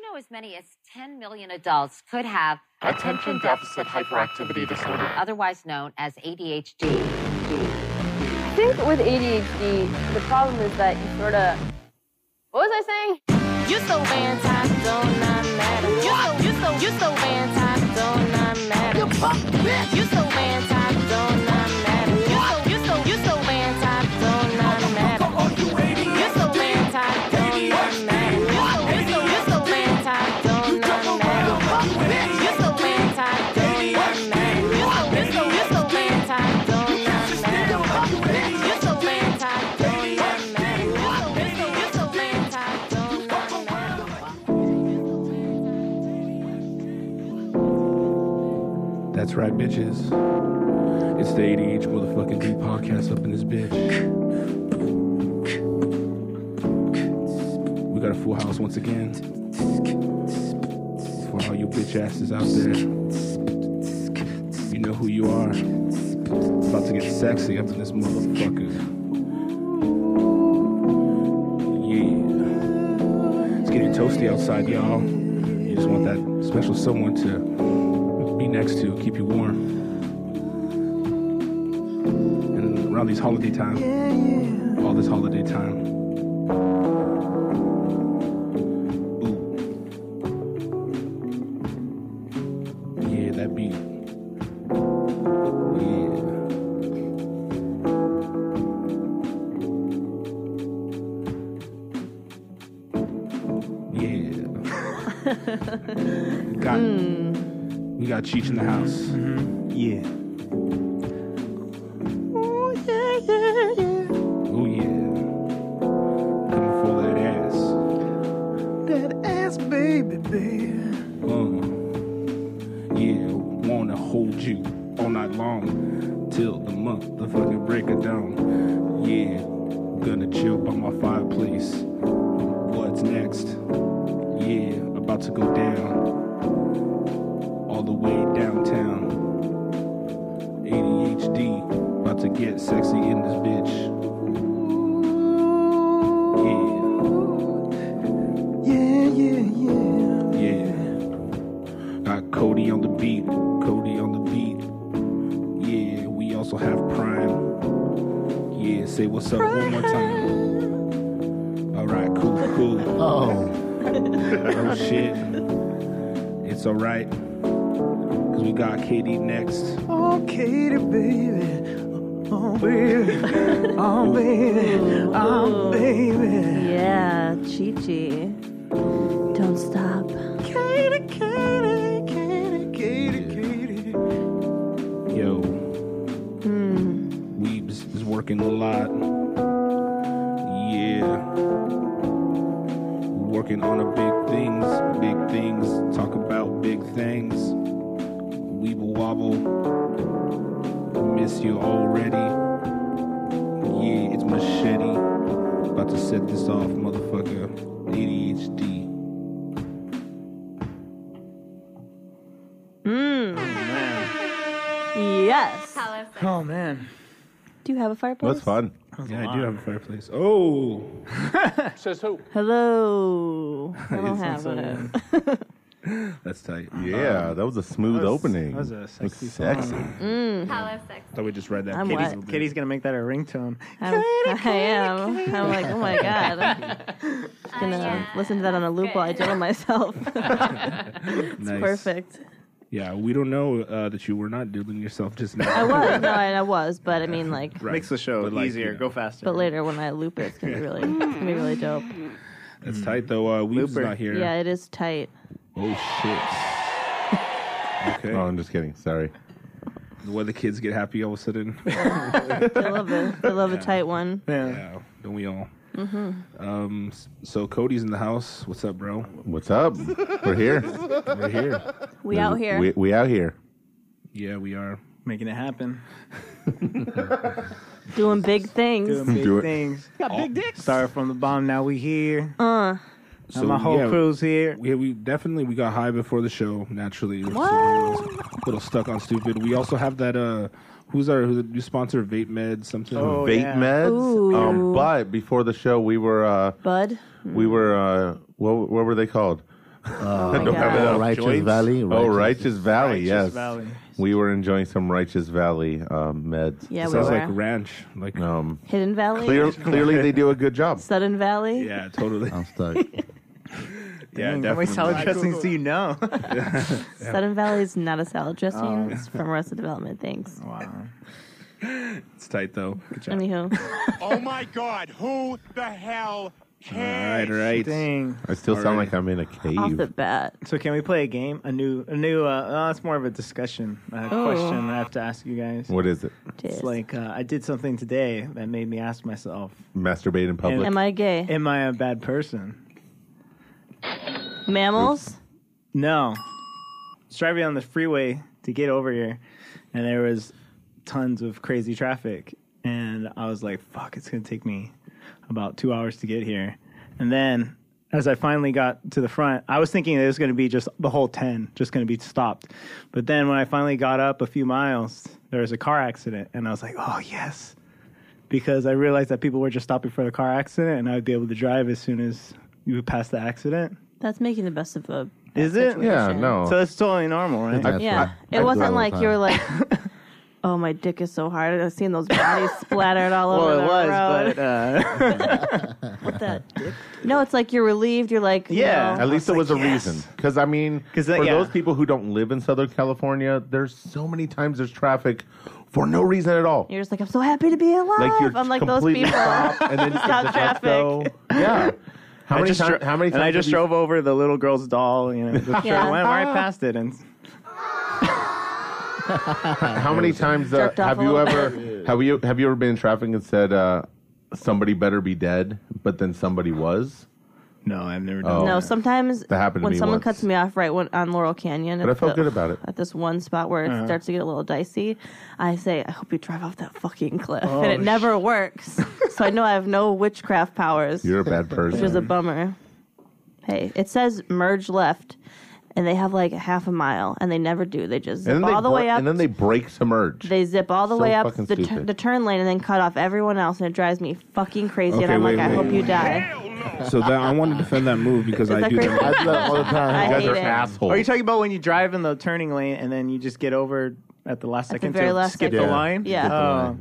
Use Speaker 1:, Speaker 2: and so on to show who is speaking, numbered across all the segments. Speaker 1: now as many as 10 million adults could have
Speaker 2: Attention deficit hyperactivity disorder.
Speaker 1: otherwise known as ADHD.
Speaker 3: I think with ADHD, the problem is that you sort of. What was I saying?
Speaker 4: You so fantastic, don't not matter. You so, you so, you so fantastic, don't not matter. You punk bitch. You so fantastic, don't not matter. You so, you so, you so fantastic, don't not matter. You so fantastic, don't not matter. You so, you so, you so fantastic, don't not matter. You so fantastic, don't not matter. You so, you so, you so fantastic, don't not matter. You so fantastic, don't not matter. You so, you so, you so fantastic, don't not matter.
Speaker 5: That's right, bitches. It's the ADH motherfucking D podcast up in this bitch. We got a full house once again. For all you bitch asses out there, you know who you are. About to get sexy up in this motherfucker. Yeah. It's getting toasty outside, y'all. You just want that special someone to be next to, keep you warm and around these holiday time, all this holiday time. Ooh. Yeah, that beat. Yeah. Yeah. Got we got Cheech in the house.
Speaker 6: Mm-hmm.
Speaker 5: Yeah. Oh yeah. Coming for that ass.
Speaker 6: That ass baby, baby.
Speaker 5: Uh, yeah, wanna hold you all night long till the motherfucking break of dawn. Yeah, gonna chill by my fireplace. What's next? Yeah, about to go down. All the way downtown. ADHD, about to get sexy in this bitch. Yeah.
Speaker 6: Yeah, yeah, yeah.
Speaker 5: Yeah. Got Cody on the beat. Cody on the beat. Yeah, we also have Prime. Yeah, say what's up one more time. All right, cool, cool. Oh. oh shit. It's all right. Cause we got KD next.
Speaker 6: Oh, Katie, baby. Oh, baby. Oh, baby. Oh, baby.
Speaker 3: Yeah, Chi Chi. Don't stop.
Speaker 6: Katie, Katie, Katie, Katie, Katie.
Speaker 5: Yo. Weebs is working a lot. Yeah. Working on a big things, big things. Talk about big things. Weeble wobble. Miss you already. Yeah, it's machete. About to set this off, motherfucker. ADHD.
Speaker 3: Yes.
Speaker 6: Oh, man.
Speaker 3: Do you have a fireplace?
Speaker 7: That's fun.
Speaker 5: Yeah, I do have a fireplace. Oh,
Speaker 8: Says who?
Speaker 3: Hello. I don't
Speaker 5: It's
Speaker 3: have
Speaker 5: insane.
Speaker 3: one.
Speaker 5: that's tight.
Speaker 7: Yeah, that was a smooth
Speaker 9: that was-
Speaker 7: opening.
Speaker 9: that was a
Speaker 7: Looks
Speaker 9: sexy song.
Speaker 7: sexy.
Speaker 5: Thought we just read that.
Speaker 3: Mm. I'm
Speaker 5: Katie's
Speaker 3: wet.
Speaker 5: little bit.
Speaker 9: Katie's gonna make that her ringtone.
Speaker 3: I'm, I am. I'm like, oh my god. I'm just gonna listen to that on a loop while I juggle myself.
Speaker 5: Nice.
Speaker 3: Perfect.
Speaker 5: Yeah, we don't know uh, that you were not doodling yourself just
Speaker 3: I
Speaker 5: now.
Speaker 3: was no, and I was, but I mean, like,
Speaker 5: Right.
Speaker 9: Makes the show
Speaker 5: But, like,
Speaker 9: easier.
Speaker 5: you know,
Speaker 9: Go faster.
Speaker 3: but later when I loop it, it's gonna be really, it's gonna be really dope.
Speaker 5: That's tight though. Uh, Weeb's
Speaker 9: Looper.
Speaker 5: not here.
Speaker 3: Yeah, it is tight.
Speaker 5: Oh shit. Okay.
Speaker 7: Oh, I'm just kidding. Sorry.
Speaker 5: Where the kids get happy all of a sudden.
Speaker 3: I love it. I love a tight one.
Speaker 9: Yeah.
Speaker 5: yeah, don't we all? Mm-hmm. Um. s- So Cody's in the house. What's up, bro?
Speaker 7: What's up? We're here.
Speaker 5: We're here.
Speaker 3: We out here.
Speaker 7: We, we out here.
Speaker 5: Yeah, we are.
Speaker 9: Making it happen.
Speaker 3: doing big things.
Speaker 9: Doing big
Speaker 7: Do it.
Speaker 9: things. Got big dicks. Started from the bomb. Now we here.
Speaker 3: Uh,
Speaker 5: So
Speaker 9: my whole
Speaker 5: yeah,
Speaker 9: crew's here.
Speaker 5: Yeah, we definitely we got high before the show. Naturally, what? A little, little stuck on stupid. We also have that. Uh, who's our who's the new sponsor? Vape Med something.
Speaker 9: Oh,
Speaker 7: Bait
Speaker 9: yeah.
Speaker 7: meds.
Speaker 3: Ooh.
Speaker 7: Um, but before the show, we were uh,
Speaker 3: Bud.
Speaker 7: we were uh, what what were they called? I don't have
Speaker 3: God.
Speaker 7: enough
Speaker 8: Righteous
Speaker 7: joints.
Speaker 8: Valley,
Speaker 7: oh,
Speaker 8: Righteous-
Speaker 7: Righteous Valley.
Speaker 9: Righteous
Speaker 7: yes,
Speaker 9: Valley.
Speaker 7: we were enjoying some Righteous Valley um, meds.
Speaker 3: Yeah, we
Speaker 5: Sounds
Speaker 3: were.
Speaker 5: like ranch. Like
Speaker 7: Um,
Speaker 3: Hidden Valley,
Speaker 7: clear, clearly, they do a good job.
Speaker 3: Sudden Valley.
Speaker 5: yeah, totally.
Speaker 7: Oh.
Speaker 8: I'm stuck.
Speaker 5: yeah,
Speaker 9: Dang, how
Speaker 5: definitely.
Speaker 9: many salad dressings do you know?
Speaker 3: Sudden Valley is not a salad dressing.
Speaker 9: Oh,
Speaker 3: It's from Arrested Development. Thanks.
Speaker 9: wow.
Speaker 5: It's tight though. Good job.
Speaker 3: Anywho,
Speaker 10: Oh my God, who the hell
Speaker 5: All right, all right.
Speaker 9: Dang.
Speaker 7: I still sound
Speaker 5: Alright.
Speaker 7: like I'm in a
Speaker 3: off the
Speaker 7: cave.
Speaker 3: bat.
Speaker 9: So can we play a game? A new, a new. Uh, oh, it's more of a discussion uh, question I have to ask you guys.
Speaker 7: What is it?
Speaker 3: Cheers.
Speaker 9: It's like uh, I did something today that made me ask myself,
Speaker 7: Masturbate in public.
Speaker 3: Am I gay?
Speaker 9: "Am I a bad person?"
Speaker 3: Mammals?
Speaker 9: No. I was driving on the freeway to get over here, and there was tons of crazy traffic, and I was like, "Fuck, it's gonna take me about two hours to get here." And then, as I finally got to the front, I was thinking it was gonna be just the whole ten, just gonna be stopped. But then, when I finally got up a few miles, there was a car accident, and I was like, "Oh yes." Because I realized that people were just stopping for the car accident, and I would be able to drive as soon as you would pass the accident.
Speaker 3: That's making the best of a.
Speaker 9: Is it?
Speaker 7: yeah,
Speaker 3: Listen.
Speaker 7: no.
Speaker 9: So it's totally normal, right?
Speaker 7: I-
Speaker 3: Yeah,
Speaker 7: I-
Speaker 3: it
Speaker 7: I-
Speaker 3: wasn't
Speaker 7: I-
Speaker 3: like you were like, "Oh, my dick is so hard." I've seen those bodies splattered all over the road.
Speaker 9: uh,
Speaker 3: What the dick? No, it's like you're relieved. You're like,
Speaker 9: Yeah.
Speaker 3: no.
Speaker 7: At least
Speaker 9: I
Speaker 7: there
Speaker 9: was
Speaker 7: was a
Speaker 9: like, yes.
Speaker 7: reason. Because, I mean,
Speaker 9: 'Cause that-
Speaker 7: for
Speaker 9: yeah.
Speaker 7: those people who don't live in Southern California, there's so many times there's traffic for no reason at all.
Speaker 3: You're just like, I'm so happy to be alive.
Speaker 7: like, you're
Speaker 3: I'm like those
Speaker 7: completely
Speaker 3: people.
Speaker 7: stopped, and then you
Speaker 3: Stop
Speaker 7: just let
Speaker 3: traffic.
Speaker 7: go. Yeah. How
Speaker 9: I
Speaker 7: many,
Speaker 9: just
Speaker 7: times?
Speaker 9: dro-
Speaker 7: how many times?
Speaker 9: And I
Speaker 7: have
Speaker 9: just
Speaker 7: you-
Speaker 9: drove over the little girl's doll. You know, just
Speaker 3: Yeah. Oh.
Speaker 9: went right past it, and
Speaker 7: How many times uh,
Speaker 3: Jerked off
Speaker 7: have
Speaker 3: a
Speaker 7: you
Speaker 3: little
Speaker 7: ever have you have you ever been in traffic and said uh, somebody better be dead, but then somebody was?
Speaker 9: no, I've never
Speaker 7: Oh.
Speaker 9: done.
Speaker 3: No, sometimes
Speaker 7: That happened to
Speaker 3: when
Speaker 7: me
Speaker 3: someone
Speaker 7: once.
Speaker 3: cuts me off right when, on Laurel Canyon,
Speaker 7: But I
Speaker 3: at
Speaker 7: felt
Speaker 3: the-
Speaker 7: good about it.
Speaker 3: At this one spot where it starts to get a little dicey, I say, "I hope you drive off that fucking cliff," and it never works. so I know I have no witchcraft powers,
Speaker 7: You're a bad person.
Speaker 3: which is a bummer. Hey, it says merge left, and they have like half a mile, and they never do. They just zip
Speaker 7: and then they
Speaker 3: all the
Speaker 7: br-
Speaker 3: way up.
Speaker 7: and then they break submerge.
Speaker 3: They zip all the
Speaker 7: So
Speaker 3: way up
Speaker 7: fucking
Speaker 3: the, tu-
Speaker 7: stupid.
Speaker 3: the turn lane and then cut off everyone else, and it drives me fucking crazy. and
Speaker 5: Okay,
Speaker 3: I'm
Speaker 5: wait,
Speaker 3: like, I
Speaker 5: wait,
Speaker 3: hope
Speaker 5: wait.
Speaker 3: you die.
Speaker 5: So that I want to defend that move because
Speaker 3: Is
Speaker 5: I
Speaker 3: that
Speaker 5: do
Speaker 3: crazy?
Speaker 5: that.
Speaker 8: I do that all the time.
Speaker 3: I
Speaker 7: you guys
Speaker 3: hate
Speaker 7: are
Speaker 3: it.
Speaker 7: assholes.
Speaker 9: Are you talking about when you drive in the turning lane and then you just get over at the last
Speaker 3: At the
Speaker 9: second
Speaker 3: very
Speaker 9: to
Speaker 3: last
Speaker 9: skip
Speaker 3: second.
Speaker 9: the line?
Speaker 3: Yeah.
Speaker 9: Oh,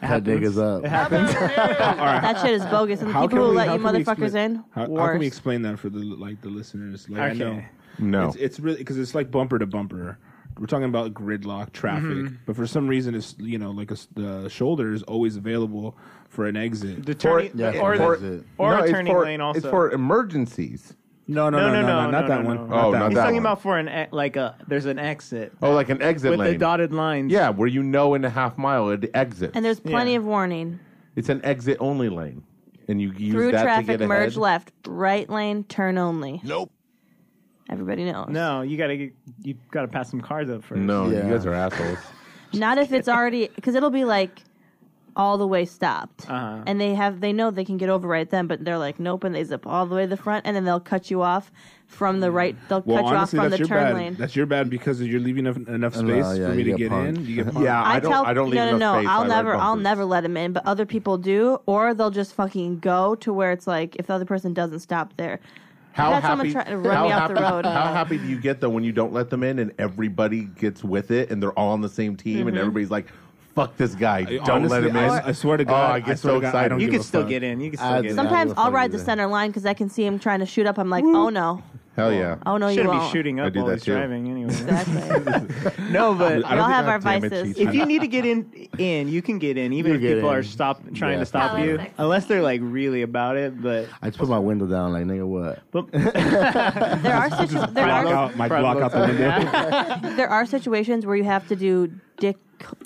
Speaker 8: That dick is up.
Speaker 9: it happens.
Speaker 3: that shit is bogus. And the
Speaker 5: How
Speaker 3: people
Speaker 5: can
Speaker 3: who
Speaker 5: we-
Speaker 3: let
Speaker 5: how
Speaker 3: you
Speaker 5: can we
Speaker 3: motherfuckers
Speaker 5: explain-
Speaker 3: in,
Speaker 5: How, how
Speaker 3: worse.
Speaker 5: can we explain that for the like the listeners? Like I
Speaker 9: Okay.
Speaker 5: know
Speaker 7: No.
Speaker 5: it's, it's really because it's like bumper to bumper. We're talking about gridlock traffic,
Speaker 3: Mm-hmm.
Speaker 5: but for some reason, it's you know like a s the shoulder is always available for an exit.
Speaker 9: The turning
Speaker 8: yeah,
Speaker 9: or,
Speaker 8: for-
Speaker 9: the, or
Speaker 7: No,
Speaker 9: a
Speaker 7: it's
Speaker 9: turning
Speaker 7: for-
Speaker 9: lane also.
Speaker 7: It's for emergencies.
Speaker 5: No, no, no, no, no, not
Speaker 9: no,
Speaker 5: that
Speaker 9: no,
Speaker 5: one.
Speaker 9: no.
Speaker 7: Oh, not
Speaker 9: He's
Speaker 7: that
Speaker 9: talking
Speaker 7: one.
Speaker 9: about for an e- like a there's an exit
Speaker 7: Oh, like an exit
Speaker 9: with
Speaker 7: lane.
Speaker 9: the dotted lines.
Speaker 7: Yeah, where you know in a half mile it exits.
Speaker 3: and there's plenty
Speaker 9: Yeah.
Speaker 3: of warning.
Speaker 7: it's an exit only lane, and you use
Speaker 3: Through
Speaker 7: that to
Speaker 3: traffic,
Speaker 7: get
Speaker 3: merge
Speaker 7: ahead.
Speaker 3: left, right lane, turn only.
Speaker 10: Nope.
Speaker 3: Everybody knows.
Speaker 9: No, you gotta get, you gotta pass some cars up first.
Speaker 7: No,
Speaker 8: Yeah.
Speaker 7: you guys are assholes.
Speaker 3: Not if it's already, because it'll be like all the way stopped.
Speaker 9: Uh-huh.
Speaker 3: And they have, they know they can get over right then, but they're like, nope, and they zip all the way to the front, and then they'll cut you off from the right, they'll
Speaker 5: Well,
Speaker 3: cut you off
Speaker 5: honestly,
Speaker 3: from
Speaker 5: that's
Speaker 3: the
Speaker 5: your
Speaker 3: turn
Speaker 5: bad.
Speaker 3: lane.
Speaker 5: That's your bad because you're leaving enough, enough
Speaker 8: No,
Speaker 5: space
Speaker 8: yeah,
Speaker 5: for me to
Speaker 8: you
Speaker 5: get
Speaker 8: get punked.
Speaker 5: in. You get punked.
Speaker 7: yeah, I, don't.
Speaker 3: tell
Speaker 7: I don't leave
Speaker 3: no, no,
Speaker 7: enough
Speaker 3: no.
Speaker 7: space.
Speaker 3: I'll
Speaker 7: I ride
Speaker 3: never, I'll
Speaker 7: bumpers.
Speaker 3: never let him in. But other people do, or they'll just fucking go to where it's like if the other person doesn't stop there.
Speaker 7: How
Speaker 3: I've had
Speaker 7: happy?
Speaker 3: someone try to run
Speaker 7: how
Speaker 3: me off
Speaker 7: happy?
Speaker 3: the road.
Speaker 7: How happy do you get though when you don't let them in and everybody gets with it and they're all on the same team
Speaker 3: Mm-hmm.
Speaker 7: and everybody's like, "Fuck this guy! Don't let
Speaker 5: Honestly,
Speaker 7: him in."
Speaker 5: I, I swear to God,
Speaker 7: oh, I get
Speaker 5: swear
Speaker 7: so
Speaker 5: to God, I
Speaker 7: excited.
Speaker 5: don't
Speaker 9: you
Speaker 5: give
Speaker 9: can
Speaker 5: a
Speaker 9: still
Speaker 5: fuck.
Speaker 9: get in. You can still
Speaker 8: I'd-
Speaker 9: get in.
Speaker 8: Some-
Speaker 3: Sometimes
Speaker 8: that's
Speaker 3: I'll
Speaker 8: funny,
Speaker 3: ride the
Speaker 8: yeah.
Speaker 3: center line because I can see him trying to shoot up. I'm like, oh no,
Speaker 7: Hell yeah!
Speaker 3: oh no, you
Speaker 9: shouldn't
Speaker 3: won't.
Speaker 9: be shooting
Speaker 7: I
Speaker 9: up
Speaker 7: do
Speaker 9: while
Speaker 7: that
Speaker 9: he's
Speaker 7: too.
Speaker 9: driving anyway.
Speaker 3: Exactly.
Speaker 9: no, but
Speaker 7: I
Speaker 3: We all
Speaker 7: think
Speaker 3: have
Speaker 7: I-
Speaker 3: our
Speaker 7: damn it,
Speaker 3: vices.
Speaker 7: she's-
Speaker 9: if you need to get in, in you can get in, even
Speaker 8: You
Speaker 9: if
Speaker 8: get
Speaker 9: people
Speaker 8: in.
Speaker 9: are stop trying
Speaker 8: Yeah.
Speaker 9: to stop
Speaker 1: That was
Speaker 9: you,
Speaker 1: sexy.
Speaker 9: unless they're like really about it. But
Speaker 8: I just put my window down, like nigga, what?
Speaker 3: there are situ- there
Speaker 5: Block
Speaker 3: are
Speaker 5: out my block out the window.
Speaker 3: there are situations where you have to do dick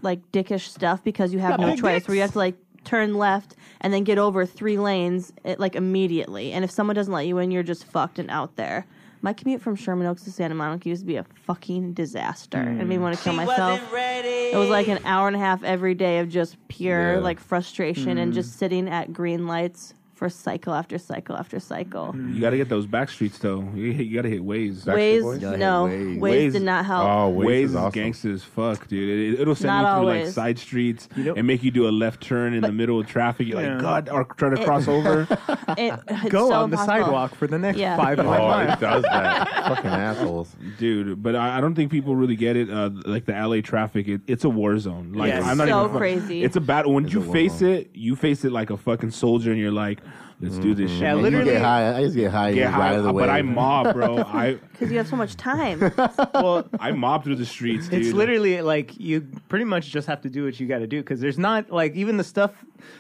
Speaker 3: like dickish stuff because you have no choice. Where you have to like turn left and then get over three lanes eh, like immediately. And if someone doesn't let you in, you're just fucked and out there. My commute from Sherman Oaks to Santa Monica used to be a fucking disaster. It made me want to kill myself. It was like an hour and a half every day of just pure
Speaker 7: Yeah.
Speaker 3: like frustration and just sitting at green lights for cycle after cycle after cycle.
Speaker 5: You got to get those back streets though. You, you got to hit Waze.
Speaker 7: Backstreet
Speaker 3: Waze,
Speaker 7: Boys?
Speaker 8: Yeah,
Speaker 3: no,
Speaker 8: Waze.
Speaker 3: Waze.
Speaker 5: Waze-
Speaker 3: did not help.
Speaker 7: Oh, Waze,
Speaker 5: Waze
Speaker 7: is
Speaker 5: is
Speaker 7: awesome.
Speaker 5: gangster as fuck, dude. It, it'll send
Speaker 3: Not
Speaker 5: you through like
Speaker 3: always.
Speaker 5: side streets
Speaker 9: You know-
Speaker 5: and make you do a left turn in the middle of traffic. You're
Speaker 9: Yeah.
Speaker 5: like, God, or trying to cross over.
Speaker 3: It- it's
Speaker 6: Go
Speaker 3: so
Speaker 6: on the
Speaker 3: impossible.
Speaker 6: sidewalk for the next
Speaker 3: Yeah.
Speaker 6: five
Speaker 7: Oh,
Speaker 6: miles.
Speaker 7: it does that. Fucking assholes.
Speaker 5: dude. But I, I don't think people really get it. Uh, like the LA traffic, it, it's a war zone. Like
Speaker 9: Yes.
Speaker 5: I'm not
Speaker 3: So
Speaker 5: even fu-
Speaker 3: crazy.
Speaker 5: It's a battle. When
Speaker 8: It's a
Speaker 5: you
Speaker 8: war
Speaker 5: face
Speaker 8: zone.
Speaker 5: it, you face it like a fucking soldier, and you're like, let's do this shit.
Speaker 9: Mm-hmm. Yeah,
Speaker 5: Like,
Speaker 8: You
Speaker 9: Literally-
Speaker 8: get high. I just get high. and
Speaker 5: get
Speaker 8: just
Speaker 5: high,
Speaker 8: ride the
Speaker 5: but I
Speaker 8: wave.
Speaker 5: mob, bro. I
Speaker 3: because you have so much time.
Speaker 5: well, I mob through the streets. Dude.
Speaker 9: It's literally like you pretty much just have to do what you got to do because there's not like even the stuff,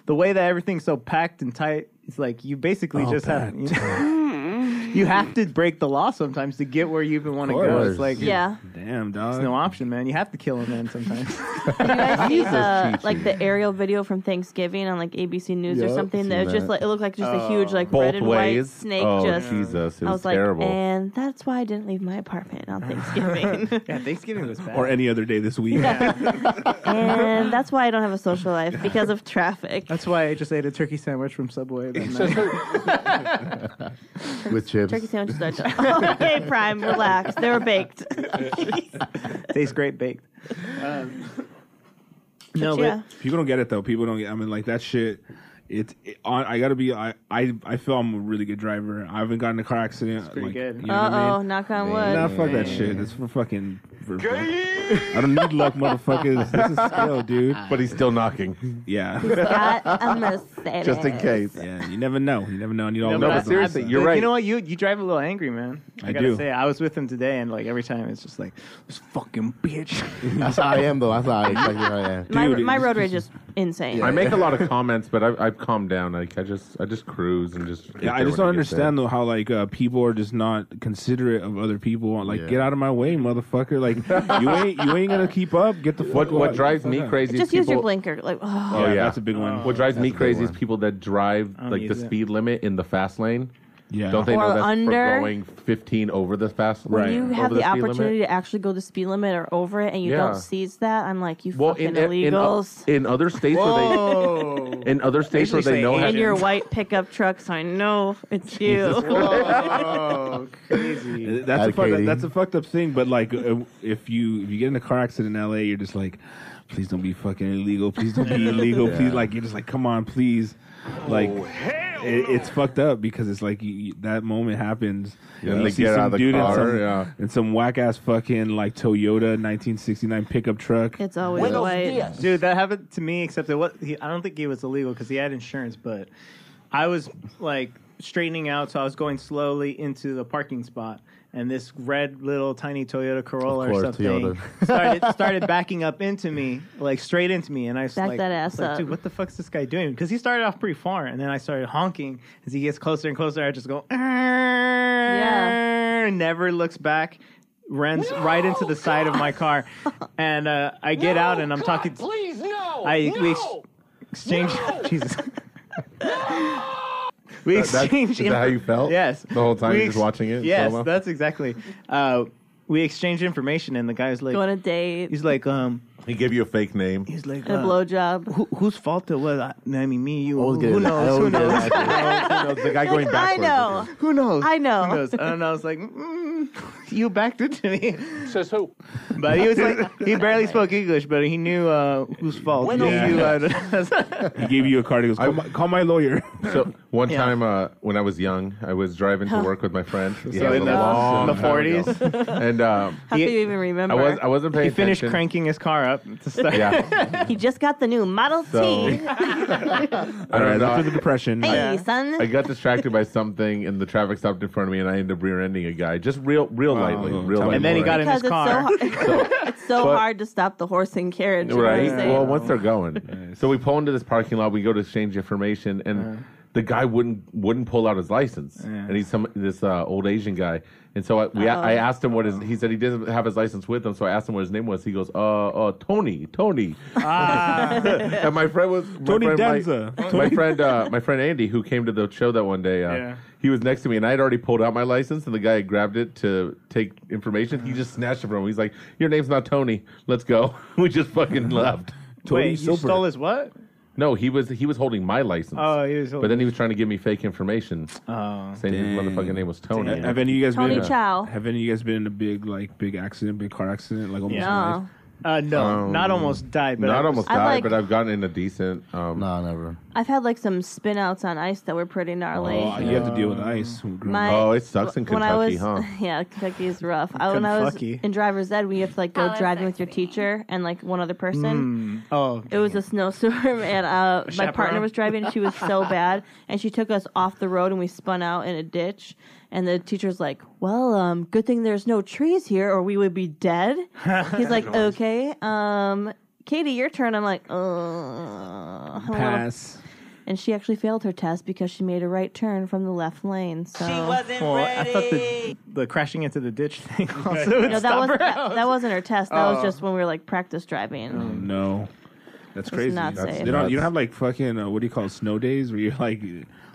Speaker 9: the way that everything's so packed and tight. It's like you
Speaker 7: Oh,
Speaker 9: basically just have you, know, you have to break the law sometimes to get where you even want to go.
Speaker 8: course.
Speaker 9: It's like
Speaker 3: yeah.
Speaker 5: damn dog.
Speaker 9: there's no option, man. You have to kill a man sometimes.
Speaker 3: you guys see the uh, like the aerial video from Thanksgiving on like ABC News or
Speaker 8: Yep,
Speaker 3: something?
Speaker 8: seen
Speaker 3: That was just
Speaker 8: that.
Speaker 3: like it looked like just a huge like red
Speaker 7: Both
Speaker 3: and
Speaker 7: ways.
Speaker 3: white snake.
Speaker 7: oh
Speaker 3: just
Speaker 7: Jesus, it
Speaker 3: I
Speaker 7: was,
Speaker 3: was
Speaker 7: terrible.
Speaker 3: like, and that's why I didn't leave my apartment on Thanksgiving,
Speaker 9: yeah, Thanksgiving was bad.
Speaker 5: or any other day this week.
Speaker 3: and that's why I don't have a social life because of traffic.
Speaker 9: That's why I just ate a turkey sandwich from Subway. That night.
Speaker 8: with chips.
Speaker 3: Turkey sandwiches are done. Oh, hey, Prime, relax. They were baked.
Speaker 9: Tastes great baked. Um, no, but
Speaker 3: yeah.
Speaker 5: People don't get it though. People don't get. I mean, like that shit. It's it, on. I gotta be. I, I I feel I'm a really good driver. I haven't gotten in a car accident.
Speaker 9: pretty
Speaker 5: like,
Speaker 9: good.
Speaker 5: You know
Speaker 3: Uh
Speaker 5: what I
Speaker 3: oh,
Speaker 5: mean?
Speaker 3: knock on
Speaker 5: Nah,
Speaker 3: wood.
Speaker 5: fuck that shit. That's for fucking. For, I don't need luck, motherfuckers. this is skill, dude.
Speaker 7: but he's still knocking,
Speaker 5: Yeah,
Speaker 3: Got a Mercedes.
Speaker 7: just in case.
Speaker 5: yeah. You never know. You never know. And you
Speaker 9: No,
Speaker 5: don't.
Speaker 9: but
Speaker 7: but
Speaker 9: I-
Speaker 5: know.
Speaker 9: I-
Speaker 7: seriously, you're
Speaker 9: but
Speaker 7: right.
Speaker 9: You know what? You you drive a little angry, man. I,
Speaker 5: I
Speaker 9: gotta
Speaker 5: do.
Speaker 9: say, I was with him today, and like every time, it's just like this fucking bitch.
Speaker 8: That's how I am though. That's how I exactly how I am.
Speaker 3: My,
Speaker 5: Dude,
Speaker 3: my
Speaker 5: it's
Speaker 3: road rage is insane.
Speaker 7: I make a lot of comments, but I, I've calmed down. Like I just, I just cruise and just.
Speaker 5: Yeah, I just don't understand though how like uh, people are just not considerate of other people. Like,
Speaker 8: Yeah.
Speaker 5: get out of my way, motherfucker! Like, you ain't you ain't gonna keep up. Get the fuck
Speaker 7: What what
Speaker 5: out.
Speaker 7: drives me crazy?
Speaker 3: Just
Speaker 7: is
Speaker 3: use
Speaker 7: people,
Speaker 3: your blinker. Like, oh.
Speaker 7: Oh yeah,
Speaker 5: that's a big one.
Speaker 7: What drives me
Speaker 8: big
Speaker 7: crazy is
Speaker 8: one.
Speaker 7: people that drive
Speaker 9: don't
Speaker 7: like the
Speaker 9: use it.
Speaker 7: speed limit in the fast lane.
Speaker 5: Yeah,
Speaker 7: Don't they
Speaker 3: Or
Speaker 7: know that's
Speaker 3: under.
Speaker 7: for going 15 over the fast
Speaker 5: When
Speaker 7: lane?
Speaker 3: you
Speaker 7: over
Speaker 3: have the,
Speaker 7: speed limit?
Speaker 3: opportunity to actually go the speed limit or over it, and you
Speaker 7: Yeah.
Speaker 3: don't seize that. I'm like, you
Speaker 7: Well,
Speaker 3: fucking
Speaker 7: in, in, in, uh,
Speaker 3: illegals.
Speaker 7: in other states where
Speaker 9: Oh,
Speaker 7: they in other states where
Speaker 9: Usually
Speaker 7: they know
Speaker 9: say
Speaker 7: how
Speaker 3: in
Speaker 7: to-
Speaker 3: your white pickup truck, so I know it's you.
Speaker 9: oh, crazy.
Speaker 5: That's a, fuck,
Speaker 8: Advocating.
Speaker 5: that's a fucked up thing, but like uh, if you if you get in a car accident in LA, you're just like, please don't be fucking illegal, please don't be illegal, please like you're just like, come on, please, like it, it's fucked up because it's like you, you- that moment happens
Speaker 7: Yeah,
Speaker 5: you
Speaker 7: they
Speaker 5: see
Speaker 7: get out
Speaker 5: some
Speaker 7: of the
Speaker 5: dude
Speaker 7: car,
Speaker 5: in some,
Speaker 7: yeah.
Speaker 5: in some whack ass fucking like Toyota 1969 pickup truck.
Speaker 3: It's always white.
Speaker 9: Dude, that happened to me. Except it was. He, I don't think he was illegal because he had insurance, but I was like straightening out, so I was going slowly into the parking spot, and this red little tiny Toyota Corolla
Speaker 8: course,
Speaker 9: or something
Speaker 8: Toyota.
Speaker 9: started started backing up into me, like straight into me, and I was
Speaker 3: Back
Speaker 9: like,
Speaker 3: that ass
Speaker 9: like,
Speaker 3: up.
Speaker 9: dude, what the fuck's this guy doing? Because he started off pretty far, and then I started honking as he gets closer and closer. I just go, yeah, never looks back. Runs right into the side of my car, and uh, I get out and I'm talking.
Speaker 3: Oh,
Speaker 9: to-
Speaker 10: Please, no.
Speaker 9: I we ex- exchange Jesus. we
Speaker 7: That-
Speaker 9: exchange.
Speaker 7: is that how
Speaker 9: infor-
Speaker 7: you felt?
Speaker 9: Yes.
Speaker 7: The whole time
Speaker 9: We
Speaker 7: you're just
Speaker 9: ex-
Speaker 7: watching it? in
Speaker 9: Yes,
Speaker 7: slow-mo?
Speaker 9: that's exactly. Uh, we exchange information, and the guy's like,
Speaker 3: Go on a date,
Speaker 9: he's like, um,
Speaker 7: He gave you a fake name.
Speaker 9: he's like,
Speaker 3: and a
Speaker 9: uh,
Speaker 3: blowjob.
Speaker 9: who, whose fault it was? I, I mean, me, you.
Speaker 8: Always
Speaker 9: Who,
Speaker 8: get it. I
Speaker 9: knows? Who
Speaker 8: always get it.
Speaker 9: knows?
Speaker 7: the guy going
Speaker 3: Like, I know.
Speaker 7: backwards.
Speaker 9: Who knows?
Speaker 3: I know.
Speaker 9: Who knows? And I was like, mm, you backed into me.
Speaker 10: Says who?
Speaker 9: But he was like, he barely spoke English, but he knew uh, whose fault. He
Speaker 5: Yeah.
Speaker 9: knew, uh,
Speaker 5: He gave you a card. He goes, call, my, call my lawyer.
Speaker 7: So one
Speaker 9: Yeah.
Speaker 7: time uh, when I was young, I was driving to work with my friend. Yeah, it
Speaker 9: in
Speaker 7: was a
Speaker 9: the-
Speaker 7: long
Speaker 9: the
Speaker 7: time ago. and um,
Speaker 3: How
Speaker 9: He-
Speaker 3: can you even remember?
Speaker 7: I was I wasn't paying
Speaker 9: he finished
Speaker 7: attention.
Speaker 9: cranking his car up to start.
Speaker 7: Yeah,
Speaker 3: he just got the new Model
Speaker 7: So-
Speaker 3: T.
Speaker 7: I
Speaker 5: All right,
Speaker 7: don't
Speaker 5: after the
Speaker 7: know.
Speaker 5: depression,
Speaker 3: Hey,
Speaker 9: Yeah.
Speaker 3: son.
Speaker 7: I got distracted by something, and the traffic stopped in front of me, and I ended up rear-ending a guy. Just real, real lightly, real
Speaker 5: Oh, Tell me
Speaker 7: lightly.
Speaker 9: And then he got in
Speaker 3: because
Speaker 9: his
Speaker 3: it's so,
Speaker 9: car.
Speaker 3: hard, it's so
Speaker 7: But-
Speaker 3: hard to stop the horse and carriage. you know what I'm
Speaker 7: Right.
Speaker 3: saying?
Speaker 7: Well, once they're going, so we pull into this parking lot. We go to exchange information,
Speaker 5: Uh-huh.
Speaker 7: and the guy wouldn't wouldn't pull out his license. And he's some this uh, old Asian guy. And so I, we I
Speaker 9: Oh.
Speaker 7: asked him what his he said he didn't have his license with him. So I asked him what his name was. He goes, "Uh, uh Tony, Tony."
Speaker 9: Ah,
Speaker 7: and my friend was my
Speaker 5: Tony
Speaker 7: friend, my-
Speaker 5: Danza.
Speaker 7: My, friend, uh, my friend Andy, who came to the show that one day. Uh,
Speaker 9: Yeah.
Speaker 7: He was next to me, and I had already pulled out my license, and the guy had grabbed it to take information. He just snatched it from him. He's like, "Your name's not Tony. Let's go." We just fucking left.
Speaker 5: Tony
Speaker 9: Wait, you
Speaker 5: Soper.
Speaker 9: stole his what?
Speaker 7: No, he was he was holding my license.
Speaker 9: Oh, he was
Speaker 7: but
Speaker 9: holding-
Speaker 7: then he was trying to give me fake information,
Speaker 9: Oh,
Speaker 7: saying his
Speaker 5: Dang.
Speaker 7: motherfucking name was Tony.
Speaker 9: Damn.
Speaker 5: Have any of you guys
Speaker 3: Tony
Speaker 5: been? in a-
Speaker 3: Chow.
Speaker 5: Have any of you guys been in a big like big accident, big car accident, like almost?
Speaker 3: No.
Speaker 5: life?
Speaker 9: uh, no,
Speaker 7: Um,
Speaker 9: not almost died, but I
Speaker 7: Not
Speaker 9: was-
Speaker 7: almost
Speaker 3: I
Speaker 7: died,
Speaker 3: like-
Speaker 7: but I've gotten in a decent. Um,
Speaker 8: No, never.
Speaker 3: I've had like some spin outs on ice that were pretty gnarly.
Speaker 5: Oh, you have to deal with ice.
Speaker 3: My-
Speaker 7: Oh, it sucks in
Speaker 3: When I
Speaker 7: Kentucky,
Speaker 3: was,
Speaker 7: huh?
Speaker 3: Yeah, Kentucky is rough. I, when I was
Speaker 9: Kentucky.
Speaker 3: in driver's ed, we have to like go
Speaker 1: Oh, it's
Speaker 3: driving with your
Speaker 1: sexy.
Speaker 3: teacher and like one other person.
Speaker 9: Mm, oh,
Speaker 3: It was a snowstorm, and uh, my partner
Speaker 9: chaperone?
Speaker 3: was driving. and She was so bad, and she took us off the road, and we spun out in a ditch. And the teacher's like, "Well, um, good thing there's no trees here, or we would be dead." He's like, "Okay, um, Katie, your turn." I'm like, "Uh, I don't wanna
Speaker 5: Pass.
Speaker 3: and she actually failed her test because she made a right turn from the left lane. So
Speaker 9: well, I thought the, the crashing into the ditch thing also would
Speaker 3: no, that
Speaker 9: stop
Speaker 3: wasn't
Speaker 9: her.
Speaker 3: that, that wasn't her test. That
Speaker 5: Oh.
Speaker 3: was just when we were like practice driving.
Speaker 5: No, that's crazy.
Speaker 3: not
Speaker 5: That's-
Speaker 3: safe.
Speaker 5: they don't, you
Speaker 7: Nuts.
Speaker 5: don't have like fucking uh, what do you call it, snow days where you're like,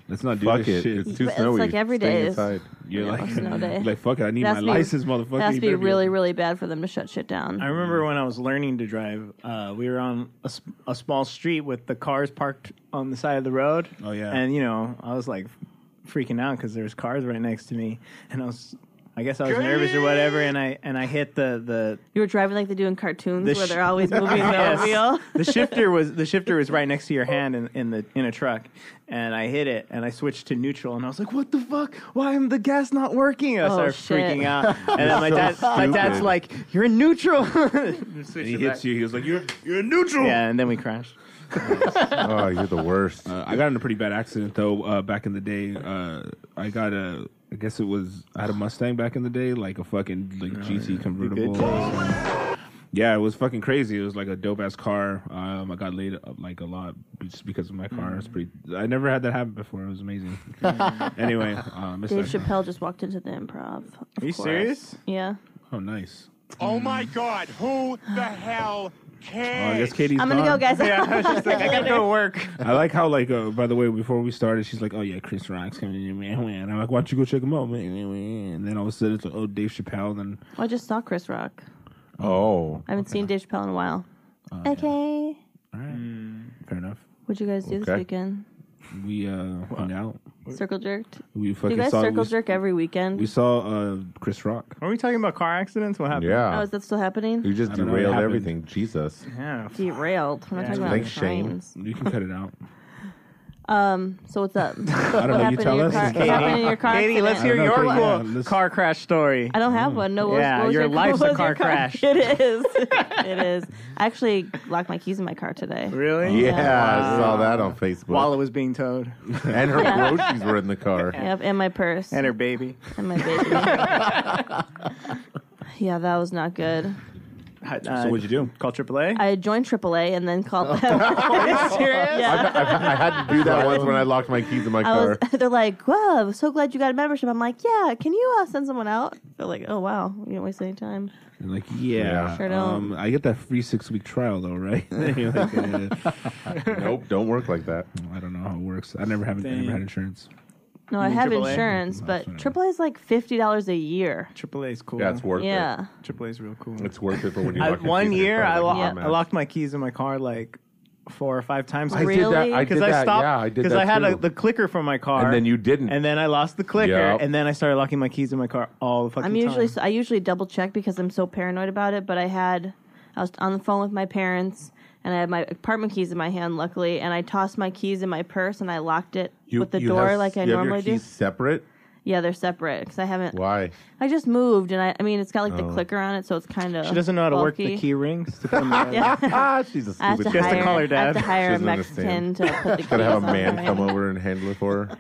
Speaker 5: let's not do
Speaker 7: Fuck
Speaker 5: this
Speaker 7: it,
Speaker 5: shit.
Speaker 7: it's too
Speaker 3: But it's
Speaker 7: snowy.
Speaker 3: like every
Speaker 7: Stay
Speaker 3: day is-
Speaker 7: inside.
Speaker 5: you're
Speaker 3: Yeah,
Speaker 5: like,
Speaker 3: snow day.
Speaker 5: you're like fuck it, I need
Speaker 3: That's
Speaker 5: my
Speaker 3: be-
Speaker 5: license, motherfucker.
Speaker 3: That has
Speaker 5: You
Speaker 3: to be
Speaker 5: better be-
Speaker 3: really, really bad for them to shut shit down.
Speaker 9: I remember when I was learning to drive, uh, we were on a, s- a small street with the cars parked on the side of the road.
Speaker 5: Oh, yeah.
Speaker 9: and you know I was like freaking out because there was cars right next to me, and I was, I guess I was nervous or whatever, and I and I hit the the
Speaker 3: you were driving like they do in cartoons
Speaker 9: The
Speaker 3: where
Speaker 9: sh-
Speaker 3: they're always moving
Speaker 9: Yes.
Speaker 3: the wheel.
Speaker 9: the shifter was the shifter was right next to your hand in, in the in a truck, and I hit it, and I switched to neutral, and I was like, "What the fuck? Why am the gas not working?" I
Speaker 3: Oh,
Speaker 9: started
Speaker 3: shit.
Speaker 9: freaking out, and then my
Speaker 7: so
Speaker 9: dad my dad's
Speaker 7: stupid.
Speaker 9: like, "You're in neutral."
Speaker 5: And he hits you. He was like, you're you're neutral.
Speaker 9: Yeah, and then we crashed.
Speaker 7: oh, you're the worst.
Speaker 5: Uh, I got in a pretty bad accident though uh, back in the day. Uh, I got a, I guess it was I had a Mustang back in the day, like a fucking like GT convertible. Yeah, it was fucking crazy. It was like a dope ass car. Um, I got laid up like a lot just because of my car. It's pretty. I never had that happen before. It was amazing. anyway, uh, Mr.
Speaker 3: Dave Chappelle just walked into the improv. of
Speaker 9: Are you
Speaker 3: course.
Speaker 9: serious?
Speaker 3: Yeah.
Speaker 5: Oh, nice.
Speaker 10: Oh my god, who the hell
Speaker 5: Oh, I
Speaker 10: cares?
Speaker 5: guess Katie's.
Speaker 3: I'm gonna go,
Speaker 5: gone.
Speaker 3: guys.
Speaker 9: Yeah, she's like, I gotta go to work.
Speaker 5: I like how like uh, by the way before we started she's like oh yeah Chris Rock's coming in man and I'm like why don't you go check him out man and then all of a sudden it's like oh Dave Chappelle and then
Speaker 3: I just saw Chris Rock.
Speaker 7: Oh,
Speaker 3: I haven't seen Dave Chappelle in a while.
Speaker 5: Oh,
Speaker 3: okay.
Speaker 5: all right fair enough
Speaker 3: What'd you guys do this
Speaker 7: Okay.
Speaker 3: weekend?
Speaker 5: we uh hung out
Speaker 3: Circle jerked?
Speaker 5: we
Speaker 3: Do
Speaker 5: fucking
Speaker 3: you guys
Speaker 5: saw
Speaker 3: circle
Speaker 5: we,
Speaker 3: jerk every weekend?
Speaker 5: we saw uh Chris Rock
Speaker 9: Are we talking about car accidents? What happened?
Speaker 3: oh,
Speaker 7: yeah.
Speaker 3: is that still happening?
Speaker 7: You just
Speaker 5: I don't know what
Speaker 7: derailed
Speaker 5: happened.
Speaker 7: everything. Jesus.
Speaker 9: Yeah.
Speaker 3: derailed. We're not
Speaker 9: Yeah.
Speaker 3: talking about
Speaker 7: Thanks, Shane.
Speaker 3: trains.
Speaker 5: you can cut it out
Speaker 3: So what's up? what
Speaker 5: I don't know you
Speaker 3: happened, in
Speaker 5: tell
Speaker 3: your
Speaker 5: us
Speaker 3: car, what happened in your car?
Speaker 9: Katie, let's hear
Speaker 5: I don't know,
Speaker 9: your
Speaker 5: Katie.
Speaker 9: cool
Speaker 5: Yeah, let's-
Speaker 9: car crash story.
Speaker 3: I don't have one. No, what was-
Speaker 9: Yeah,
Speaker 3: what was
Speaker 9: your
Speaker 3: what
Speaker 9: life's a
Speaker 3: was your
Speaker 9: car crash.
Speaker 3: It is. it is. I actually locked my keys in my car today.
Speaker 9: Really?
Speaker 7: Yeah, I saw that on Facebook.
Speaker 9: While it was being towed,
Speaker 7: and her groceries were in the car.
Speaker 3: Yep, and my purse
Speaker 9: and
Speaker 3: and,
Speaker 9: her baby.
Speaker 3: my baby. yeah, that was not good.
Speaker 9: Uh,
Speaker 5: so what'd you do
Speaker 9: Call AAA.
Speaker 3: I joined AAA and then called them. Are you serious? Yeah.
Speaker 7: I had to do that once when I locked my keys in my
Speaker 3: I was,
Speaker 7: car.
Speaker 3: they're like, "Whoa, I'm so glad you got a membership." I'm like, "Yeah, can you uh, send someone out?" They're like, "Oh wow, you didn't waste any time."
Speaker 5: and like yeah,
Speaker 3: Sure don't.
Speaker 5: um I get that free six week trial though right You're like, uh,
Speaker 7: nope, don't work like that.
Speaker 5: I don't know how it works I never haven't I
Speaker 9: Dang.
Speaker 5: never had insurance
Speaker 3: No, I
Speaker 9: mean
Speaker 3: have
Speaker 9: AAA?
Speaker 3: insurance, but
Speaker 5: fair enough.
Speaker 3: AAA is like fifty dollars a year.
Speaker 9: AAA is cool.
Speaker 7: Yeah, it's worth
Speaker 3: Yeah.
Speaker 7: it.
Speaker 9: AAA is real cool.
Speaker 7: It's worth it for when you
Speaker 9: I,
Speaker 7: lock your
Speaker 9: one
Speaker 7: keys in your
Speaker 9: year,
Speaker 7: car,
Speaker 9: I, lo-
Speaker 7: like,
Speaker 3: Yeah.
Speaker 7: man.
Speaker 9: I locked my keys in my car like four or five times.
Speaker 7: I
Speaker 3: Really?
Speaker 7: did that. I
Speaker 9: Because
Speaker 7: did
Speaker 9: I
Speaker 7: that.
Speaker 9: stopped.
Speaker 7: yeah, I did
Speaker 9: Because
Speaker 7: that
Speaker 9: I had
Speaker 7: too.
Speaker 9: a, the clicker for my car,
Speaker 7: and then you didn't.
Speaker 9: and then I lost the clicker,
Speaker 7: Yeah.
Speaker 9: and then I started locking my keys in my car all the fucking
Speaker 3: I'm
Speaker 9: time.
Speaker 3: usually I usually double check because I'm so paranoid about it. But I had I was on the phone with my parents and I had my apartment keys in my hand, luckily, and I tossed my keys in my purse and I locked it
Speaker 7: You-
Speaker 3: with the
Speaker 7: you
Speaker 3: door
Speaker 7: have-
Speaker 3: like I
Speaker 7: you have
Speaker 3: normally
Speaker 7: your
Speaker 3: do.
Speaker 7: keys Separate?
Speaker 3: Yeah, they're separate because I haven't.
Speaker 7: Why?
Speaker 3: I just moved and I I mean it's got like the clicker on it, so it's kind of
Speaker 9: Oh. she doesn't know how to work
Speaker 3: bulky.
Speaker 9: the key rings. To put them together.
Speaker 7: Ah, she's a
Speaker 3: I have
Speaker 7: stupid.
Speaker 3: to
Speaker 7: chick.
Speaker 9: has to
Speaker 3: hire,
Speaker 9: call her
Speaker 3: I have
Speaker 9: dad.
Speaker 3: to hire a
Speaker 7: She doesn't
Speaker 3: Mexican to put the keys
Speaker 7: Gotta have
Speaker 3: on
Speaker 7: a man
Speaker 3: it.
Speaker 7: come over and handle it for her.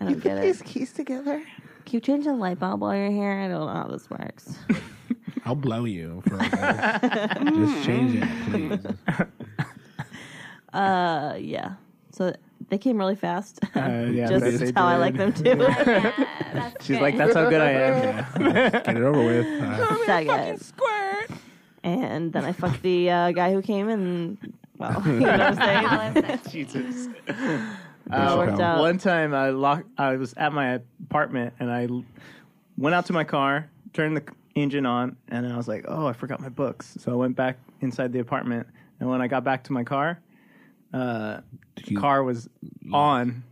Speaker 3: I don't get it. keys together. Can you change the light bulb while you're here? I don't know how this works.
Speaker 5: I'll blow you for just change it please
Speaker 3: Uh, yeah. So they came really fast.
Speaker 9: Uh, yeah,
Speaker 3: just
Speaker 9: that's-
Speaker 3: how I like them too.
Speaker 9: She's like, that's how good I am.
Speaker 5: get it over with
Speaker 3: Oh,
Speaker 5: Uh,
Speaker 3: Second. And then I fucked the uh, guy who came and well, you know what I'm saying?
Speaker 9: Jesus.
Speaker 5: Dave
Speaker 3: worked
Speaker 5: Chappelle.
Speaker 3: out.
Speaker 9: One time I locked, I was at my apartment and I l- went out to my car, turned the c- engine on, and I was like, oh, I forgot my books. So I went back inside the apartment. And when I got back to my car, uh,
Speaker 5: you-
Speaker 9: car was on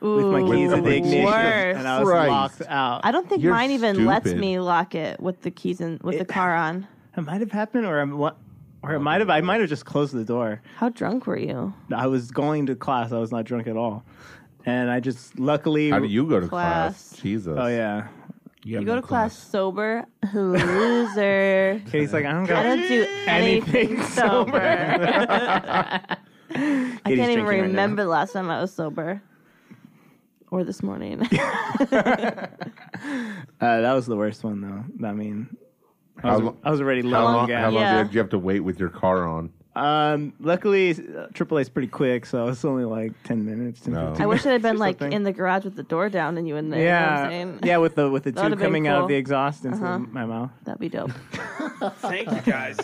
Speaker 9: with
Speaker 3: Ooh,
Speaker 9: my keys in the
Speaker 3: the
Speaker 9: ignition,
Speaker 3: worst.
Speaker 9: and I was
Speaker 8: Christ.
Speaker 9: locked out.
Speaker 3: I don't think
Speaker 7: You're
Speaker 3: mine even lets
Speaker 7: stupid.
Speaker 3: me lock it with the keys in with the
Speaker 9: It-
Speaker 3: car on.
Speaker 9: It might have happened, or I'm what? Or it might have. I might have just closed the door.
Speaker 3: How drunk were you?
Speaker 9: I was going to class. I was not drunk at all, and I just luckily.
Speaker 7: How do you go to class?
Speaker 3: Class.
Speaker 7: Jesus.
Speaker 9: Oh yeah,
Speaker 5: have
Speaker 3: You go
Speaker 5: no
Speaker 3: to class sober, loser.
Speaker 9: Katie's like I don't
Speaker 3: I
Speaker 9: got.
Speaker 3: don't do anything sober. I can't even remember the last time I was sober, or this morning.
Speaker 9: uh, that was the worst one though. I mean, I
Speaker 7: How
Speaker 9: was,
Speaker 7: lo-
Speaker 9: I was already low
Speaker 7: How
Speaker 9: on
Speaker 7: long,
Speaker 9: gas.
Speaker 7: how long
Speaker 3: Yeah.
Speaker 7: did you have to wait with your car on?
Speaker 9: Um, luckily, uh, AAA's pretty quick, so it's only like ten minutes. 10,
Speaker 7: No.
Speaker 9: 15
Speaker 3: I wish it had been like
Speaker 9: something.
Speaker 3: in the garage with the door down and you in there. you know what I'm
Speaker 9: Yeah,
Speaker 3: saying?
Speaker 9: yeah, with the with the two
Speaker 3: would've been
Speaker 9: coming out of
Speaker 3: cool. Uh-huh.
Speaker 9: the exhaust into my mouth.
Speaker 3: that'd be dope.
Speaker 10: Thank you guys.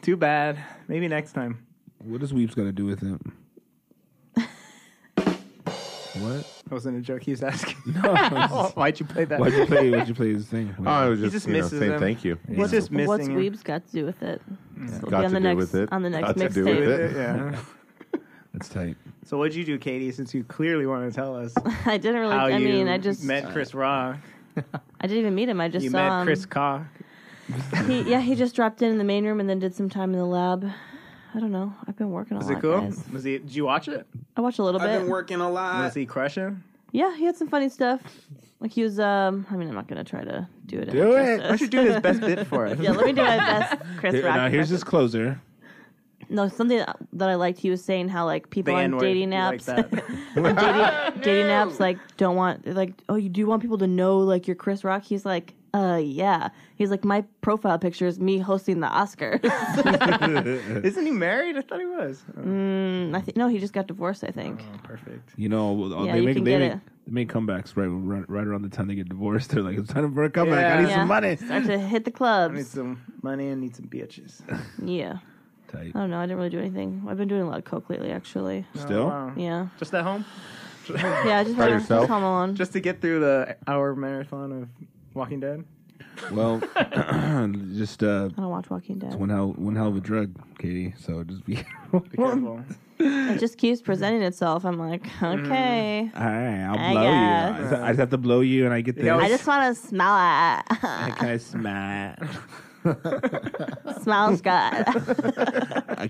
Speaker 9: Too bad. Maybe next time.
Speaker 5: What is Weeps gonna do with him? what?
Speaker 9: That wasn't a joke. He was asking. Oh, Why'd you play that?
Speaker 5: Why'd you play? Why'd you play his thing?
Speaker 7: Oh, I was
Speaker 9: He
Speaker 7: just,
Speaker 9: just
Speaker 7: you know,
Speaker 9: misses
Speaker 7: saying
Speaker 9: them.
Speaker 7: thank you.
Speaker 9: He's just missing.
Speaker 3: What's
Speaker 9: him.
Speaker 3: Weeb's got to do with it? This will
Speaker 7: Got
Speaker 3: be on
Speaker 7: to
Speaker 3: the
Speaker 7: do
Speaker 3: next
Speaker 7: with it.
Speaker 3: on the next
Speaker 7: Got to do with
Speaker 3: mixtape.
Speaker 7: it.
Speaker 9: Yeah.
Speaker 5: That's tight.
Speaker 9: So what'd you do, Katie? Since you clearly want to tell us
Speaker 3: I didn't really.
Speaker 9: how
Speaker 3: I
Speaker 9: you
Speaker 3: mean, I just
Speaker 9: met Chris Rock.
Speaker 3: I didn't even meet him. I just um,
Speaker 9: You
Speaker 3: saw
Speaker 9: met
Speaker 3: him.
Speaker 9: Chris Cock.
Speaker 3: He, yeah, he just dropped in in the main room and then did some time in the lab. I don't know. I've been working a
Speaker 9: Was
Speaker 3: lot.
Speaker 9: it cool?
Speaker 3: guys.
Speaker 9: Was he? Did you watch it?
Speaker 3: I watch a little bit.
Speaker 5: working a lot.
Speaker 9: Was he crushing?
Speaker 3: yeah, he had some funny stuff. Like he was. Um, I mean, I'm not gonna try to do it. uh,
Speaker 5: Do it.
Speaker 9: Why don't you do his best bit for us?
Speaker 3: yeah, let me do my best, Chris Rock.
Speaker 5: now here's his closer.
Speaker 3: No, something that I liked. He was saying how like people on
Speaker 9: N-word.
Speaker 3: dating
Speaker 9: You
Speaker 3: apps,
Speaker 9: Like that.
Speaker 3: dating apps like don't want like oh you do want people to know like you're Chris Rock. He's like uh yeah. He's like my profile picture is me hosting the Oscars.
Speaker 9: Isn't he married? I thought he was. Oh,
Speaker 3: Mm. And I think no, he just got divorced. I think.
Speaker 9: perfect.
Speaker 5: You know, uh,
Speaker 3: Yeah,
Speaker 5: they
Speaker 3: you
Speaker 5: make
Speaker 3: can
Speaker 5: they
Speaker 3: get
Speaker 5: make,
Speaker 3: it.
Speaker 5: they make comebacks right, right right around the time they get divorced. They're like, it's time for a comeback.
Speaker 9: Yeah.
Speaker 5: I need
Speaker 3: Yeah.
Speaker 5: some money.
Speaker 3: Start to hit the
Speaker 9: Oh. I need
Speaker 3: clubs.
Speaker 9: some money and need some bitches.
Speaker 3: Yeah.
Speaker 5: Tight.
Speaker 3: I don't know. I didn't really do anything. I've been doing a lot of coke lately, actually.
Speaker 5: Still,
Speaker 9: Wow.
Speaker 3: Yeah.
Speaker 9: Just at home,
Speaker 3: Yeah. I just
Speaker 7: By
Speaker 3: wanna-
Speaker 7: yourself?
Speaker 3: just home alone.
Speaker 9: just to get through the hour marathon of Walking Dead.
Speaker 5: well, just uh,
Speaker 3: I don't watch Walking Dead.
Speaker 5: one hell one hell of a drug, Katie. So just be. All
Speaker 9: Be careful.
Speaker 3: It just keeps presenting itself. I'm like,
Speaker 9: Mm.
Speaker 3: okay.
Speaker 5: right, I'll
Speaker 3: I
Speaker 5: blow you. I
Speaker 3: guess.
Speaker 5: just, I just have to blow you, and I get this.
Speaker 9: Yeah,
Speaker 3: I just want to smell it.
Speaker 5: I can I smell?
Speaker 3: Smells good.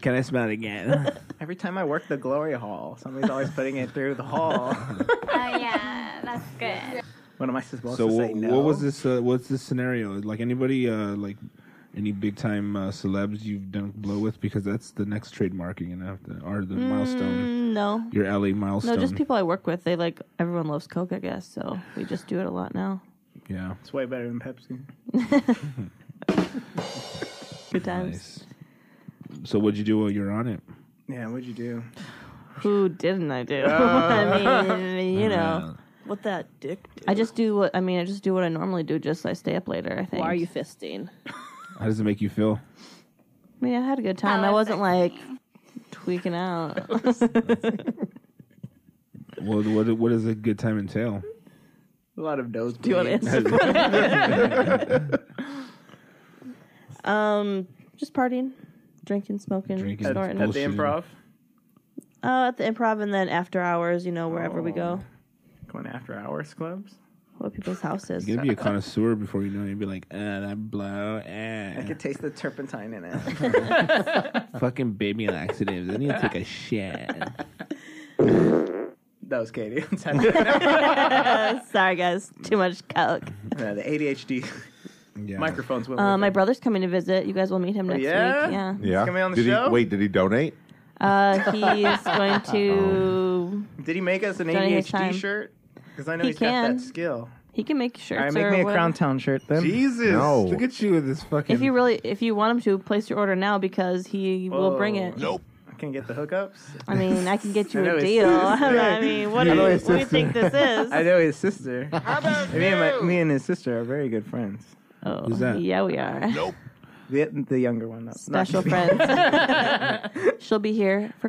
Speaker 5: Can I smell it again?
Speaker 9: Every time I work the glory hall, somebody's always putting it through the hall.
Speaker 4: Oh, yeah, that's good.
Speaker 9: What am I supposed
Speaker 5: So
Speaker 9: to say?
Speaker 5: what,
Speaker 9: No.
Speaker 5: what was this? Uh, what's this scenario? Like anybody? Uh, like any big time uh, celebs you've done blow with? Because that's the next trademarking and after or the milestone.
Speaker 3: Mm, no.
Speaker 5: Your LA
Speaker 3: No,
Speaker 5: milestone.
Speaker 3: just people I work with. They like, everyone loves coke, I guess. So we just do it a lot now.
Speaker 5: Yeah.
Speaker 9: It's way better than Pepsi.
Speaker 3: Good times.
Speaker 5: Nice. So what'd you do while you're on it?
Speaker 9: Yeah, what'd you do?
Speaker 3: Who didn't I do? I mean, you know.
Speaker 11: What that dick? Do?
Speaker 3: I just do what I mean. I just do what I normally do. Just I stay up later. I think.
Speaker 11: Why are you fisting?
Speaker 5: How does it make you feel?
Speaker 3: I mean, I had a good time. I wasn't like tweaking out.
Speaker 5: What what what does a good time entail?
Speaker 9: A lot of nose.
Speaker 3: Do you want to answer? um, just partying, drinking, smoking,
Speaker 5: Drinking,
Speaker 3: snorting.
Speaker 9: at
Speaker 5: bullshit.
Speaker 9: the improv?
Speaker 3: uh, at the improv, and then after hours, you know, wherever we
Speaker 11: Oh.
Speaker 3: go,
Speaker 9: Going after hours clubs?
Speaker 3: what people's houses.
Speaker 5: You're gonna be a connoisseur before you know it. You'd be like, uh, that blow,
Speaker 9: I
Speaker 5: eh.
Speaker 9: could taste the turpentine in it.
Speaker 5: Fucking baby laxatives. I need to take a shit.
Speaker 9: that was Katie.
Speaker 3: Sorry, guys, too much coke.
Speaker 9: Yeah, the ADHD
Speaker 5: Yeah.
Speaker 9: microphones went.
Speaker 3: Uh,
Speaker 9: with
Speaker 3: my
Speaker 9: it.
Speaker 3: brother's coming to visit. You guys will meet him next
Speaker 9: yeah?
Speaker 3: week. Yeah.
Speaker 7: Yeah.
Speaker 9: coming on the
Speaker 7: did
Speaker 9: show?
Speaker 7: He, wait, did he donate?
Speaker 3: Uh, he's going
Speaker 5: Um,
Speaker 3: to.
Speaker 9: Did he make us an
Speaker 3: Johnny has
Speaker 9: ADHD
Speaker 3: time.
Speaker 9: shirt? Because I know
Speaker 3: He
Speaker 9: he's got
Speaker 3: can.
Speaker 9: that skill.
Speaker 3: He can make shirts.
Speaker 9: All right, make
Speaker 3: or
Speaker 9: me a
Speaker 3: what-
Speaker 9: Crown Town shirt then.
Speaker 5: Jesus,
Speaker 7: No.
Speaker 5: look at you with this fucking.
Speaker 3: If you really, if you want him to, place your order now because he will bring it.
Speaker 9: Nope. I can get the hookups.
Speaker 3: I mean, I can get
Speaker 9: Oh.
Speaker 3: you
Speaker 9: I know
Speaker 3: a
Speaker 9: his
Speaker 3: deal.
Speaker 9: sister.
Speaker 3: I mean, what do
Speaker 5: I
Speaker 3: you,
Speaker 5: know
Speaker 3: what
Speaker 5: his
Speaker 3: do you think this is?
Speaker 9: I know his sister. me, and my, me and his sister are very good friends.
Speaker 3: Oh,
Speaker 5: Who's that?
Speaker 3: Yeah, we are.
Speaker 9: The, the younger one. Not, not-
Speaker 3: Special friends. She'll be here for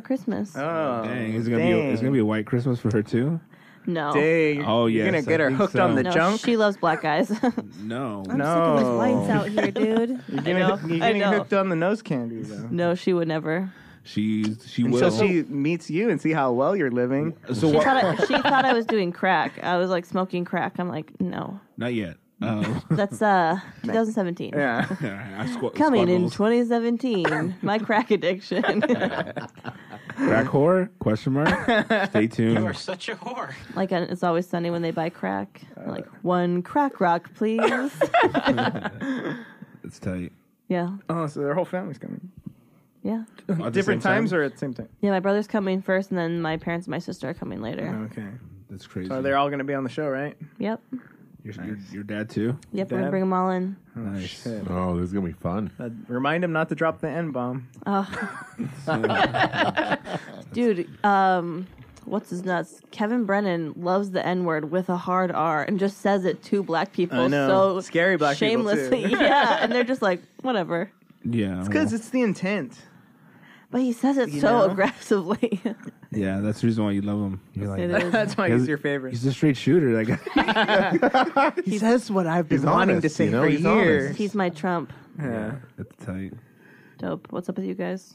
Speaker 3: Christmas.
Speaker 9: Oh,
Speaker 5: dang, it's gonna be a, it's gonna be a white Christmas for her too.
Speaker 3: no.
Speaker 9: Dang.
Speaker 5: Oh,
Speaker 9: You're
Speaker 5: yes,
Speaker 9: gonna get
Speaker 5: I
Speaker 9: her
Speaker 5: think
Speaker 9: hooked
Speaker 5: so.
Speaker 9: on the
Speaker 3: No,
Speaker 9: junk.
Speaker 3: she loves black guys.
Speaker 5: No,
Speaker 9: no.
Speaker 11: Lights out here, dude.
Speaker 9: You're gonna-
Speaker 3: know,
Speaker 9: you're
Speaker 3: I
Speaker 9: getting
Speaker 3: know.
Speaker 9: hooked on the nose candy though.
Speaker 3: no, she would never.
Speaker 5: She's she will.
Speaker 9: Until she meets you and see how well you're living.
Speaker 5: So
Speaker 3: She thought, I, she thought I was doing crack. I was like smoking crack. I'm like, no,
Speaker 5: Not yet. Um,
Speaker 3: that's uh 2017.
Speaker 9: Yeah.
Speaker 5: I squ-
Speaker 3: Coming in
Speaker 5: squabbles.
Speaker 3: 2017, my crack addiction.
Speaker 5: Crack whore? Question mark. Stay
Speaker 10: You are
Speaker 5: tuned.
Speaker 10: such a whore.
Speaker 3: like uh, it's always sunny when they buy crack.
Speaker 9: Uh.
Speaker 3: Like one crack rock, please.
Speaker 5: It's tight.
Speaker 3: yeah,
Speaker 9: Oh, so their whole family's coming.
Speaker 3: yeah,
Speaker 5: At the
Speaker 9: Different
Speaker 5: same time?
Speaker 9: times or at the same time?
Speaker 3: yeah. My brother's coming first, and then my parents and my sister are coming later.
Speaker 9: Okay.
Speaker 5: That's crazy.
Speaker 9: So Oh, they're all going to be on the show, right?
Speaker 3: Yep,
Speaker 5: your, your, your dad too.
Speaker 3: yep. We're gonna
Speaker 9: Dad?
Speaker 3: bring them all in.
Speaker 5: Nice.
Speaker 9: shit.
Speaker 7: Oh, this is gonna be fun.
Speaker 9: Uh, remind him not to drop the N bomb.
Speaker 3: Dude, um, what's his nuts? Kevin Brennan loves the N word with a hard R and just says it to black people.
Speaker 9: I know.
Speaker 3: So
Speaker 9: Scary black people, too.
Speaker 3: shamelessly, yeah. And they're just like, whatever.
Speaker 5: Yeah.
Speaker 9: Because it's the intent.
Speaker 3: But he says it
Speaker 9: You
Speaker 3: so
Speaker 9: know?
Speaker 3: aggressively.
Speaker 5: yeah, that's the reason why you love him. You're
Speaker 3: It
Speaker 5: like,
Speaker 3: is.
Speaker 9: That's why Oh, he's your favorite.
Speaker 5: he's a straight shooter. Like,
Speaker 9: He says what I've been
Speaker 7: he's
Speaker 9: wanting to
Speaker 7: honest,
Speaker 9: say
Speaker 7: you know,
Speaker 9: for
Speaker 7: he's
Speaker 9: years.
Speaker 7: honest.
Speaker 3: He's my Trump.
Speaker 9: Yeah.
Speaker 5: it's tight.
Speaker 3: Dope. What's up with you guys?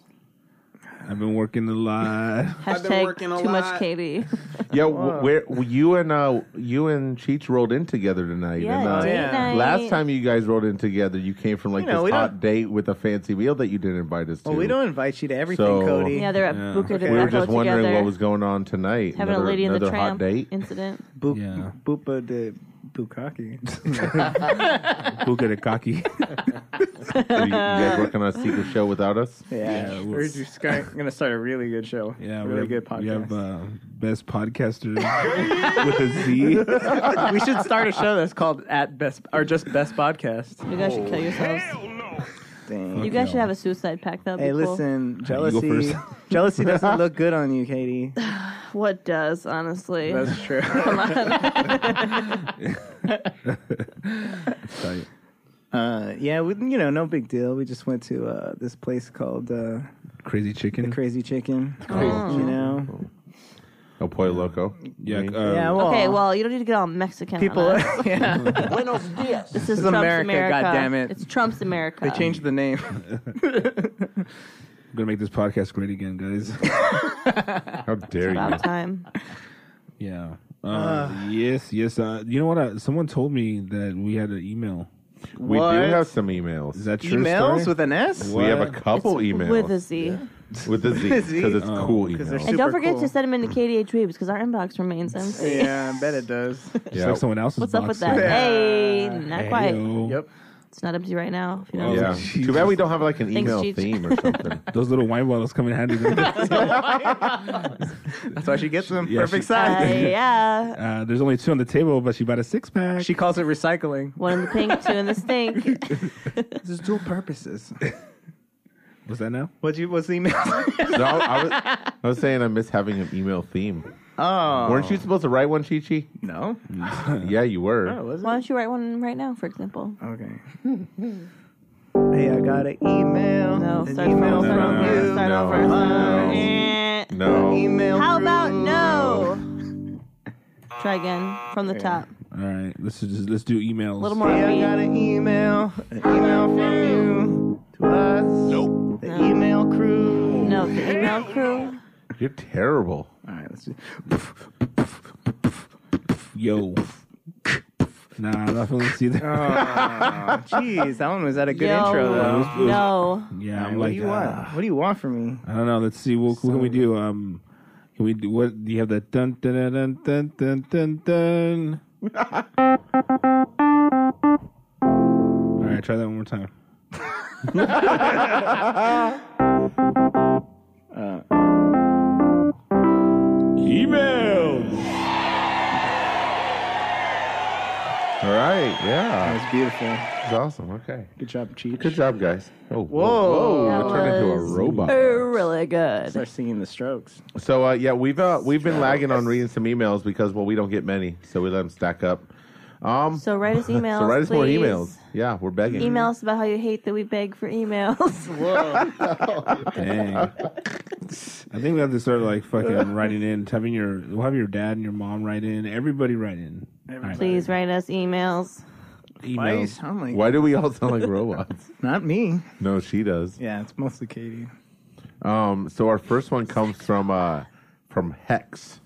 Speaker 5: I've been working a lot.
Speaker 10: I've been
Speaker 3: Hashtag
Speaker 10: working a
Speaker 3: too much
Speaker 10: lot.
Speaker 3: Katie.
Speaker 7: Yeah, w- where w- you and uh, you and Cheech rolled in together tonight.
Speaker 3: yeah,
Speaker 7: and, uh,
Speaker 3: date
Speaker 9: yeah.
Speaker 3: night.
Speaker 7: Last time you guys rolled in together, you came from like
Speaker 9: You know, we
Speaker 7: this hot
Speaker 9: don't-
Speaker 7: date with a fancy meal that you didn't invite us to.
Speaker 9: Well, we don't invite you to everything,
Speaker 7: So-
Speaker 9: Cody.
Speaker 3: Yeah, they're at
Speaker 5: Yeah.
Speaker 3: Buca de
Speaker 7: We were
Speaker 3: Beppo
Speaker 7: just wondering
Speaker 3: together,
Speaker 7: what was going on tonight.
Speaker 3: having a lady in the
Speaker 7: another hot
Speaker 3: tramp
Speaker 7: date.
Speaker 3: incident.
Speaker 9: Bu-
Speaker 5: Yeah.
Speaker 9: Bupa de Bukaki.
Speaker 5: Buka de cocky.
Speaker 7: Are you, you guys working on a secret show without us?
Speaker 9: yeah. We're just going to start a really good show.
Speaker 5: Yeah, we
Speaker 9: Really
Speaker 5: have-
Speaker 9: good podcast.
Speaker 5: We have uh, best podcaster with a Z.
Speaker 9: we should start a show that's called at best or just best podcast.
Speaker 3: You guys should kill yourselves.
Speaker 9: Dang.
Speaker 3: You guys should have a suicide pact. That'd
Speaker 9: hey,
Speaker 3: be cool.
Speaker 9: listen,
Speaker 5: you go
Speaker 9: jealousy,
Speaker 5: first.
Speaker 9: jealousy doesn't look good on you, Katie.
Speaker 3: What does honestly?
Speaker 9: That's true.
Speaker 5: Tight.
Speaker 9: uh, yeah, we, you know, no big deal. We just went to uh, this place called uh,
Speaker 5: Crazy chicken.
Speaker 9: the Crazy Chicken.
Speaker 3: Oh.
Speaker 9: You know,
Speaker 7: El Pollo Loco.
Speaker 5: yeah,
Speaker 7: Me?
Speaker 5: uh,
Speaker 9: yeah. Well,
Speaker 3: Okay, well, you don't need to get all Mexican. on
Speaker 9: people.
Speaker 3: us.
Speaker 9: yeah,
Speaker 3: This is
Speaker 9: is
Speaker 3: Trump's
Speaker 9: America,
Speaker 3: America.
Speaker 9: goddammit.
Speaker 3: It's Trump's America.
Speaker 9: they changed the name.
Speaker 5: I'm gonna make this podcast great again, guys.
Speaker 7: How dare you?
Speaker 3: about time.
Speaker 5: yeah. Uh, yes, yes. Uh, you know what? Uh, someone told me that we had an email.
Speaker 7: We
Speaker 9: What?
Speaker 7: do have some emails.
Speaker 5: Is that true?
Speaker 9: Emails
Speaker 5: story?
Speaker 9: with an S.
Speaker 7: we have a
Speaker 5: What?
Speaker 7: couple
Speaker 3: It's
Speaker 7: emails
Speaker 3: With a Z.
Speaker 7: With a Z
Speaker 9: Z.
Speaker 7: because it's
Speaker 5: Oh.
Speaker 7: cool
Speaker 9: 'Cause they're
Speaker 7: emails.
Speaker 9: super-
Speaker 3: And don't forget
Speaker 9: cool.
Speaker 3: to send them into KDH Weebs because our inbox remains empty.
Speaker 9: Yeah, I bet it does.
Speaker 5: It's like someone else's.
Speaker 3: What's up with that?
Speaker 5: box.
Speaker 3: Hey, not quite.
Speaker 5: Ayo.
Speaker 9: yep.
Speaker 3: It's not empty right now. If you know.
Speaker 5: Oh,
Speaker 7: Yeah.
Speaker 5: Jesus.
Speaker 7: Too bad we don't have like an
Speaker 3: Thanks,
Speaker 7: email
Speaker 3: Cheech.
Speaker 7: theme or something.
Speaker 5: Those little wine bottles come in handy.
Speaker 9: That's why she gets them.
Speaker 5: Yeah,
Speaker 9: Perfect
Speaker 5: she-
Speaker 3: Uh,
Speaker 9: size.
Speaker 3: yeah.
Speaker 5: uh, there's only two on the table, but she bought a six
Speaker 3: Uh,
Speaker 5: pack.
Speaker 9: She calls it recycling.
Speaker 3: One in the pink, two in the stink.
Speaker 9: This is dual purposes.
Speaker 5: What's that now?
Speaker 9: What'd you? What's the email?
Speaker 7: No, I was, I was saying I miss having an email theme.
Speaker 9: oh,
Speaker 7: Weren't you supposed to write one, Chi Chi?
Speaker 9: No.
Speaker 7: Yeah, you were.
Speaker 9: Oh, was it?
Speaker 3: Why don't you write one right now, for example?
Speaker 9: Okay. hey, I got an email.
Speaker 3: No,
Speaker 9: an
Speaker 3: start
Speaker 9: email
Speaker 3: from
Speaker 9: from
Speaker 3: start
Speaker 7: no,
Speaker 3: over.
Speaker 9: you.
Speaker 3: Start
Speaker 7: no,
Speaker 3: over.
Speaker 7: no.
Speaker 3: Eh.
Speaker 7: No.
Speaker 9: Email.
Speaker 3: How
Speaker 9: from-
Speaker 3: about no? Try again from the top.
Speaker 5: All right, let's just let's do emails.
Speaker 3: A little more.
Speaker 9: Hey, I
Speaker 3: upbeat.
Speaker 9: got an email. An email from you to us. Nope. The email crew.
Speaker 3: No, the email crew.
Speaker 7: You're terrible.
Speaker 9: All right, let's do.
Speaker 5: Yo. nah, I'm not feeling this either.
Speaker 9: Oh. Jeez, that one was at a good
Speaker 3: Yo.
Speaker 9: intro "Ah." though.
Speaker 3: No.
Speaker 5: yeah, I'm
Speaker 9: what
Speaker 5: like,
Speaker 9: do you
Speaker 5: uh,
Speaker 9: want? What do you want from me?
Speaker 5: I don't know. Let's see. What, what can we do? Um, can we do what? Do you have that dun dun dun dun dun dun dun? All right, try that one more time. Emails.
Speaker 7: All right. Yeah.
Speaker 9: That's beautiful.
Speaker 7: That's awesome. Okay.
Speaker 9: Good job, Cheech.
Speaker 7: Good job, guys. Oh,
Speaker 9: Whoa.
Speaker 7: Whoa.
Speaker 3: That
Speaker 7: We turned into a
Speaker 3: was-
Speaker 7: robot.
Speaker 3: Really good.
Speaker 9: Start singing the Strokes.
Speaker 7: So uh, yeah, we've uh, we've been lagging on reading some emails because well, we don't get many, so we let them stack up. Um, so,
Speaker 3: So write us emails.
Speaker 7: write us more
Speaker 3: please.
Speaker 7: emails. Yeah, we're begging.
Speaker 3: Email us about how you hate that we beg for emails.
Speaker 5: Dang. I think we have to start like fucking writing in, having your, we'll have your dad and your mom write in, everybody write in. All right.
Speaker 3: Please write us emails.
Speaker 9: Why do you
Speaker 5: Emails.
Speaker 9: sound like
Speaker 7: Why do we all sound like robots?
Speaker 9: Not me.
Speaker 7: No, she does.
Speaker 9: Yeah, it's mostly Katie.
Speaker 7: Um, so our first one comes from uh, from Hex.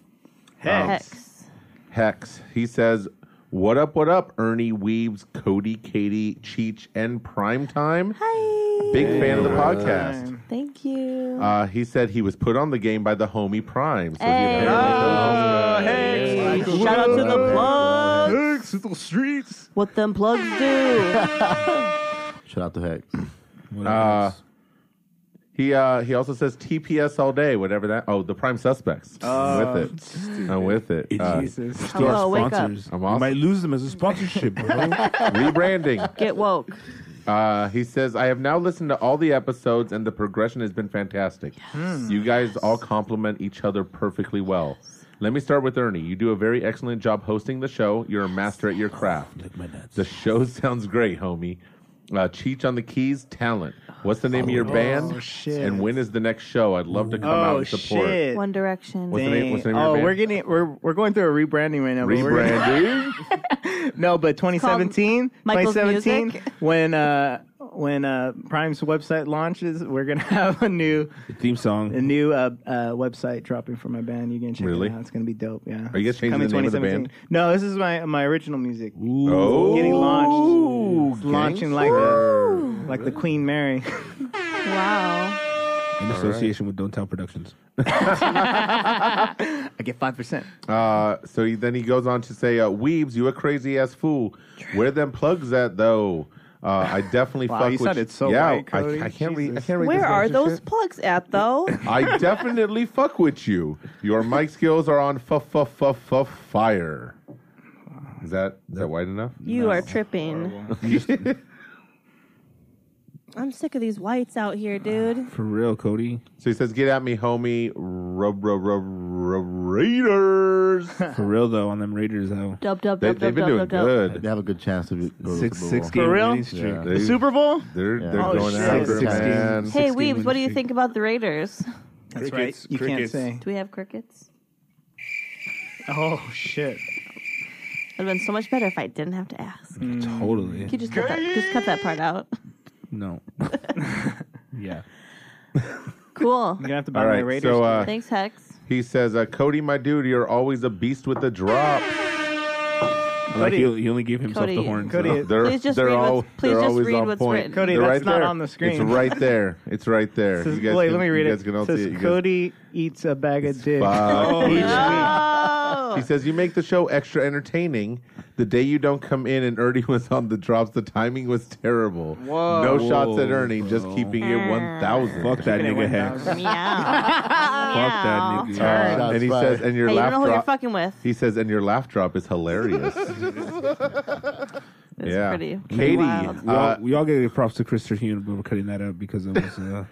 Speaker 7: Um,
Speaker 3: Hex.
Speaker 7: Hex. He says, "What up? What up? Ernie Weaves, Cody, Katie, Cheech, and Primetime. Hi. Big fan of the podcast."
Speaker 3: Thank you.
Speaker 7: Uh, he said he was put on the game by the homie Prime. So
Speaker 3: Hey.
Speaker 7: he apparently
Speaker 6: Hey,
Speaker 3: Shout out to the plugs.
Speaker 6: Hex with the streets.
Speaker 3: What them plugs do.
Speaker 8: Shout out to Heck.
Speaker 7: Uh, he uh, he also says TPS all day, whatever that. Oh, the Prime Suspects. I'm with it. I'm with it. Uh,
Speaker 6: Jesus.
Speaker 8: To
Speaker 3: Hello, wake up.
Speaker 7: I'm
Speaker 5: You
Speaker 7: awesome.
Speaker 5: might lose them as a sponsorship, bro.
Speaker 7: Uh, Rebranding.
Speaker 3: Get woke.
Speaker 7: Uh, he says, I have now listened to all the episodes and the progression has been fantastic. You guys all complement each other perfectly well. Let me start with Ernie. You do a very excellent job hosting the show. You're a master at your craft.
Speaker 5: Lick my nuts.
Speaker 7: The show sounds great, homie. Uh, Cheech on the keys, talent. What's the name of your band?
Speaker 9: Oh, shit.
Speaker 7: And when is the next show? I'd love to come out
Speaker 9: Oh
Speaker 7: and support.
Speaker 9: shit!
Speaker 3: One Direction.
Speaker 7: What's the name- what's the name of
Speaker 9: oh,
Speaker 7: your
Speaker 9: we're
Speaker 7: band?
Speaker 9: getting we're we're going through a rebranding right now. but we're gonna-
Speaker 7: Rebranding.
Speaker 9: no, but 2017,
Speaker 3: Michael's
Speaker 9: 2017,
Speaker 3: Music.
Speaker 9: when uh when uh Prime's website launches, we're gonna have a new
Speaker 5: The theme song.
Speaker 9: a new uh, uh website dropping for my band. You can check
Speaker 7: Really?
Speaker 9: it out. It's gonna be dope. Yeah.
Speaker 7: Are you guys
Speaker 9: It's
Speaker 7: changing
Speaker 9: coming
Speaker 7: the name of the band?
Speaker 9: 2017. No, this is my my original music.
Speaker 7: oh.
Speaker 9: Getting launched, It's launching like the,
Speaker 7: Gangster.
Speaker 9: like the Queen Mary.
Speaker 3: Wow.
Speaker 5: In association with Downtown Productions.
Speaker 9: I get five percent.
Speaker 7: Uh, so he, then he goes on to say, uh, "Weebs, you a crazy ass fool. Where them plugs at though? Uh, I definitely
Speaker 9: Wow,
Speaker 7: fuck
Speaker 9: you
Speaker 7: with
Speaker 9: sounded
Speaker 7: you-
Speaker 9: so
Speaker 7: yeah.
Speaker 9: white,
Speaker 7: I,
Speaker 9: Cody.
Speaker 7: I can't read. I
Speaker 9: Jesus.
Speaker 7: can't read.
Speaker 3: Where
Speaker 7: this
Speaker 3: are
Speaker 7: gangster
Speaker 3: those
Speaker 7: shit.
Speaker 3: plugs at though?
Speaker 7: I definitely fuck with you. Your mic skills are on f f f f fire. Is that is that wide enough?
Speaker 3: You are tripping. I'm sick of these whites out here, dude.
Speaker 5: For real, Cody.
Speaker 7: So he says, "Get at me, homie, rub rub rub rub raiders."
Speaker 5: For real, though, on them Raiders, though.
Speaker 3: Dub dub
Speaker 7: They,
Speaker 3: dub
Speaker 7: they've
Speaker 3: dub
Speaker 7: been
Speaker 3: dub
Speaker 7: doing
Speaker 3: dub dub.
Speaker 7: good.
Speaker 8: They have a good chance to be, go to
Speaker 5: Six,
Speaker 8: the
Speaker 5: six
Speaker 8: Super
Speaker 5: game
Speaker 9: For real?
Speaker 5: winning streak.
Speaker 8: Yeah.
Speaker 7: They,
Speaker 9: The Super Bowl.
Speaker 7: They're
Speaker 8: Yeah.
Speaker 7: they're
Speaker 9: Oh,
Speaker 7: going
Speaker 9: shit.
Speaker 7: after it,
Speaker 5: Six games.
Speaker 7: man.
Speaker 5: Six
Speaker 3: Hey
Speaker 5: game
Speaker 3: Weebs,
Speaker 5: winning
Speaker 3: what do you
Speaker 5: streak.
Speaker 3: think about the Raiders?
Speaker 9: That's
Speaker 10: Crickets,
Speaker 9: right. You
Speaker 10: crickets.
Speaker 9: can't
Speaker 3: Do we have crickets?
Speaker 9: say. Oh shit!
Speaker 3: It'd have been so much better if I didn't have to ask. You
Speaker 5: Mm. Totally.
Speaker 3: could just cut that, just cut that part out.
Speaker 7: Mm-hmm.
Speaker 5: No. yeah.
Speaker 3: Cool.
Speaker 9: I'm gonna have to buy
Speaker 7: All
Speaker 9: my
Speaker 7: right,
Speaker 9: Raiders.
Speaker 7: so uh,
Speaker 3: Thanks, Hex.
Speaker 7: He says, uh, Cody, my dude, you're always a beast with the drop.
Speaker 5: I like he, he only gave himself
Speaker 3: Cody.
Speaker 5: the horn.
Speaker 9: Cody,
Speaker 5: so-
Speaker 9: it's-
Speaker 7: They're,
Speaker 3: Please just
Speaker 7: they're
Speaker 3: read what's-
Speaker 7: all,
Speaker 3: please
Speaker 7: they're
Speaker 3: just
Speaker 7: always
Speaker 3: read
Speaker 7: on
Speaker 3: what's
Speaker 7: point.
Speaker 3: written.
Speaker 9: Cody,
Speaker 7: They're
Speaker 9: that's
Speaker 7: right
Speaker 9: not
Speaker 7: there.
Speaker 9: on the screen.
Speaker 7: It's right there. It's right there.
Speaker 9: Says,
Speaker 7: you guys
Speaker 9: wait,
Speaker 7: can,
Speaker 9: let me read
Speaker 7: you
Speaker 9: it.
Speaker 7: guys Can all
Speaker 9: says
Speaker 7: see it. You guys-
Speaker 9: Cody eats a bag of dicks
Speaker 3: Oh,
Speaker 7: Fuck.
Speaker 9: each
Speaker 7: He says, You make the show extra entertaining. The day you don't come in and Ernie was on the drops, the timing was terrible.
Speaker 9: Whoa.
Speaker 7: no
Speaker 5: Whoa,
Speaker 7: shots at Ernie, just
Speaker 5: bro.
Speaker 7: keeping it 1,000.
Speaker 5: Fuck that nigga Hex. Fuck that nigga.
Speaker 7: Uh,
Speaker 8: Shots
Speaker 7: and he
Speaker 8: fired.
Speaker 7: says, And your
Speaker 3: Hey, you don't
Speaker 7: laugh
Speaker 3: know who you're
Speaker 7: drop.
Speaker 3: fucking with.
Speaker 7: He says, And your laugh drop is hilarious.
Speaker 3: It's
Speaker 7: yeah.
Speaker 3: pretty.
Speaker 7: Katie.
Speaker 3: wild.
Speaker 5: we, all,
Speaker 7: Uh,
Speaker 5: we all gave props to Christopher Hune, but we're cutting that out because it was uh,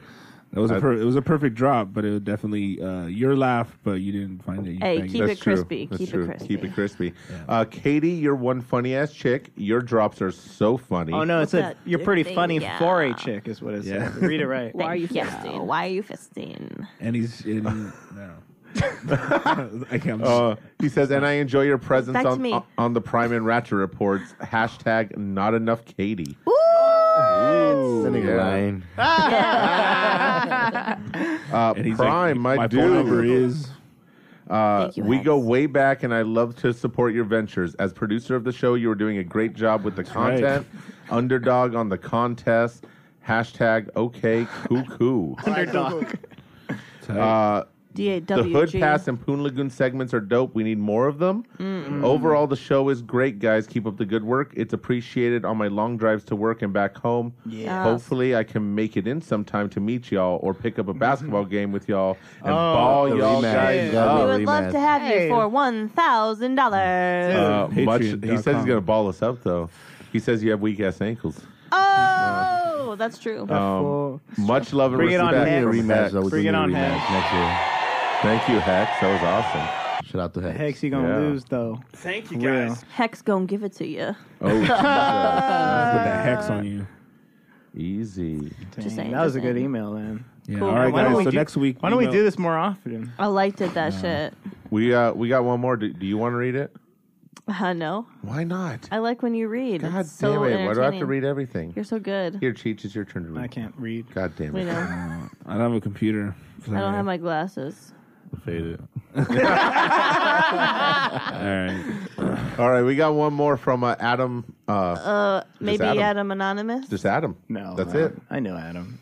Speaker 5: that was a per- it was a perfect drop, but it was definitely uh, your laugh, but you didn't find it. You
Speaker 3: Hey,
Speaker 5: banged
Speaker 3: keep
Speaker 5: it.
Speaker 3: it crispy.
Speaker 7: That's
Speaker 3: Keep it
Speaker 7: true.
Speaker 3: crispy.
Speaker 7: Keep it crispy. Uh, Katie, you're one funny ass chick. Your drops are so funny.
Speaker 9: Oh no, it's
Speaker 3: What's
Speaker 9: a
Speaker 3: that
Speaker 9: you're
Speaker 3: dick
Speaker 9: pretty
Speaker 3: thing?
Speaker 9: funny
Speaker 3: Yeah.
Speaker 9: for a chick is what it says.
Speaker 5: Yeah.
Speaker 9: Read it right.
Speaker 11: Why are you
Speaker 3: Thank
Speaker 11: fisting?
Speaker 3: Why are you fisting?
Speaker 5: and he's in. no. I can't.
Speaker 7: Uh, he says, and I enjoy your presence
Speaker 3: Back to
Speaker 7: on,
Speaker 3: me.
Speaker 7: on the Prime and Ratchet reports. Hashtag not enough Katie.
Speaker 8: That nigga
Speaker 7: Yeah.
Speaker 8: lying.
Speaker 7: Uh,
Speaker 5: and he's like,
Speaker 7: Prime, my,
Speaker 5: my
Speaker 7: dude.
Speaker 5: phone number is.
Speaker 7: Uh,
Speaker 3: Thank you,
Speaker 7: we
Speaker 3: Hex.
Speaker 7: go way back, and I love to support your ventures. As producer of the show, you are doing a great job with the
Speaker 5: right.
Speaker 7: content. Underdog on the contest. Hashtag okay cuckoo.
Speaker 9: Underdog.
Speaker 7: Uh,
Speaker 3: D A
Speaker 7: The
Speaker 3: W
Speaker 7: Hood
Speaker 3: G.
Speaker 7: Pass and Poon Lagoon segments are dope. We need more of them. Overall, the show is great, guys. Keep up the good work. It's appreciated on my long drives to work and back home.
Speaker 3: Yes.
Speaker 7: Hopefully, I can make it in sometime to meet y'all or pick up a basketball game with y'all and ball
Speaker 8: the
Speaker 7: y'all
Speaker 8: rematch. Yeah.
Speaker 7: guys
Speaker 3: We
Speaker 7: up.
Speaker 3: would love
Speaker 8: rematch.
Speaker 3: to have
Speaker 9: Hey.
Speaker 3: you for one thousand dollars.
Speaker 7: Uh, much, he
Speaker 5: Patreon.com.
Speaker 7: says he's going to ball us up, though. He says you have weak ass ankles.
Speaker 3: Oh, that's true.
Speaker 7: Um, much love and
Speaker 9: Bring it on,
Speaker 7: respect.
Speaker 9: Hex.
Speaker 7: from
Speaker 8: Rematch,
Speaker 7: Hex.
Speaker 8: though. We do
Speaker 9: Bring it
Speaker 8: need a
Speaker 9: on,
Speaker 8: rematch
Speaker 9: Hex.
Speaker 8: next year.
Speaker 7: Thank you, Hex. That was awesome.
Speaker 8: Shout out to Hex.
Speaker 9: Hex, you gonna
Speaker 7: Yeah.
Speaker 9: lose though.
Speaker 10: Thank you
Speaker 9: Real.
Speaker 10: guys.
Speaker 3: Hex gonna give it to you.
Speaker 7: Oh, Jesus.
Speaker 5: Put that hex on you.
Speaker 7: easy.
Speaker 9: Dang,
Speaker 3: saying,
Speaker 9: that was
Speaker 3: just
Speaker 9: a good
Speaker 3: saying.
Speaker 9: email, man.
Speaker 5: Yeah.
Speaker 3: Cool.
Speaker 5: All right,
Speaker 9: Why don't
Speaker 5: guys.
Speaker 9: we
Speaker 5: So
Speaker 9: do-
Speaker 5: next week.
Speaker 9: Why don't we
Speaker 5: know-
Speaker 9: do this more often?
Speaker 3: I like did that shit.
Speaker 7: We uh, we got one more. Do, do you want to read it?
Speaker 3: Uh, no,
Speaker 7: Why not?
Speaker 3: I like when you read.
Speaker 7: God
Speaker 3: it's so
Speaker 7: damn it! Why do I have to
Speaker 3: entertaining.
Speaker 7: read everything?
Speaker 3: You're so good.
Speaker 7: Here, Cheech, it's your turn to read.
Speaker 9: I can't read.
Speaker 7: God damn
Speaker 3: we
Speaker 7: it!
Speaker 3: know.
Speaker 5: I don't have a computer.
Speaker 3: I don't have my glasses.
Speaker 7: Fade it.
Speaker 5: All right.
Speaker 7: All right. We got one more from uh, Adam. Uh,
Speaker 3: Uh,
Speaker 7: just
Speaker 3: maybe Adam. Anonymous.
Speaker 7: Just Adam.
Speaker 9: No,
Speaker 7: That's
Speaker 9: uh,
Speaker 7: it.
Speaker 9: I know Adam.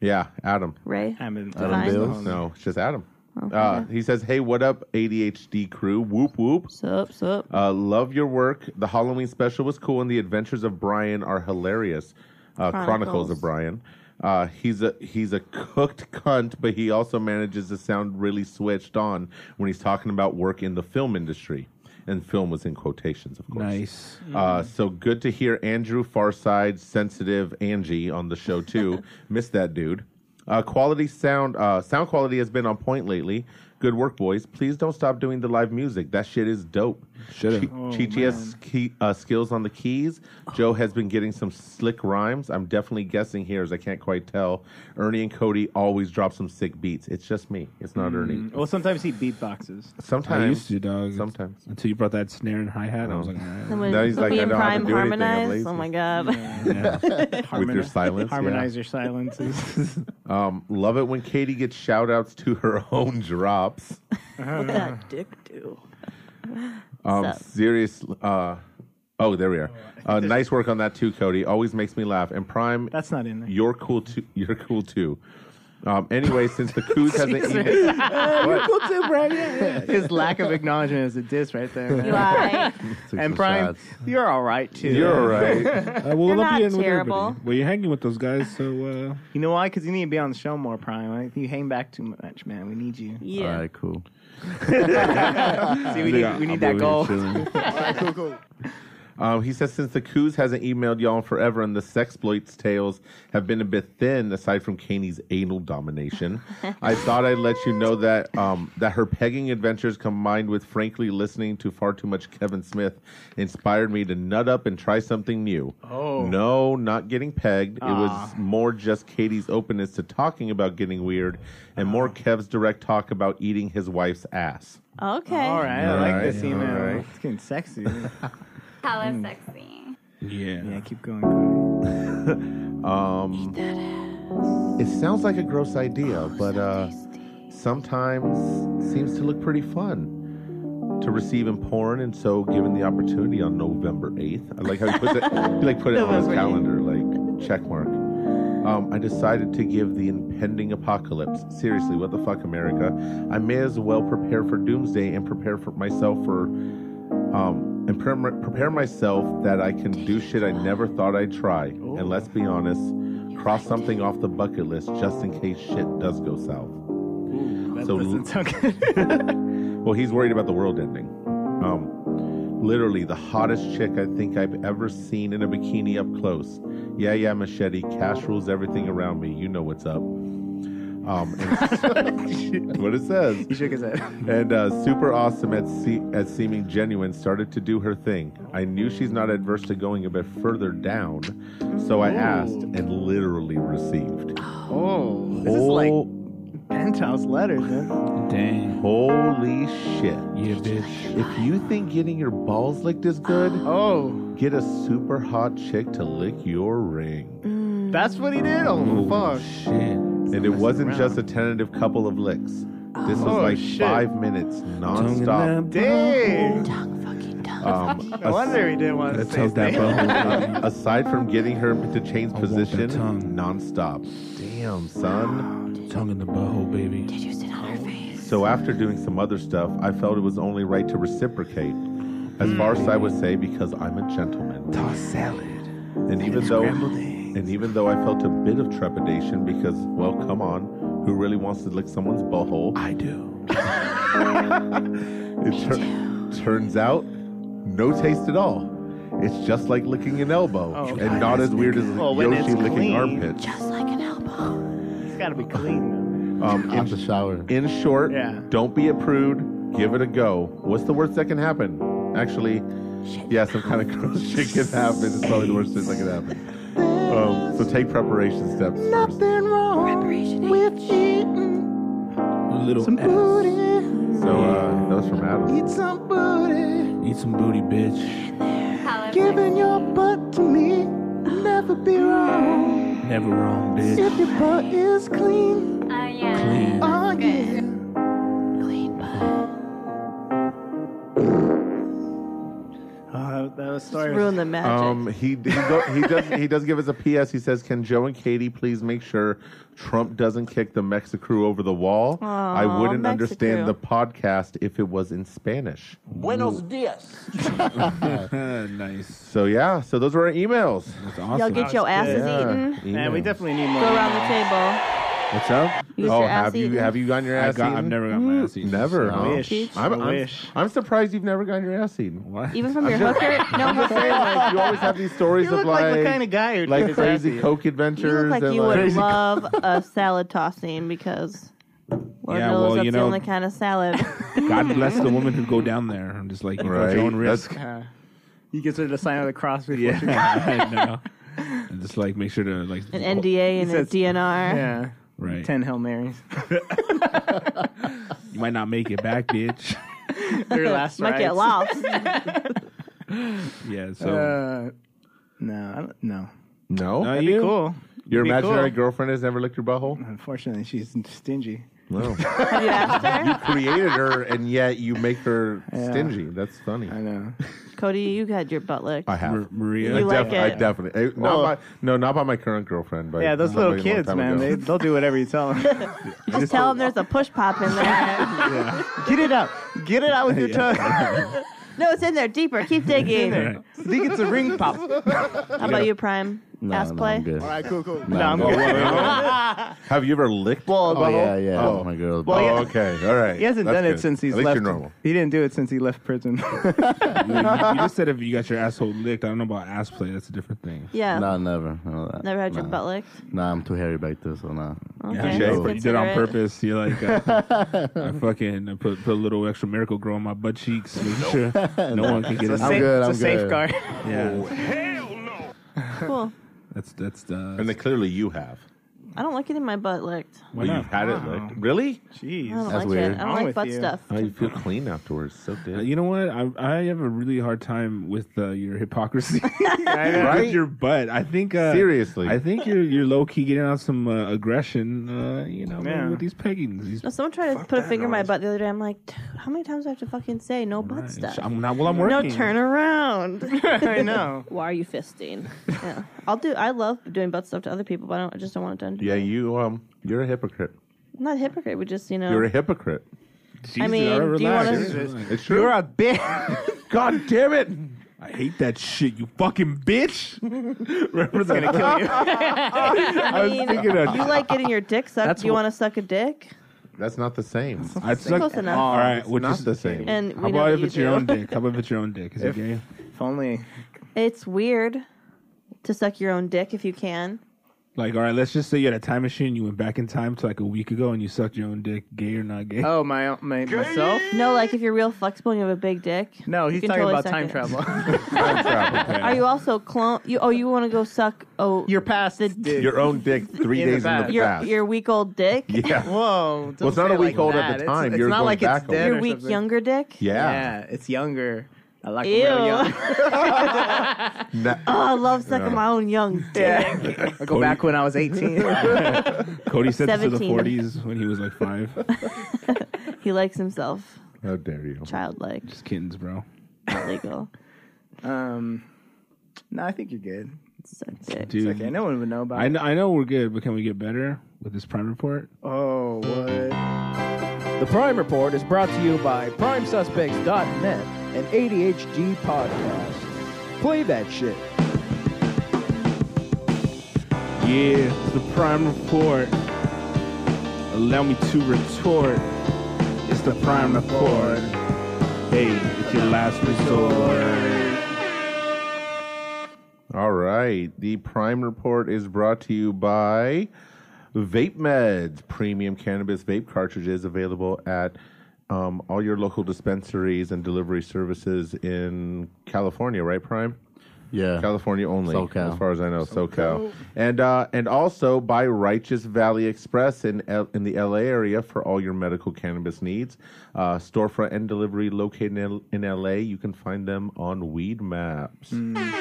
Speaker 7: Yeah, Adam.
Speaker 3: Ray.
Speaker 9: I'm in
Speaker 7: Adam
Speaker 3: Fine.
Speaker 7: Bills? No, it's just Adam. Uh, he says, "Hey, what up, ADHD crew? Whoop whoop.
Speaker 3: Sup sup.
Speaker 7: Uh, love your work. The Halloween special was cool, and the adventures of Brian are hilarious. Uh, Chronicles.
Speaker 3: Chronicles
Speaker 7: of Brian. Uh, he's a he's a cooked cunt, but he also manages to sound really switched on when he's talking about work in the film industry." And film was in quotations, of course.
Speaker 5: Nice.
Speaker 7: Uh, so good to hear Andrew Farside, sensitive Angie on the show too. Miss that dude. Uh, quality sound, uh, sound quality has been on point lately. Good work, boys. Please don't stop doing the live music. That shit is dope.
Speaker 5: Should've.
Speaker 7: Chi-
Speaker 9: Oh,
Speaker 7: Chi Chi has ski, uh, skills on the keys. Joe has been getting some slick rhymes. I'm definitely guessing here, as I can't quite tell. Ernie and Cody always drop some sick beats. It's just me. It's not Ernie.
Speaker 9: Well, sometimes he beatboxes.
Speaker 7: Sometimes
Speaker 5: Mm. I used to, dog.
Speaker 7: Sometimes.
Speaker 5: Until you brought that snare and hi hat, I was like, nah.
Speaker 3: And when
Speaker 7: Now he's like,
Speaker 3: me
Speaker 7: I
Speaker 3: and
Speaker 7: don't have to
Speaker 3: Prime
Speaker 7: do anything, I'm
Speaker 3: harmonize. Oh
Speaker 7: lazy.
Speaker 3: my god.
Speaker 7: with your silence, yeah.
Speaker 9: Harmonize your silences.
Speaker 7: Um, love it when Katie gets shout outs to her own drops.
Speaker 11: What that dick do?
Speaker 7: Um,
Speaker 3: Sup?
Speaker 7: serious. Uh, oh, there we are. Uh, nice work on that too, Cody. Always makes me laugh. And Prime,
Speaker 9: That's not in there.
Speaker 7: you're cool too. You're cool too. Um, anyway, since the coos hasn't eaten,
Speaker 9: cool too, Brian. His lack of acknowledgement is a diss right there. man.
Speaker 3: You alright?
Speaker 9: and Brian, you're all right too.
Speaker 7: you're all right.
Speaker 5: Uh, well,
Speaker 3: You're
Speaker 5: let
Speaker 3: not
Speaker 5: me in with
Speaker 3: terrible.
Speaker 5: everybody. Well, you're hanging with those guys, so uh,
Speaker 9: You know why? Because you need to be on the show more, Prime. Like, you hang back too much, man. We need you.
Speaker 3: Yeah.
Speaker 8: All right, cool.
Speaker 9: See, we need, we need that goal.
Speaker 7: Um, he says since the coos hasn't emailed y'all in forever, and the sexploits tales have been a bit thin, aside from Kaney's anal domination. I thought I'd let you know that um, that her pegging adventures, combined with frankly listening to far too much Kevin Smith, inspired me to nut up and try something new.
Speaker 9: Oh.
Speaker 7: no, not getting pegged. It was
Speaker 9: Aw.
Speaker 7: more just Katie's openness to talking about getting weird, and more Kev's direct talk about eating his wife's ass.
Speaker 3: Okay.
Speaker 9: All right, I
Speaker 7: All
Speaker 9: like
Speaker 7: right,
Speaker 9: this
Speaker 7: all
Speaker 9: email.
Speaker 7: right.
Speaker 9: It's getting sexy.
Speaker 12: Hello, sexy.
Speaker 5: yeah.
Speaker 9: yeah, keep going. Cody.
Speaker 7: Um, it sounds like a gross idea, but uh, sometimes seems to look pretty fun to receive in porn, and so given the opportunity on November eighth, I like how he puts it. He like put it on his
Speaker 3: November 8th.
Speaker 7: calendar, like check mark. Um, I decided to give the impending apocalypse. Seriously, what the fuck, America? I may as well prepare for doomsday and prepare for myself for um, and pre- prepare myself that I can do shit I never thought I'd try. And let's be honest, cross something off the bucket list just in case shit does go south.
Speaker 9: That
Speaker 7: So-
Speaker 9: doesn't sound good.
Speaker 7: Well, he's worried about the world ending. Um, literally, the hottest chick I think I've ever seen in a bikini up close. Yeah, yeah, machete. Cash rules everything around me. You know what's up. Um, and- what it says.
Speaker 9: He shook his head.
Speaker 7: and uh, super awesome at, se- at seeming genuine started to do her thing. I knew she's not adverse to going a bit further down, so I asked and literally received.
Speaker 9: Oh, this is like penthouse letters, man.
Speaker 5: Dang.
Speaker 7: holy shit.
Speaker 5: Yeah, bitch.
Speaker 7: If you think getting your balls licked is good,
Speaker 9: Oh,
Speaker 7: get a super hot chick to lick your ring.
Speaker 9: that's what he did. Oh, fuck.
Speaker 5: Shit.
Speaker 7: And it wasn't
Speaker 9: around.
Speaker 7: just a tentative couple of licks. This was
Speaker 9: Oh,
Speaker 7: like
Speaker 9: shit.
Speaker 7: five minutes nonstop.
Speaker 9: Dang.
Speaker 7: Um,
Speaker 9: No wonder he didn't want to
Speaker 5: Let's
Speaker 9: say his
Speaker 5: help that
Speaker 9: name.
Speaker 5: bubble.
Speaker 7: aside from getting her to change
Speaker 5: want that
Speaker 7: position
Speaker 5: tongue.
Speaker 7: nonstop. Damn, son.
Speaker 5: Tongue in the butthole, baby.
Speaker 7: So after doing some other stuff, I felt it was only right to reciprocate. As far as I would say, because I'm a gentleman.
Speaker 5: Toss salad.
Speaker 7: And even though and even though I felt a bit of trepidation because, well, come on, who really wants to lick someone's butthole?
Speaker 5: I do.
Speaker 7: It tur- turns out, no taste at all. It's just like licking an elbow,
Speaker 9: Oh,
Speaker 7: and not as weird as
Speaker 9: Well, when it's
Speaker 7: Yoshi licking
Speaker 9: clean.
Speaker 7: armpits.
Speaker 9: It's got to be clean,
Speaker 7: Um,
Speaker 8: Out the
Speaker 7: in,
Speaker 8: shower.
Speaker 7: in short,
Speaker 9: Yeah.
Speaker 7: don't be a prude. Give it a go. What's the worst that can happen? Actually, yeah, some kind of gross shit can happen. It's probably the worst thing that can happen. Um, so take preparation steps. First.
Speaker 5: Little Some booty.
Speaker 7: So uh, that was from Adam.
Speaker 9: though. Some booty.
Speaker 5: Eat some booty, bitch.
Speaker 12: Hello,
Speaker 9: Giving your butt to me will never be wrong.
Speaker 5: Never wrong, bitch.
Speaker 9: If your butt is clean,
Speaker 12: sexy. Yeah.
Speaker 4: Oh,
Speaker 12: it's
Speaker 4: yeah.
Speaker 12: good.
Speaker 9: Oh, that, that was story.
Speaker 3: ruined the magic.
Speaker 7: Um, he he, go, he does he does give us a P.S. He says, "Can Joe and Katie please make sure Trump doesn't kick the Mexicrew over the wall? I
Speaker 3: Aw,
Speaker 7: wouldn't
Speaker 3: Mexicrew.
Speaker 7: understand the podcast if it was in Spanish."
Speaker 13: Buenos dias.
Speaker 7: nice. So yeah, so those were our emails. That's awesome.
Speaker 3: Y'all get your asses eaten.
Speaker 9: Man, we definitely need
Speaker 3: Go
Speaker 9: more.
Speaker 3: around the table.
Speaker 7: What's up?
Speaker 3: You get
Speaker 7: oh,
Speaker 3: your ass
Speaker 7: have
Speaker 3: eaten.
Speaker 7: you have you gotten your
Speaker 5: I
Speaker 7: ass
Speaker 5: got- I've
Speaker 7: eaten?
Speaker 5: never gotten my ass eaten.
Speaker 7: Never.
Speaker 5: I
Speaker 7: huh?
Speaker 5: wish. I
Speaker 7: I'm, I'm,
Speaker 5: wish.
Speaker 7: I'm surprised you've never gotten your ass eaten.
Speaker 3: Even from
Speaker 7: I'm
Speaker 3: your
Speaker 7: just-
Speaker 3: hooker? No
Speaker 7: I'm just
Speaker 3: hooker?
Speaker 7: saying, like, you always have these stories
Speaker 9: You
Speaker 7: of
Speaker 9: look like
Speaker 7: like,
Speaker 9: the kinda guy who'd
Speaker 7: like
Speaker 9: get his ass
Speaker 7: crazy
Speaker 9: eaten.
Speaker 7: Coke
Speaker 3: You
Speaker 7: adventures.
Speaker 3: look like
Speaker 7: and,
Speaker 3: you would
Speaker 7: Crazy
Speaker 3: love a salad tossing because Lord
Speaker 5: Yeah,
Speaker 3: knows
Speaker 5: well,
Speaker 3: that's
Speaker 5: you
Speaker 3: the
Speaker 5: know-
Speaker 3: only kind of salad.
Speaker 5: God bless the women who go down there. I'm just like, you right.
Speaker 7: Right.
Speaker 5: your own risk.
Speaker 9: Uh, you get to the sign of the cross before
Speaker 5: Yeah,
Speaker 9: you
Speaker 5: I know. And just like make sure to like
Speaker 3: An NDA and
Speaker 9: He says-
Speaker 3: a DNR.
Speaker 9: Yeah.
Speaker 5: Right.
Speaker 9: Ten Hail Marys.
Speaker 5: You might not make it back, bitch.
Speaker 9: Your last
Speaker 3: Might get
Speaker 9: rites.
Speaker 3: lost.
Speaker 5: yeah. So
Speaker 9: Uh, no, I don't, no.
Speaker 7: No,
Speaker 9: That'd be cool.
Speaker 7: Your
Speaker 9: Be
Speaker 7: imaginary
Speaker 9: cool.
Speaker 7: girlfriend has never licked your butthole.
Speaker 9: Unfortunately, she's stingy.
Speaker 7: No,
Speaker 3: Have you asked her?
Speaker 7: you created her, and yet you make her stingy. That's funny. I
Speaker 9: know.
Speaker 3: Cody, you had your butt licked.
Speaker 7: I have
Speaker 5: Maria.
Speaker 7: I,
Speaker 3: You like
Speaker 7: defi- I
Speaker 3: it.
Speaker 7: definitely eh,
Speaker 9: Well-
Speaker 7: not by, no, not by my current girlfriend, but
Speaker 9: Yeah, those little
Speaker 7: somebody a long
Speaker 9: kids,
Speaker 7: time
Speaker 9: man,
Speaker 7: ago.
Speaker 9: they, they'll do whatever you tell them.
Speaker 3: Just tell them there's a push pop in there.
Speaker 9: Get it out. Get it out with your tongue.
Speaker 3: no, it's in there deeper. Keep digging.
Speaker 5: Right.
Speaker 9: I think it's a ring pop.
Speaker 3: How about you, Prime?
Speaker 8: No,
Speaker 3: Ass
Speaker 8: no, I'm
Speaker 3: play.
Speaker 8: good.
Speaker 9: cool, cool.
Speaker 8: No,
Speaker 9: I'm
Speaker 8: no,
Speaker 9: good.
Speaker 8: no, no,
Speaker 7: Have you ever licked
Speaker 8: Oh,
Speaker 7: well, butthole?
Speaker 8: yeah, yeah.
Speaker 7: Oh,
Speaker 8: My girl.
Speaker 7: Oh, okay, all right.
Speaker 9: He hasn't
Speaker 7: That's
Speaker 9: done it
Speaker 7: good.
Speaker 9: since he's
Speaker 7: At least
Speaker 9: left.
Speaker 7: You're normal.
Speaker 9: He didn't do it since he left prison.
Speaker 5: you, you just said if you got your asshole licked. I don't know about ass play. That's a different thing.
Speaker 3: Yeah.
Speaker 8: No, never. No, that-
Speaker 3: Never had your
Speaker 8: nah.
Speaker 3: butt licked.
Speaker 8: Nah, I'm too hairy back there, so nah.
Speaker 3: Okay.
Speaker 5: Yeah,
Speaker 3: that's
Speaker 5: you know, you did it on
Speaker 3: considerate.
Speaker 5: purpose. You're like, uh, I fucking I put put a little extra miracle grow on my butt cheeks, make sure no one can get
Speaker 9: It's a
Speaker 5: in.
Speaker 9: safe-
Speaker 8: good,
Speaker 9: It's
Speaker 8: I'm good.
Speaker 9: a safeguard.
Speaker 5: Yeah,
Speaker 3: Cool.
Speaker 5: that's that's uh, the.
Speaker 7: And then clearly you have.
Speaker 3: I don't like getting my butt licked.
Speaker 5: Why
Speaker 7: Well,
Speaker 5: not?
Speaker 7: you've had it
Speaker 9: Wow.
Speaker 7: licked. Really?
Speaker 3: I don't
Speaker 9: Jeez.
Speaker 3: like
Speaker 8: weird.
Speaker 3: it. I
Speaker 9: Wrong
Speaker 3: don't like
Speaker 9: with
Speaker 3: butt
Speaker 9: you.
Speaker 3: stuff.
Speaker 7: Oh, you feel clean afterwards. So
Speaker 5: Uh,
Speaker 7: good.
Speaker 5: You know what? I I have a really hard time with uh, your hypocrisy,
Speaker 9: I know.
Speaker 5: With your butt. I think uh,
Speaker 7: Seriously.
Speaker 5: I think you're you're low key getting out some uh, aggression. Uh, you know,
Speaker 9: Yeah.
Speaker 5: with these peggings. These
Speaker 3: No, someone tried to put a finger in my butt the other day. I'm like, "Dude, how many times do I have to fucking say no butt stuff?
Speaker 5: I'm not. Well, I'm
Speaker 3: No,
Speaker 5: working.
Speaker 3: turn around.
Speaker 9: I know.
Speaker 3: Why are you fisting? yeah. I'll do. I love doing butt stuff to other people, but I, don't, I just don't want it done. to me.
Speaker 7: yeah, you um, you're a hypocrite.
Speaker 3: I'm not a hypocrite. We just, you know.
Speaker 7: You're a hypocrite.
Speaker 3: I mean,
Speaker 5: Jesus,
Speaker 3: do you
Speaker 5: relax.
Speaker 3: wanna-
Speaker 5: Seriously.
Speaker 7: It's true. You're a
Speaker 9: Bitch.
Speaker 7: God damn it!
Speaker 5: I hate that shit. You fucking bitch. Remember that?
Speaker 9: gonna kill you.
Speaker 3: I
Speaker 5: was
Speaker 3: mean,
Speaker 5: thinking that-
Speaker 3: you like getting your dick sucked.
Speaker 5: That's
Speaker 3: do you
Speaker 5: what-
Speaker 3: want to suck a dick?
Speaker 7: That's not the same.
Speaker 5: I'd suck.
Speaker 3: Close enough.
Speaker 5: All right,
Speaker 7: It's
Speaker 5: which
Speaker 7: not
Speaker 5: is
Speaker 7: the same.
Speaker 3: And
Speaker 5: How
Speaker 3: we know
Speaker 5: about
Speaker 3: that
Speaker 5: if
Speaker 3: you
Speaker 5: it's your
Speaker 3: do.
Speaker 5: own dick? How about if it's your own dick? Is it gay?
Speaker 9: If only.
Speaker 3: It's weird to suck your own dick if you can.
Speaker 5: Like, all right, let's just say you had a time machine. You went back in time to like a week ago, and you sucked your own dick. Gay or not gay?
Speaker 9: Oh, my, my myself?
Speaker 3: No, like if you're real flexible and you have a big dick.
Speaker 9: No,
Speaker 3: you
Speaker 9: he's
Speaker 3: can
Speaker 9: talking
Speaker 3: totally
Speaker 9: about
Speaker 3: suck
Speaker 9: time
Speaker 3: it.
Speaker 9: travel.
Speaker 3: Are you also clone? You oh, you want to go suck? Oh,
Speaker 9: your past. dick.
Speaker 7: Your own dick three
Speaker 9: In the
Speaker 7: days in
Speaker 9: past.
Speaker 7: the
Speaker 3: your,
Speaker 7: past.
Speaker 3: your week old dick.
Speaker 7: yeah.
Speaker 9: Whoa. don't
Speaker 7: Well, it's not
Speaker 9: say
Speaker 7: a
Speaker 9: it
Speaker 7: week
Speaker 9: like
Speaker 7: old at
Speaker 9: that.
Speaker 7: the
Speaker 9: It's-
Speaker 7: time.
Speaker 9: It's,
Speaker 7: You're
Speaker 9: not
Speaker 7: going
Speaker 9: like
Speaker 7: back
Speaker 9: it's
Speaker 7: old.
Speaker 9: dead.
Speaker 3: Your
Speaker 9: or
Speaker 3: week
Speaker 9: something.
Speaker 3: younger dick.
Speaker 7: Yeah.
Speaker 9: Yeah, it's younger. I like
Speaker 3: Ew.
Speaker 9: 'em real young.
Speaker 7: Na-
Speaker 3: Oh, I love sucking my own young dick.
Speaker 9: Yeah. I go back when I was 18.
Speaker 5: Cody said this to the
Speaker 3: 17.
Speaker 5: 40s when he was like five.
Speaker 3: He likes himself.
Speaker 7: How dare you?
Speaker 3: Childlike,
Speaker 5: Just kittens, bro.
Speaker 3: not legal.
Speaker 9: um, no, I think you're good.
Speaker 3: Suck dick.
Speaker 5: Dude,
Speaker 9: It's okay. No one would know about
Speaker 5: I,
Speaker 9: it.
Speaker 5: know, I know we're good, but can we get better with this prime report?
Speaker 9: Oh, what?
Speaker 13: The Prime Report is brought to you by PrimeSuspects.net and ADHD Podcast. Play that shit.
Speaker 5: Yeah, the prime report. Allow me to retort. It's the prime report. Hey, it's your last resort.
Speaker 7: All right. The Prime Report is brought to you by Vape Meds, premium cannabis vape cartridges available at um, all your local dispensaries and delivery services in California, right, Prime?
Speaker 8: Yeah.
Speaker 7: California only,
Speaker 8: SoCal.
Speaker 7: as far as I know, SoCal, and uh, and also by Righteous Valley Express in L- in the LA area for all your medical cannabis needs. Uh, storefront and delivery located in, in LA. You can find them on Weed Maps. Yeah,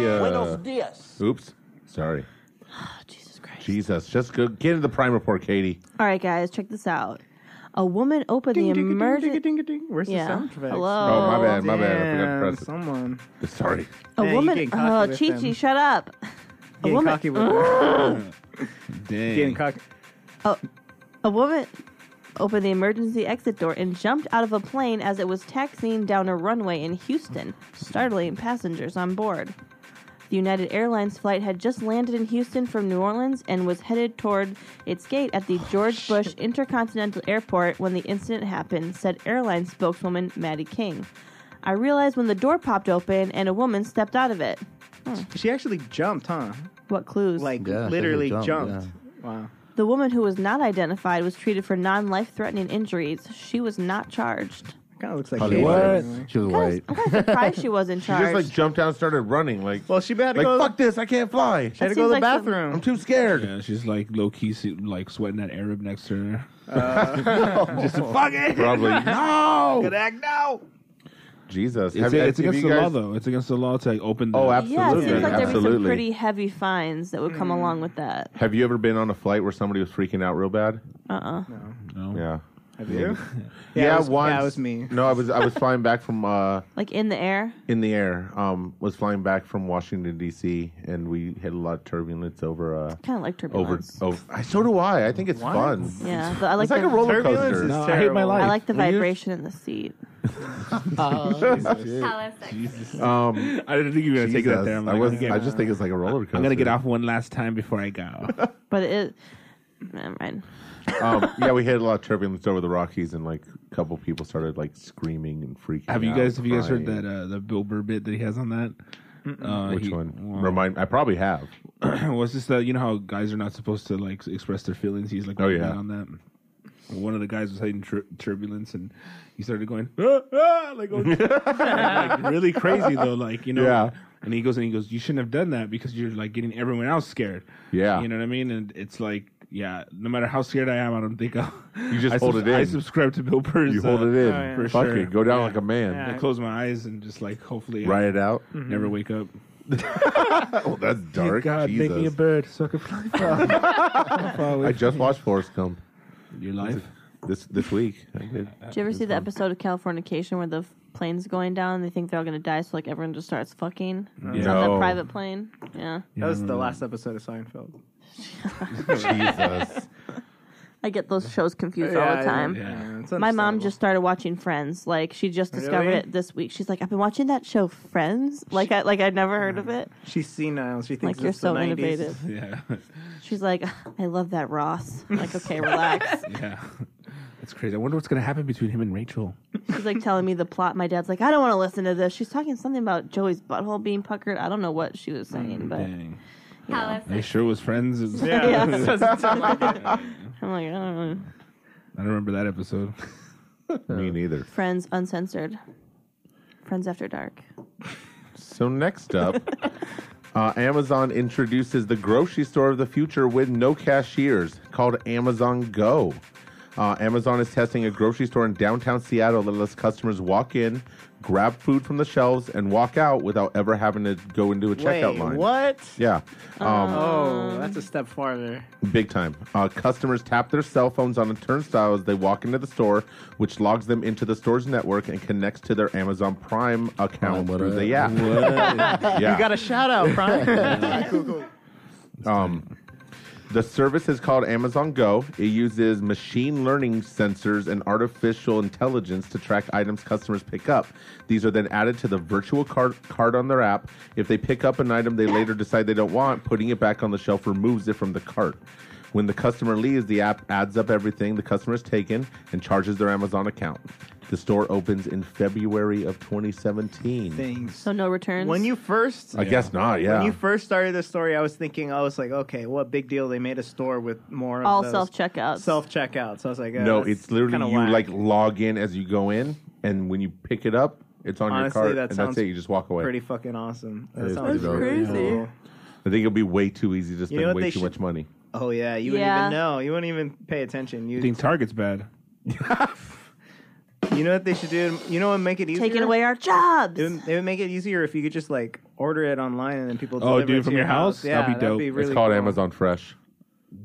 Speaker 7: yeah.
Speaker 13: Buenos dias.
Speaker 7: Oops, sorry.
Speaker 3: Oh, Jesus Christ.
Speaker 7: Jesus, just go get into the prime report, Katie.
Speaker 3: All right, guys, check this out. A woman opened the emergency.
Speaker 9: Where's the sound effects?
Speaker 3: Hello.
Speaker 7: Oh, my bad, my bad. I forgot to
Speaker 9: Damn,
Speaker 7: press it.
Speaker 9: Someone.
Speaker 7: Sorry.
Speaker 3: A
Speaker 9: Yeah, you
Speaker 3: woman.
Speaker 9: getting
Speaker 3: Oh,
Speaker 9: cocky with
Speaker 3: Chi Chi,
Speaker 9: them.
Speaker 3: shut up. A
Speaker 9: Getting
Speaker 3: woman.
Speaker 9: cocky with them. Getting
Speaker 5: Dang.
Speaker 9: cocky.
Speaker 3: A, a woman opened the emergency exit door and jumped out of a plane as it was taxiing down a runway in Houston, startling passengers on board. The United Airlines flight had just landed in Houston from New Orleans and was headed toward its gate at the George Bush Intercontinental Airport when the incident happened, said airline spokeswoman Maddie King. I realized when the door popped open and a woman stepped out of it.
Speaker 9: She actually jumped, huh?
Speaker 3: What clues?
Speaker 9: Like
Speaker 8: Yeah, I think
Speaker 9: literally
Speaker 8: it
Speaker 9: jumped.
Speaker 8: jumped,
Speaker 9: Wow.
Speaker 3: The woman who was not identified was treated for non life threatening injuries. She was not charged.
Speaker 9: Kind of looks like
Speaker 7: Probably
Speaker 9: Katie.
Speaker 7: what?
Speaker 8: She was white.
Speaker 3: Surprised she wasn't
Speaker 7: She just
Speaker 3: charged.
Speaker 7: like jumped down and started running. Like,
Speaker 9: Well, she better
Speaker 7: like
Speaker 9: go.
Speaker 7: fuck this, I can't fly.
Speaker 9: She had to go to the bathroom.
Speaker 7: I'm too scared.
Speaker 5: Yeah, she's like low key, like sweating that Arab next to her.
Speaker 9: Just fuck it.
Speaker 7: Probably. Oh!
Speaker 5: No!
Speaker 9: Good act now.
Speaker 7: Jesus,
Speaker 5: It's,
Speaker 7: Have you-
Speaker 5: it's
Speaker 7: have you
Speaker 5: against the
Speaker 7: guys-
Speaker 5: law, though. It's against the law to like open. The,
Speaker 7: Oh,
Speaker 3: yeah, it
Speaker 7: absolutely,
Speaker 3: seems like there'd be some
Speaker 7: absolutely.
Speaker 3: pretty heavy fines that would
Speaker 5: Mm.
Speaker 3: come along with that.
Speaker 7: Have you ever been on a flight where somebody was freaking out real bad?
Speaker 3: Uh uh
Speaker 5: No.
Speaker 7: Yeah.
Speaker 9: Have you?
Speaker 7: Yeah,
Speaker 9: it was,
Speaker 7: once.
Speaker 9: Yeah, it was me.
Speaker 7: No, I was I was flying back from uh,
Speaker 3: Like in the air?
Speaker 7: in the air. Um, was flying back from Washington D.C. and we had a lot of turbulence over. Uh,
Speaker 3: Kind of like turbulence.
Speaker 7: Over, over. I- So do I. I think it's
Speaker 9: What?
Speaker 7: fun.
Speaker 3: Yeah, but I like
Speaker 7: it's like
Speaker 3: the-
Speaker 7: a roller
Speaker 9: Turbulence
Speaker 7: coaster.
Speaker 9: is
Speaker 5: No, I hate
Speaker 9: terrible.
Speaker 5: my life.
Speaker 3: I like the
Speaker 5: Will you?
Speaker 3: vibration in the seat.
Speaker 12: Hella sexy.
Speaker 7: Um,
Speaker 5: I didn't think you were gonna take that
Speaker 7: Jesus,
Speaker 5: there. I'm
Speaker 7: I
Speaker 5: like,
Speaker 7: was.
Speaker 5: I'm gonna
Speaker 7: I
Speaker 5: get-
Speaker 7: just think it's like a roller coaster.
Speaker 5: I'm gonna get off one last time before I go.
Speaker 3: But it. Never mind.
Speaker 7: um, yeah, we had a lot of turbulence over the Rockies, and like a couple people started like screaming and freaking.
Speaker 5: have you
Speaker 7: out,
Speaker 5: guys? Have you guys heard
Speaker 7: crying.
Speaker 5: that uh, the Bill Burr bit that he has on that? Uh,
Speaker 7: Which
Speaker 5: he-
Speaker 7: one?
Speaker 5: well,
Speaker 7: Remind. I probably have.
Speaker 5: was this the you know how guys are not supposed to like express their feelings? He's like,
Speaker 7: Oh, yeah.
Speaker 5: on that. One of the guys was having tur- turbulence, and he started going, ah, ah, like, going- like, really crazy though, like you know.
Speaker 7: Yeah.
Speaker 5: And he goes and he goes, you shouldn't have done that because you're like getting everyone else scared.
Speaker 7: Yeah.
Speaker 5: you know what I mean. And it's like, yeah, no matter how scared I am, I don't think I'll.
Speaker 7: You just
Speaker 5: I
Speaker 7: hold it in.
Speaker 5: I subscribe to Bill Burr's. uh,
Speaker 7: You hold it in.
Speaker 9: yeah.
Speaker 5: for
Speaker 7: Fuck
Speaker 5: sure.
Speaker 7: it. Go down
Speaker 5: Oh, Yeah.
Speaker 7: like a man.
Speaker 5: I close my eyes and just like hopefully I
Speaker 7: Ride it out.
Speaker 5: never wake up.
Speaker 7: Oh, that's dark.
Speaker 5: God,
Speaker 7: Jesus.
Speaker 5: make me a bird so I can fly far, far away
Speaker 7: I just watched Forrest Gump
Speaker 5: from your life.
Speaker 7: this this week. I did.
Speaker 3: Did you ever see the episode of Californication where the f- plane's going down and they think they're all going to die, so like everyone just starts fucking? It's on
Speaker 7: No.
Speaker 3: that private plane. Yeah.
Speaker 9: That was
Speaker 7: Mm.
Speaker 9: the last episode of Seinfeld.
Speaker 7: Jesus.
Speaker 3: I get those shows confused all the time.
Speaker 9: it's
Speaker 3: My mom
Speaker 9: understandable.
Speaker 3: just started watching Friends. Like she just discovered
Speaker 9: Really?
Speaker 3: it this week. She's like, I've been watching that show Friends. Like I like I'd never heard of it.
Speaker 9: She's senile. She thinks
Speaker 3: Like you're
Speaker 9: it's the
Speaker 3: so
Speaker 9: 90s.
Speaker 3: innovative.
Speaker 5: Yeah,
Speaker 3: She's like, I love that Ross. I'm like, okay, relax.
Speaker 5: yeah. That's crazy. I wonder what's gonna happen between him and Rachel.
Speaker 3: She's like telling me the plot. My dad's like, I don't want to listen to this. She's talking something about Joey's butthole being puckered. I don't know what she was saying, but
Speaker 5: Dang,
Speaker 12: Hella
Speaker 5: they
Speaker 12: sexy.
Speaker 5: sure was friends. It's-
Speaker 9: Yeah.
Speaker 3: Yeah.
Speaker 9: that's what it's like.
Speaker 3: I'm like, "Oh." I don't know.
Speaker 5: I don't remember that episode.
Speaker 7: me neither.
Speaker 3: Friends uncensored. Friends after dark.
Speaker 7: So next up, uh, Amazon introduces the grocery store of the future with no cashiers, called Amazon Go. Uh, Amazon is testing a grocery store in downtown Seattle that lets customers walk in, grab food from the shelves, and walk out without ever having to go into a checkout
Speaker 9: Wait,
Speaker 7: line.
Speaker 9: what?
Speaker 7: Yeah. Um,
Speaker 9: Oh, that's a step farther.
Speaker 7: Big time. Uh, customers tap their cell phones on a turnstile as they walk into the store, which logs them into the store's network and connects to their Amazon Prime account
Speaker 8: Oh, what
Speaker 7: through
Speaker 8: a-
Speaker 7: the app. Yeah.
Speaker 9: You got a shout out, Brian.
Speaker 7: Um, the service is called Amazon Go. It uses machine learning sensors and artificial intelligence to track items customers pick up. These are then added to the virtual card, card on their app. If they pick up an item they later decide they don't want, putting it back on the shelf removes it from the cart. When the customer leaves, the app adds up everything the customer has taken and charges their Amazon account. The store opens in February of 2017.
Speaker 9: Things.
Speaker 3: So no returns.
Speaker 9: When you first
Speaker 7: I guess not, yeah.
Speaker 9: When you first started the story, I was thinking, I was like, okay, what big deal? They made a store with more of
Speaker 3: all
Speaker 9: those
Speaker 3: self checkouts.
Speaker 9: self checkouts. I was like, uh,
Speaker 7: No,
Speaker 9: that's
Speaker 7: it's literally
Speaker 9: kinda
Speaker 7: you
Speaker 9: whack.
Speaker 7: like log in as you go in, and when you pick it up, it's on
Speaker 9: Honestly,
Speaker 7: your cart,
Speaker 9: that
Speaker 7: and
Speaker 9: sounds
Speaker 7: that's it. You just walk away.
Speaker 9: pretty fucking awesome. That
Speaker 7: is
Speaker 9: sounds
Speaker 7: pretty
Speaker 9: really
Speaker 3: dope. Crazy.
Speaker 9: cool.
Speaker 7: I think it'll be way too easy to spend
Speaker 9: know what
Speaker 7: way
Speaker 9: they
Speaker 7: too
Speaker 9: should-
Speaker 7: much money.
Speaker 9: Oh yeah, you
Speaker 3: Yeah.
Speaker 9: wouldn't even know. You wouldn't even pay attention. You
Speaker 5: I think Target's bad.
Speaker 9: you know what they should do? You know what make it easier?
Speaker 3: taking away our jobs.
Speaker 9: It would, it would make it easier if you could just like order it online and then people.
Speaker 5: Oh,
Speaker 9: deliver
Speaker 5: do it
Speaker 9: to
Speaker 5: from
Speaker 9: your
Speaker 5: your house?
Speaker 9: Yeah,
Speaker 5: That'd be dope. It's
Speaker 7: it's called
Speaker 9: cool.
Speaker 7: Amazon Fresh.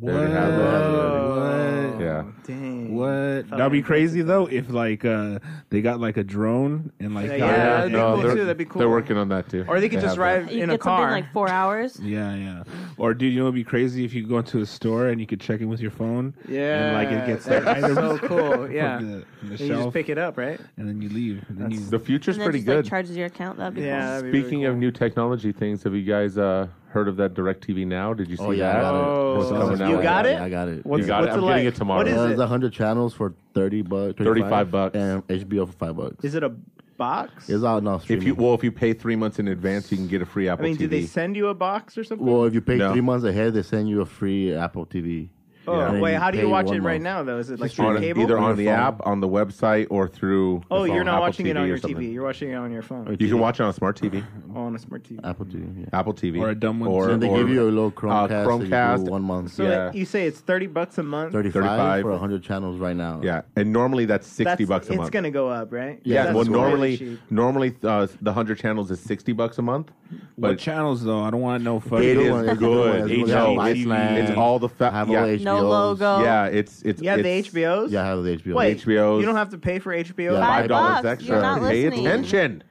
Speaker 7: There you have it.
Speaker 5: What?
Speaker 7: Yeah.
Speaker 9: Oh,
Speaker 5: Dang. What? That'd be crazy though if like uh they got like a drone and like
Speaker 9: Yeah, yeah, that'd be cool,
Speaker 7: they're,
Speaker 9: too. That'd be cool.
Speaker 7: They're working on that too.
Speaker 9: Or they could just
Speaker 7: have
Speaker 9: ride
Speaker 3: You
Speaker 9: in a
Speaker 3: get something
Speaker 9: car.
Speaker 3: like four hours.
Speaker 5: Yeah, yeah. Or dude, you know it'd be crazy if you go into a store and you could check in with your phone.
Speaker 9: yeah,
Speaker 5: and like it gets
Speaker 9: that's
Speaker 5: their items
Speaker 9: so cool.
Speaker 5: from
Speaker 9: Yeah,
Speaker 5: the, from the
Speaker 9: And you just
Speaker 5: shelf,
Speaker 9: pick it up, right?
Speaker 5: and then you leave. And then you,
Speaker 7: The future's
Speaker 3: and then
Speaker 7: pretty
Speaker 3: just,
Speaker 7: good.
Speaker 3: Like, charges your account. That'd be
Speaker 9: Yeah,
Speaker 3: cool.
Speaker 9: that'd be really
Speaker 7: Speaking of new technology things, have you guys uh, heard of that DirecTV Now? Did you see
Speaker 8: Oh, yeah, I
Speaker 7: that?
Speaker 8: got it.
Speaker 7: It's
Speaker 8: Oh,
Speaker 7: coming
Speaker 8: you
Speaker 7: out.
Speaker 8: got it? I got it.
Speaker 7: you got
Speaker 8: What's- what's
Speaker 7: it. I'm
Speaker 8: it
Speaker 7: getting
Speaker 8: like?
Speaker 7: it tomorrow.
Speaker 9: What is
Speaker 8: Uh,
Speaker 9: it?
Speaker 8: It's hundred channels for thirty bucks.
Speaker 7: 35
Speaker 8: bucks. And HBO for five bucks.
Speaker 9: Is it a box?
Speaker 8: It's out now.
Speaker 7: If you well, if you pay three months in advance, you can get a free
Speaker 9: I
Speaker 7: Apple
Speaker 9: mean,
Speaker 7: TV.
Speaker 9: do they send you a box or something?
Speaker 8: Well, if you pay
Speaker 7: No.
Speaker 8: three months ahead, they send you a free Apple TV.
Speaker 9: oh,
Speaker 8: And then
Speaker 9: wait, how do you
Speaker 8: pay
Speaker 9: watch
Speaker 8: one
Speaker 9: it right
Speaker 8: month.
Speaker 9: now though? Is it like
Speaker 7: On-
Speaker 9: through cable?
Speaker 7: either on
Speaker 8: Your
Speaker 7: the
Speaker 8: phone.
Speaker 7: app, on the website, or through. the
Speaker 9: Oh, you're
Speaker 7: phone,
Speaker 9: not
Speaker 7: Apple
Speaker 9: watching it on
Speaker 7: or
Speaker 9: your
Speaker 7: something.
Speaker 9: TV. You're watching it on your phone.
Speaker 7: You can watch it on a smart TV,
Speaker 9: Oh, on a smart TV.
Speaker 8: Apple TV. Yeah.
Speaker 7: Apple TV,
Speaker 5: Or a dumb one,
Speaker 7: or,
Speaker 8: and they
Speaker 7: or,
Speaker 8: give you a little
Speaker 7: uh,
Speaker 8: Chromecast. that you do
Speaker 7: Chromecast.
Speaker 8: one month.
Speaker 9: So
Speaker 7: yeah,
Speaker 9: like, you say it's thirty bucks a month.
Speaker 8: 35,
Speaker 7: 35.
Speaker 8: for 100 channels right now.
Speaker 7: yeah, and normally that's sixty
Speaker 9: That's-
Speaker 7: bucks a
Speaker 9: it's
Speaker 7: month.
Speaker 9: gonna go up, right?
Speaker 7: yeah,
Speaker 9: That's
Speaker 7: well,
Speaker 9: really
Speaker 7: normally,
Speaker 9: cheap.
Speaker 7: normally uh, the hundred channels is sixty bucks a month,
Speaker 5: what
Speaker 7: but
Speaker 5: channels though? I don't want no fucking.
Speaker 7: it
Speaker 8: good
Speaker 7: is
Speaker 8: one, it's a good
Speaker 7: good.
Speaker 8: one, it's
Speaker 7: No,
Speaker 8: good. Iceland.
Speaker 7: it's all the
Speaker 8: I
Speaker 7: fa-
Speaker 8: have all
Speaker 7: yeah,
Speaker 8: HBOs.
Speaker 3: No logo.
Speaker 7: yeah, it's it's
Speaker 9: You have the
Speaker 7: it's
Speaker 9: HBOs.
Speaker 8: Yeah, I have the HBO.
Speaker 9: Wait,
Speaker 7: HBOs.
Speaker 9: you don't have to pay for HBO.
Speaker 8: Yeah.
Speaker 7: five
Speaker 3: Five
Speaker 7: dollars
Speaker 3: bucks.
Speaker 7: extra.
Speaker 3: You're not
Speaker 7: Pay
Speaker 3: listening.
Speaker 7: attention.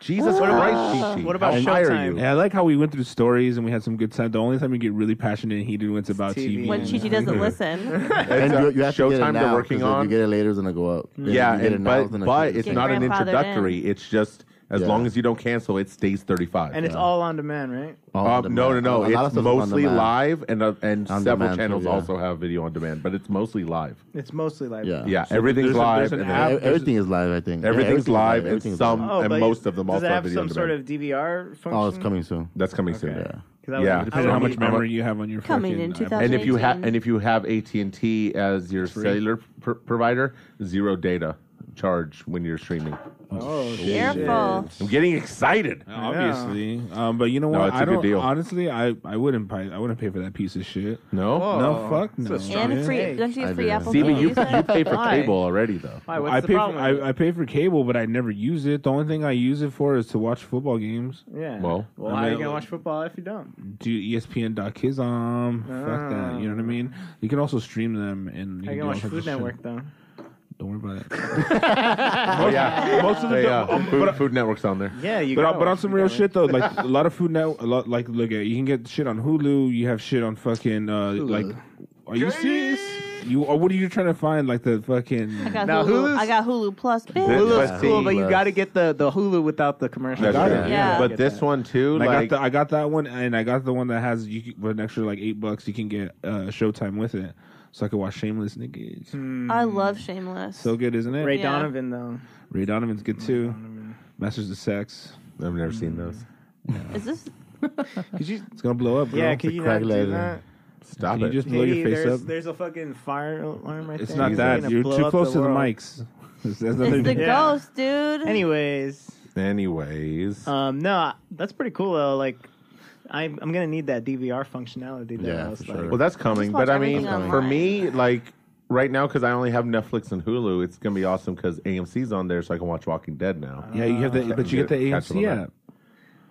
Speaker 7: Jesus
Speaker 9: What about-
Speaker 7: Christ, Shishi.
Speaker 9: what about
Speaker 7: How dare
Speaker 9: Showtime?
Speaker 7: you?
Speaker 5: Yeah, I like how we went through stories and we had some good time. The only time we get really passionate and heated when it's about
Speaker 9: TV.
Speaker 5: TV.
Speaker 3: When
Speaker 5: and-
Speaker 3: Chi Chi doesn't listen,
Speaker 8: And
Speaker 7: It's, uh,
Speaker 8: you, you have to get
Speaker 7: Showtime
Speaker 8: it
Speaker 7: they're
Speaker 8: now,
Speaker 7: working
Speaker 8: 'cause If
Speaker 7: on.
Speaker 8: you get it later, it's going to go up. And if
Speaker 7: Yeah,
Speaker 8: you get
Speaker 7: and,
Speaker 8: now,
Speaker 7: but
Speaker 8: it's gonna
Speaker 7: but
Speaker 8: shoot.
Speaker 7: it's
Speaker 3: Get
Speaker 7: not an
Speaker 3: grandfathered in.
Speaker 7: introductory. It's just as
Speaker 8: Yeah.
Speaker 7: long as you don't cancel, it stays thirty five.
Speaker 9: and it's all on demand, right?
Speaker 8: On
Speaker 7: um, no, no,
Speaker 8: demand.
Speaker 7: no.
Speaker 8: A lot of
Speaker 7: It's
Speaker 8: stuff is on
Speaker 7: mostly
Speaker 8: demand.
Speaker 7: live, and uh, and
Speaker 8: On
Speaker 7: several
Speaker 8: demand, too,
Speaker 7: channels
Speaker 8: yeah.
Speaker 7: also have video on demand, but it's mostly live.
Speaker 9: It's mostly like
Speaker 8: Yeah.
Speaker 7: Yeah,
Speaker 5: So
Speaker 7: everything's
Speaker 5: there's a-
Speaker 7: live.
Speaker 5: there's an
Speaker 7: and
Speaker 5: app-
Speaker 7: then-
Speaker 8: Ev- Everything is live, I think. Yeah,
Speaker 7: Everything's live, and
Speaker 8: everything's
Speaker 7: some-
Speaker 8: live.
Speaker 7: Oh, and
Speaker 9: but
Speaker 7: most of them
Speaker 9: does
Speaker 7: also
Speaker 9: it
Speaker 7: have
Speaker 9: have
Speaker 7: video on
Speaker 9: some sort
Speaker 7: demand.
Speaker 9: of DVR function?
Speaker 8: Oh, it's coming soon.
Speaker 7: That's coming soon.
Speaker 9: Okay. 'Cause I would-
Speaker 7: Yeah.
Speaker 9: I
Speaker 5: Depending
Speaker 9: would
Speaker 5: on how
Speaker 9: be-
Speaker 5: much memory you have on your
Speaker 3: Coming
Speaker 5: fucking uh,
Speaker 3: in
Speaker 5: iPad.
Speaker 3: 2000.
Speaker 7: And if you have
Speaker 3: 18.
Speaker 7: and if you have AT and T as your cellular pr- provider, zero data charge when you're streaming.
Speaker 9: Oh, shit.
Speaker 3: careful.
Speaker 7: I'm getting excited.
Speaker 5: Obviously, um, but you know
Speaker 7: No,
Speaker 5: what?
Speaker 7: it's a
Speaker 5: I
Speaker 7: good
Speaker 5: don't.
Speaker 7: deal.
Speaker 5: Honestly, I, I wouldn't pay. I wouldn't pay for that piece of shit.
Speaker 7: No,
Speaker 9: Whoa.
Speaker 5: No, fuck
Speaker 9: That's
Speaker 5: no.
Speaker 9: a strong
Speaker 3: And a free,
Speaker 9: Hey.
Speaker 3: don't you
Speaker 8: I
Speaker 3: get free
Speaker 8: did.
Speaker 3: Apple
Speaker 7: See,
Speaker 3: TV?
Speaker 7: but you you
Speaker 3: Oh, said?
Speaker 7: pay for
Speaker 9: Why?
Speaker 7: cable already though.
Speaker 9: Why? What's
Speaker 5: I
Speaker 9: the
Speaker 5: pay. For,
Speaker 9: problem? with
Speaker 5: I, I pay for cable, but I never use it. The only thing I use it for is to watch football games.
Speaker 9: it? yeah.
Speaker 7: Well,
Speaker 9: well,
Speaker 5: I
Speaker 9: how are you
Speaker 5: mean,
Speaker 9: gonna watch football if you don't?
Speaker 5: Do E ESPN.Kizom. on. Fuck that. You know what I mean? You can also stream them and
Speaker 9: How are
Speaker 5: do
Speaker 9: you gonna
Speaker 5: all
Speaker 9: watch
Speaker 5: sorts
Speaker 9: Food
Speaker 5: of shit.
Speaker 9: Network though?
Speaker 5: Don't worry about that.
Speaker 7: Oh yeah, most of the food,
Speaker 5: but-
Speaker 7: Food networks on there.
Speaker 9: Yeah, you.
Speaker 5: but
Speaker 9: gotta
Speaker 5: on, but on
Speaker 9: watch
Speaker 5: some
Speaker 9: Food
Speaker 5: real
Speaker 9: Network.
Speaker 5: shit though, like a lot of food now, a lot like look at you can get shit on Hulu. You have shit on fucking uh, like. Are you serious? You or what are you trying to find? Like the fucking.
Speaker 3: I got
Speaker 9: Now,
Speaker 3: Hulu.
Speaker 9: Hulu's-
Speaker 3: I got Hulu Plus. bitch.
Speaker 9: Hulu's
Speaker 7: But
Speaker 9: cool,
Speaker 7: see-
Speaker 9: but you got to get the, the Hulu without the commercial.
Speaker 7: That's
Speaker 5: got
Speaker 7: true.
Speaker 5: it.
Speaker 3: Yeah.
Speaker 7: But this one too,
Speaker 5: And I
Speaker 7: like
Speaker 5: got the, I got that one, and I got the one that has you can- with an extra like eight bucks. You can get uh, Showtime with it, so I could watch Shameless niggas.
Speaker 3: I love Shameless.
Speaker 5: So good, isn't it?
Speaker 9: Hmm. Ray
Speaker 3: Yeah.
Speaker 9: Donovan though.
Speaker 5: Ray Donovan's good too. Masters of Sex.
Speaker 7: I've never seen those.
Speaker 3: Is this?
Speaker 5: Could you, it's gonna blow up, bro.
Speaker 9: Yeah, can you not
Speaker 8: crack
Speaker 9: do
Speaker 8: laser.
Speaker 9: that?
Speaker 7: Stop
Speaker 5: Can you
Speaker 7: it.
Speaker 5: just blow
Speaker 9: Hey,
Speaker 5: your face
Speaker 9: there's,
Speaker 5: up?
Speaker 9: there's a fucking fire alarm right
Speaker 5: It's
Speaker 9: there.
Speaker 5: not that.
Speaker 9: gonna
Speaker 5: You're
Speaker 9: blow
Speaker 5: too
Speaker 9: up
Speaker 5: close to the
Speaker 9: world.
Speaker 5: mics. There's, there's nothing
Speaker 3: It's the
Speaker 5: to-
Speaker 9: Yeah.
Speaker 3: ghost, dude.
Speaker 9: Anyways,
Speaker 7: Anyways,
Speaker 5: Oh.
Speaker 9: um, no, that's pretty cool though. Like, I'm I'm gonna need that DVR functionality. Though.
Speaker 8: Yeah,
Speaker 9: I was
Speaker 8: for
Speaker 9: like,
Speaker 8: sure.
Speaker 7: well, that's
Speaker 3: Just
Speaker 7: coming. But
Speaker 3: watch
Speaker 7: I mean,
Speaker 3: everything
Speaker 7: for
Speaker 3: online.
Speaker 7: me, like right now, because I only have Netflix and Hulu, it's gonna be awesome because AMC's on there, so I can watch Walking Dead now.
Speaker 5: Yeah, you have the,
Speaker 7: Uh,
Speaker 5: but you get the
Speaker 7: catch
Speaker 5: AMC
Speaker 7: all that.
Speaker 5: app.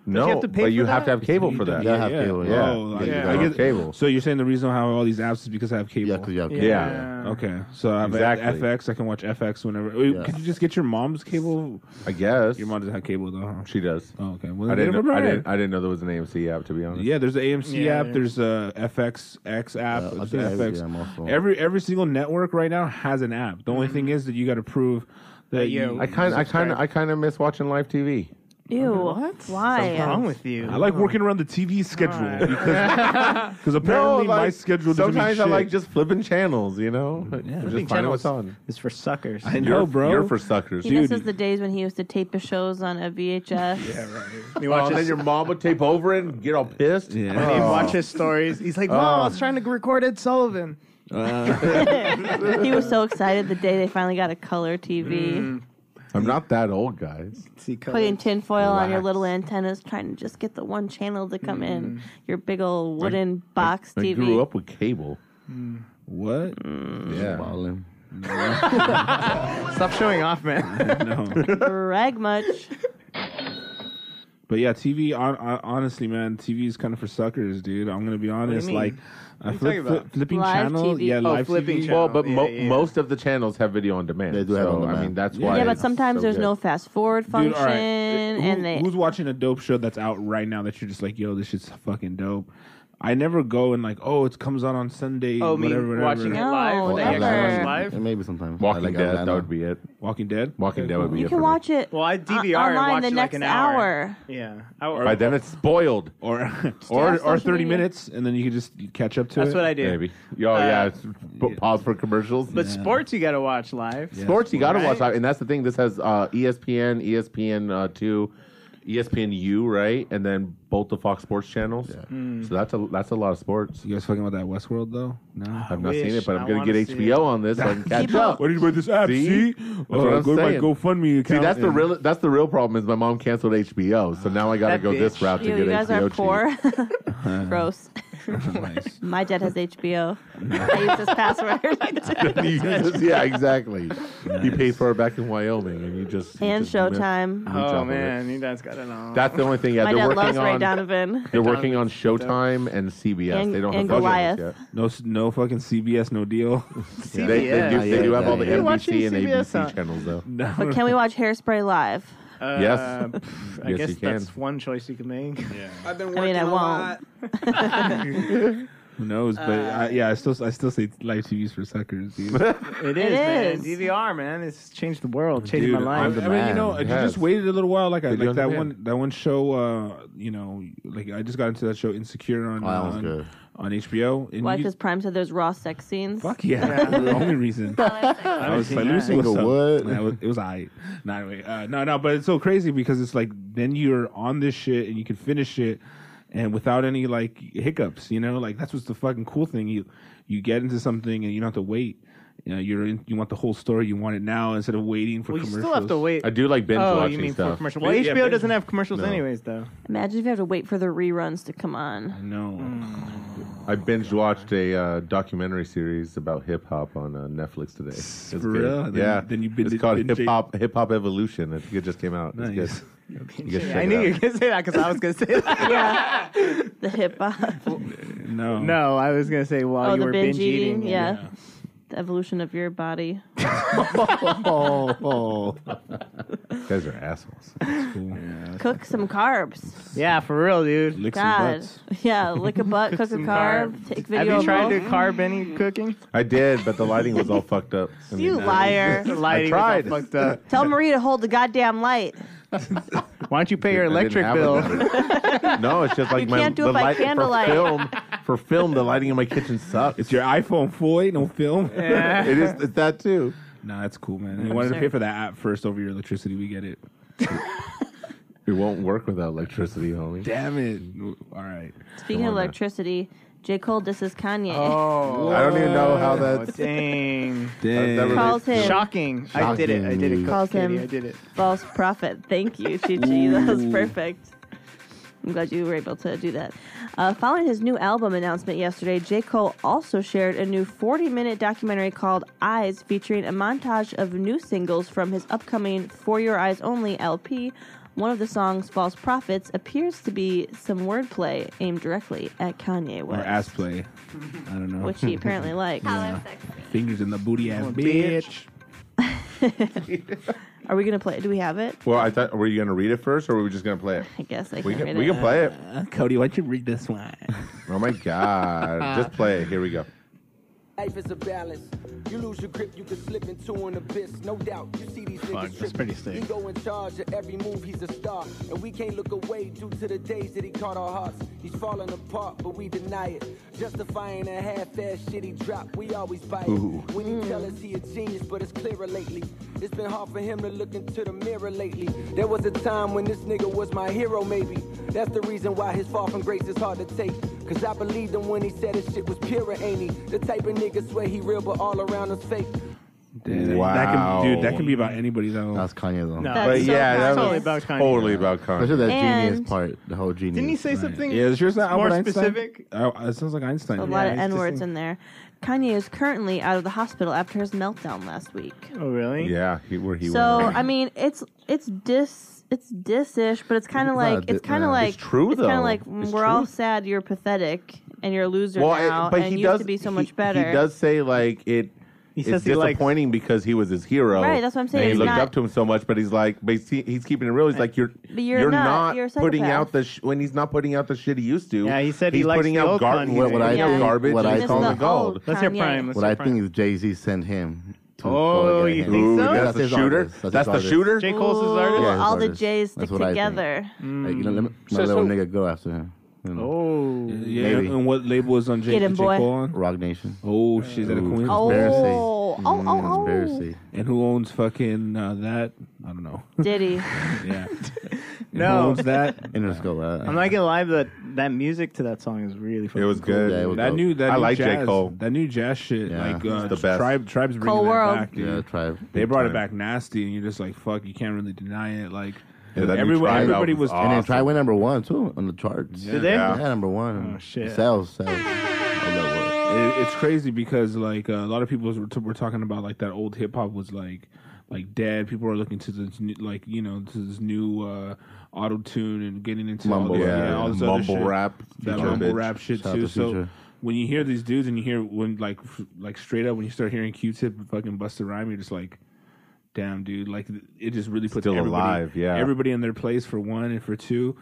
Speaker 7: No,
Speaker 9: you have to pay
Speaker 7: but you
Speaker 9: for
Speaker 7: have to
Speaker 9: that?
Speaker 7: have cable for that.
Speaker 8: Yeah, I have cable, yeah.
Speaker 5: Oh,
Speaker 7: Yeah,
Speaker 5: I-
Speaker 7: you
Speaker 5: I
Speaker 7: don't
Speaker 5: get-
Speaker 7: have cable.
Speaker 5: So you're saying the reason how all these apps is because I have cable?
Speaker 8: Yeah, because you have
Speaker 9: yeah.
Speaker 7: Yeah.
Speaker 5: Okay, so I have
Speaker 7: Exactly.
Speaker 5: FX. I can watch FX whenever. Wait,
Speaker 8: Yeah.
Speaker 5: Could you just get your mom's cable?
Speaker 7: I guess
Speaker 5: Your mom doesn't have cable though. Huh?
Speaker 7: she does.
Speaker 5: Oh, okay. Well,
Speaker 7: I
Speaker 5: then
Speaker 7: didn't,
Speaker 5: never
Speaker 7: know, I,
Speaker 5: mind.
Speaker 7: didn't, I didn't know there was an AMC app, to be honest.
Speaker 5: Yeah, there's the AMC
Speaker 9: Yeah,
Speaker 5: app.
Speaker 9: yeah.
Speaker 5: There's a FXX app.
Speaker 8: Yeah, I
Speaker 5: there's
Speaker 8: think
Speaker 5: the
Speaker 8: every-
Speaker 5: FX.
Speaker 8: I'm also-
Speaker 5: Every every single network right now has an app. The only
Speaker 7: Mm-hmm.
Speaker 5: thing is that you got to prove that
Speaker 9: yeah,
Speaker 5: you.
Speaker 7: I kind, I kind, I kind of miss watching live TV.
Speaker 3: Ew.
Speaker 9: What?
Speaker 3: Why?
Speaker 9: What's wrong with you?
Speaker 5: I like working around the TV schedule
Speaker 9: Alright.
Speaker 5: because because apparently my schedule doesn't mean
Speaker 7: Sometimes I
Speaker 5: shit.
Speaker 7: like just flipping channels, you know, just finding what's on.
Speaker 9: It's for suckers.
Speaker 5: I know,
Speaker 7: You're,
Speaker 5: bro.
Speaker 7: You're for suckers.
Speaker 3: He misses the days when he used to tape his shows on a VHS.
Speaker 9: You
Speaker 7: Oh,
Speaker 9: watch,
Speaker 7: and then
Speaker 9: his,
Speaker 7: your mom would tape over it and get all pissed.
Speaker 5: Yeah.
Speaker 9: you watch his stories. He's like, Mom, I was trying to record Ed Sullivan.
Speaker 3: he was so excited the day they finally got a color TV.
Speaker 7: I'm not that old, guys.
Speaker 9: See, colors.
Speaker 3: Putting tinfoil on your
Speaker 7: Relax.
Speaker 3: little antennas, trying to just get the one channel to come in. Your big old wooden box
Speaker 7: I
Speaker 3: TV.
Speaker 7: grew up with cable.
Speaker 5: what?
Speaker 7: Yeah.
Speaker 8: Ballin'.
Speaker 9: Stop showing off, man.
Speaker 5: No.
Speaker 3: Brag much.
Speaker 5: But yeah, TV. On, on, honestly, man, TV is kind of for suckers, dude. I'm gonna be honest.
Speaker 7: mean?
Speaker 5: Like,
Speaker 7: What are
Speaker 5: a
Speaker 7: you
Speaker 5: flip,
Speaker 7: talking about?
Speaker 5: flip, flipping
Speaker 7: Live
Speaker 5: channel.
Speaker 7: TV.
Speaker 5: Yeah,
Speaker 7: Oh,
Speaker 5: live
Speaker 7: flipping
Speaker 5: TV.
Speaker 7: channel. Well, but mo- Yeah, yeah. most of the channels have video on demand. They do have on demand. I mean, that's why.
Speaker 3: yeah, but
Speaker 7: it's
Speaker 3: sometimes
Speaker 7: so
Speaker 3: there's
Speaker 7: good.
Speaker 3: no fast forward function,
Speaker 5: Dude, all right. Uh, who-
Speaker 3: and they
Speaker 5: who's watching a dope show that's out right now that you're just like, yo, this shit's fucking dope. I never go and like, oh, it comes out on Sunday.
Speaker 10: Oh, me
Speaker 5: whatever, whatever.
Speaker 10: watching it live? No, Like, actually never. live?
Speaker 8: Yeah, maybe sometimes.
Speaker 7: Walking
Speaker 8: Like
Speaker 7: Dead. That
Speaker 8: Atlanta.
Speaker 7: would be it.
Speaker 5: Walking Dead.
Speaker 7: Walking Dead would be
Speaker 3: you
Speaker 7: it.
Speaker 3: can
Speaker 7: for me.
Speaker 3: watch it.
Speaker 9: Well, I
Speaker 3: on-
Speaker 9: DVR and
Speaker 3: online
Speaker 9: watch
Speaker 3: the
Speaker 9: like
Speaker 3: next
Speaker 9: an hour.
Speaker 3: hour.
Speaker 9: Yeah. I,
Speaker 7: By then it's spoiled.
Speaker 5: Or
Speaker 9: have
Speaker 5: or or
Speaker 9: social
Speaker 5: thirty
Speaker 9: media.
Speaker 5: minutes, and then you can just catch up to
Speaker 9: That's
Speaker 5: it.
Speaker 9: what I do.
Speaker 7: Maybe. Oh
Speaker 9: Uh,
Speaker 7: yeah. it's- p- Pause for commercials.
Speaker 9: But sports you got to watch live.
Speaker 7: Sports, you got to
Speaker 9: Right?
Speaker 7: watch out. And that's the thing. This has uh, ESPN, ESPN uh, two, E ESPN U, right, and then both the Fox Sports channels.
Speaker 5: Mm.
Speaker 7: So that's a that's a lot of sports.
Speaker 5: You guys fucking about that Westworld though? No,
Speaker 7: I've not seen
Speaker 5: wish.
Speaker 7: it, but I'm
Speaker 5: I
Speaker 7: gonna
Speaker 5: wanna
Speaker 7: get
Speaker 5: see
Speaker 7: HBO
Speaker 5: it.
Speaker 7: on this. So I can catch
Speaker 5: People-
Speaker 7: up.
Speaker 5: What do you about this app, see?
Speaker 7: That's
Speaker 5: Uh,
Speaker 7: what I'm
Speaker 5: go to my
Speaker 7: saying.
Speaker 5: GoFundMe
Speaker 7: See,
Speaker 5: account
Speaker 7: that's the
Speaker 5: and-
Speaker 7: real that's the real problem. Is my mom canceled HBO, so now I got to
Speaker 3: That
Speaker 7: go this
Speaker 3: bitch.
Speaker 7: route to
Speaker 3: Ew,
Speaker 7: get
Speaker 3: you guys
Speaker 7: HBO.
Speaker 3: are
Speaker 7: cheap.
Speaker 3: poor. Gross. My dad has HBO. I use his password.
Speaker 7: You just- yeah, exactly. You paid for it back in Wyoming, and you just you
Speaker 3: And
Speaker 7: just missed-
Speaker 3: Showtime.
Speaker 7: you
Speaker 9: Oh
Speaker 7: jump on it.
Speaker 9: man, you guys got to know.
Speaker 7: That's the only thing. Yeah,
Speaker 3: My
Speaker 7: they're
Speaker 3: dad
Speaker 7: working
Speaker 3: loves
Speaker 7: on.
Speaker 3: Ray Donovan.
Speaker 7: They're working on Showtime and CBS.
Speaker 3: And-
Speaker 7: they don't
Speaker 3: and
Speaker 7: have those
Speaker 3: Goliath.
Speaker 7: yet.
Speaker 5: No, s- no fucking CBS, no deal.
Speaker 7: Yeah. They, they do, they do have all the
Speaker 5: Yeah, yeah, yeah.
Speaker 7: NBC and
Speaker 5: Watching
Speaker 7: ABC
Speaker 5: CBS on-
Speaker 7: channels though.
Speaker 5: No.
Speaker 3: But can we watch Hairspray live?
Speaker 9: Uh,
Speaker 7: Yes.
Speaker 9: pff, I
Speaker 7: Yes,
Speaker 9: guess
Speaker 7: you can.
Speaker 9: that's one choice you can make. Yeah.
Speaker 14: I've been
Speaker 3: I mean, I won't.
Speaker 5: Who knows? But I, yeah, I still I still say live TVs for suckers, dude.
Speaker 9: It is,
Speaker 3: It
Speaker 9: man.
Speaker 3: is.
Speaker 9: DVR, man. It's changed the world, changed my
Speaker 5: Dude,
Speaker 9: life.
Speaker 5: I, I mean, you know, if you just waited a little while, like I
Speaker 7: Video
Speaker 5: like
Speaker 7: on
Speaker 5: that
Speaker 7: demand.
Speaker 5: one that one show. Uh, you know, like I just got into that show Insecure on
Speaker 8: Oh, that one's
Speaker 5: on,
Speaker 8: good.
Speaker 5: on HBO. And
Speaker 3: Why?
Speaker 5: you-
Speaker 3: Because Prime said there's raw sex scenes.
Speaker 5: fuck yeah, that's the only reason. I was like, Lucy was
Speaker 8: Nigga, what?
Speaker 5: It was, it was I. No, anyway, uh, no, no, but it's so crazy because it's like then you're on this shit and you can finish it, and without any like hiccups, you know, like that's what's the fucking cool thing. You you get into something and you don't have to wait. You know, you're in, you want the whole story, you want it now instead of waiting for
Speaker 9: Well, you
Speaker 5: commercials.
Speaker 9: still have to wait.
Speaker 7: I do like binge
Speaker 9: oh, you
Speaker 7: watching
Speaker 9: mean for
Speaker 7: stuff.
Speaker 9: commercials? Well,
Speaker 5: Yeah,
Speaker 9: HBO
Speaker 5: binge-
Speaker 9: doesn't have commercials
Speaker 5: No.
Speaker 9: anyways, though.
Speaker 3: Imagine if you have to wait for the reruns to come on.
Speaker 5: No.
Speaker 9: Mm.
Speaker 7: I binge watched a uh, documentary series about hip hop on uh, Netflix today. It's
Speaker 5: For
Speaker 7: good.
Speaker 5: real? Then-
Speaker 7: yeah.
Speaker 5: then you binge-
Speaker 7: it's called
Speaker 5: binge-
Speaker 7: Hip Hop Hip Hop Evolution. I think it just came out. It's
Speaker 5: Nice.
Speaker 7: good. You guys
Speaker 9: I
Speaker 7: check
Speaker 9: knew
Speaker 7: it
Speaker 9: you
Speaker 7: out.
Speaker 9: were gonna say that because I was gonna say that.
Speaker 3: yeah, the hip hop.
Speaker 5: No,
Speaker 9: no, I was gonna say while
Speaker 3: oh,
Speaker 9: you
Speaker 3: the
Speaker 9: were
Speaker 3: binge, eating.
Speaker 9: eating.
Speaker 3: yeah. the evolution of your body.
Speaker 8: oh, oh.
Speaker 7: You guys are assholes.
Speaker 3: Cook some carbs.
Speaker 9: Yeah, for real, dude.
Speaker 5: Lick
Speaker 3: God, yeah, lick a butt, cook a carb, take video.
Speaker 9: Have you
Speaker 3: of
Speaker 9: tried to
Speaker 3: both.
Speaker 9: carb any cooking?
Speaker 7: I did, but the lighting was all fucked up. I
Speaker 3: You
Speaker 7: mean,
Speaker 3: liar.
Speaker 9: The lighting was all
Speaker 7: tried.
Speaker 9: fucked up.
Speaker 3: Tell Marie to hold the goddamn light.
Speaker 9: Why don't you pay your
Speaker 7: I didn't
Speaker 9: electric
Speaker 7: have
Speaker 9: bill?
Speaker 7: it. no, it's just like
Speaker 3: You
Speaker 7: my
Speaker 3: can't do it
Speaker 7: the
Speaker 3: by
Speaker 7: light
Speaker 3: candlelight.
Speaker 7: for film. For film, the lighting in my kitchen sucks.
Speaker 5: It's your iPhone Foy, no film.
Speaker 9: Yeah.
Speaker 7: it is it's that too.
Speaker 5: Nah, that's cool, man. They wanted to
Speaker 3: sure.
Speaker 5: pay for that app first over your electricity. We get it.
Speaker 7: It won't work without electricity, homie.
Speaker 5: Damn it! All right.
Speaker 3: Speaking
Speaker 7: Come
Speaker 3: of
Speaker 7: on now.
Speaker 3: electricity, J. Cole disses Kanye.
Speaker 9: Oh,
Speaker 7: I don't even know how that's-
Speaker 9: dang.
Speaker 7: That
Speaker 3: Calls
Speaker 7: relates-
Speaker 3: him
Speaker 9: Shocking. I did it. I did it.
Speaker 3: Calls
Speaker 9: Katie,
Speaker 3: him.
Speaker 9: I did it.
Speaker 3: false prophet. Thank you, Chi Chi. That was perfect. I'm glad you were able to do that. Uh, following his new album announcement yesterday, J. Cole also shared a new 40 minute documentary called Eyes, featuring a montage of new singles from his upcoming For Your Eyes Only LP. One of the songs, False Prophets, appears to be some wordplay aimed directly at Kanye
Speaker 5: Or
Speaker 3: West,
Speaker 5: ass play. I don't know.
Speaker 3: which he apparently likes.
Speaker 5: Fingers in the booty ass
Speaker 9: Oh,
Speaker 5: bitch.
Speaker 3: Are we going to play it? Do we have it?
Speaker 7: Well, I thought were you gonna read it first, or were we just gonna play it?
Speaker 3: I guess I
Speaker 7: we
Speaker 3: can read
Speaker 7: can, we
Speaker 3: it.
Speaker 7: can play it.
Speaker 5: Uh, Cody, why don't you read this one?
Speaker 7: Oh my god! just play it. Here we go.
Speaker 15: Life is a balance. You lose your grip, you can slip into an abyss. No doubt, you see these
Speaker 9: Fuck,
Speaker 15: niggas
Speaker 9: that's
Speaker 15: tripping.
Speaker 9: pretty sick.
Speaker 15: Ego in charge of every move, he's a star. And we can't look away due to the days that he caught our hearts. He's falling apart, but we deny it. Justifying a half-assed shit he dropped, we always buy it.
Speaker 7: Ooh.
Speaker 15: When he tell us he a genius, but it's clearer lately. It's been hard for him to look into the mirror lately. There was a time when this nigga was my hero, maybe. That's the reason why his fall from grace is hard to take. Cause I believed him when he said his shit was pure, ain't he? The type of nigga swear he real, but all around us fake.
Speaker 5: That
Speaker 7: Wow.
Speaker 5: can, dude, that can be about anybody though. That's
Speaker 8: Kanye though.
Speaker 9: No.
Speaker 7: but
Speaker 9: That's so
Speaker 7: yeah, that
Speaker 9: Kanye.
Speaker 7: was
Speaker 9: Totally about Kanye.
Speaker 7: Totally about
Speaker 8: Especially
Speaker 7: Kanye.
Speaker 8: that
Speaker 3: And-
Speaker 8: genius part, the whole genius.
Speaker 9: Didn't he say something
Speaker 5: Yeah, it's yours not
Speaker 9: more
Speaker 5: Albert Einstein?
Speaker 9: specific?
Speaker 5: Oh, it sounds like Einstein.
Speaker 3: A
Speaker 5: Yeah,
Speaker 3: lot
Speaker 5: he's
Speaker 3: of
Speaker 5: just
Speaker 3: N words
Speaker 5: saying-
Speaker 3: in there. Kanye is currently out of the hospital after his meltdown last week.
Speaker 9: Oh, really?
Speaker 7: Yeah, he, where he
Speaker 3: so
Speaker 7: went.
Speaker 3: I mean, it's it's dis it's dissish, but it's kind of
Speaker 7: Nah,
Speaker 3: like it's
Speaker 7: di-
Speaker 3: kind of
Speaker 7: nah.
Speaker 3: like
Speaker 7: It's true,
Speaker 3: It's kind
Speaker 7: though.
Speaker 3: of like
Speaker 7: It's
Speaker 3: we're all sad. You're pathetic and you're a loser
Speaker 7: Well, I-
Speaker 3: now.
Speaker 7: but
Speaker 3: and
Speaker 7: he
Speaker 3: used
Speaker 7: does
Speaker 3: to be so
Speaker 7: he-
Speaker 3: much better.
Speaker 7: He does say like it.
Speaker 3: says
Speaker 7: It's
Speaker 3: he likes-
Speaker 7: disappointing because he was his hero.
Speaker 3: Right, that's what I'm saying.
Speaker 7: And he
Speaker 3: He's
Speaker 7: looked
Speaker 3: not-
Speaker 7: up to him so much, but he's like, but he's, he's keeping it real. He's like, you're,
Speaker 3: But you're not.
Speaker 7: not,
Speaker 3: You're a
Speaker 7: putting
Speaker 3: psychopath.
Speaker 7: out the sh- when he's not putting out the shit he used to.
Speaker 9: Yeah, he said he
Speaker 7: he's
Speaker 9: likes
Speaker 7: putting
Speaker 9: the
Speaker 7: out
Speaker 9: old
Speaker 7: garbage.
Speaker 9: Kanye.
Speaker 7: What, what I
Speaker 9: Yeah.
Speaker 7: think, garbage.
Speaker 8: What
Speaker 7: and
Speaker 8: I
Speaker 7: he's
Speaker 8: think-
Speaker 7: calling
Speaker 8: That's
Speaker 7: it
Speaker 8: the old
Speaker 7: gold.
Speaker 9: Let's hear Prime. Let's
Speaker 8: What
Speaker 9: hear
Speaker 8: I
Speaker 9: Prime.
Speaker 8: think is Jay Z sent him. to go
Speaker 9: Oh,
Speaker 8: get
Speaker 9: you
Speaker 8: him.
Speaker 9: think Ooh, so?
Speaker 7: that's the
Speaker 8: his
Speaker 7: shooter?
Speaker 8: artist.
Speaker 7: That's the
Speaker 8: his
Speaker 7: shooter?
Speaker 8: artist.
Speaker 9: J. Cole's his
Speaker 3: Ooh,
Speaker 9: artist?
Speaker 8: Yeah, his
Speaker 3: all the
Speaker 8: artist.
Speaker 3: J's stick
Speaker 8: That's what I think.
Speaker 3: together.
Speaker 8: Like, you know, let me,
Speaker 3: So-
Speaker 8: let
Speaker 3: so-
Speaker 8: little nigga go after him. You know.
Speaker 9: Oh,
Speaker 5: Yeah, and what label is on J,
Speaker 3: Get him,
Speaker 5: J.
Speaker 3: boy.
Speaker 5: Cole on?
Speaker 8: Rock Nation.
Speaker 5: Oh, she's at a
Speaker 8: Ooh,
Speaker 5: queen.
Speaker 3: Oh,
Speaker 8: Conspiracy.
Speaker 3: oh, oh,
Speaker 8: Mm,
Speaker 3: oh.
Speaker 8: Conspiracy.
Speaker 5: And who owns fucking uh, that? I don't know.
Speaker 3: Diddy.
Speaker 5: yeah.
Speaker 9: No.
Speaker 5: Who owns that?
Speaker 8: Interscope.
Speaker 9: I'm not gonna lie, but that music to that song is really. fucking
Speaker 7: was
Speaker 9: cool.
Speaker 7: good. Yeah, it was
Speaker 5: that
Speaker 7: dope.
Speaker 5: new that
Speaker 7: I
Speaker 5: new
Speaker 7: like J.
Speaker 5: jazz,
Speaker 7: Cole.
Speaker 5: That new jazz shit,
Speaker 7: Yeah,
Speaker 5: like
Speaker 7: he's
Speaker 5: uh,
Speaker 7: the best.
Speaker 5: Tribe, Tribe's bringing
Speaker 3: Cold
Speaker 5: that
Speaker 3: World.
Speaker 5: back. Dude.
Speaker 8: Yeah, Tribe.
Speaker 5: They
Speaker 8: Big
Speaker 5: brought it
Speaker 8: time.
Speaker 5: back nasty, and you're just like, fuck, you can't really deny it. Like,
Speaker 8: Yeah, that new
Speaker 5: everyone,
Speaker 8: Tribe
Speaker 5: everybody
Speaker 8: album's
Speaker 5: was.
Speaker 8: And then Tribe went number one too on the charts.
Speaker 5: Did they?
Speaker 8: Yeah, number one.
Speaker 5: Oh, shit.
Speaker 8: Sales, sales. I love it.
Speaker 5: It, it's crazy because like uh, a lot of people were, were talking about like that old hip hop was like like dead. People are looking to this new, like you know to this new uh, auto tune and getting into
Speaker 7: Mumble
Speaker 5: all, this-
Speaker 7: rap.
Speaker 5: yeah, all this
Speaker 7: Mumble
Speaker 5: other shit.
Speaker 7: rap,
Speaker 5: that
Speaker 7: Future
Speaker 5: mumble
Speaker 7: bitch.
Speaker 5: rap shit
Speaker 7: Shout out
Speaker 5: too.
Speaker 7: to
Speaker 5: So
Speaker 7: Future.
Speaker 5: when you hear these dudes and you hear when like f- like straight up when you start hearing Q-Tip and fucking Busta Rhyme, you're just like. Damn, dude! Like it just really puts
Speaker 7: Still
Speaker 5: everybody,
Speaker 7: alive, yeah.
Speaker 5: everybody in their place for one and for two.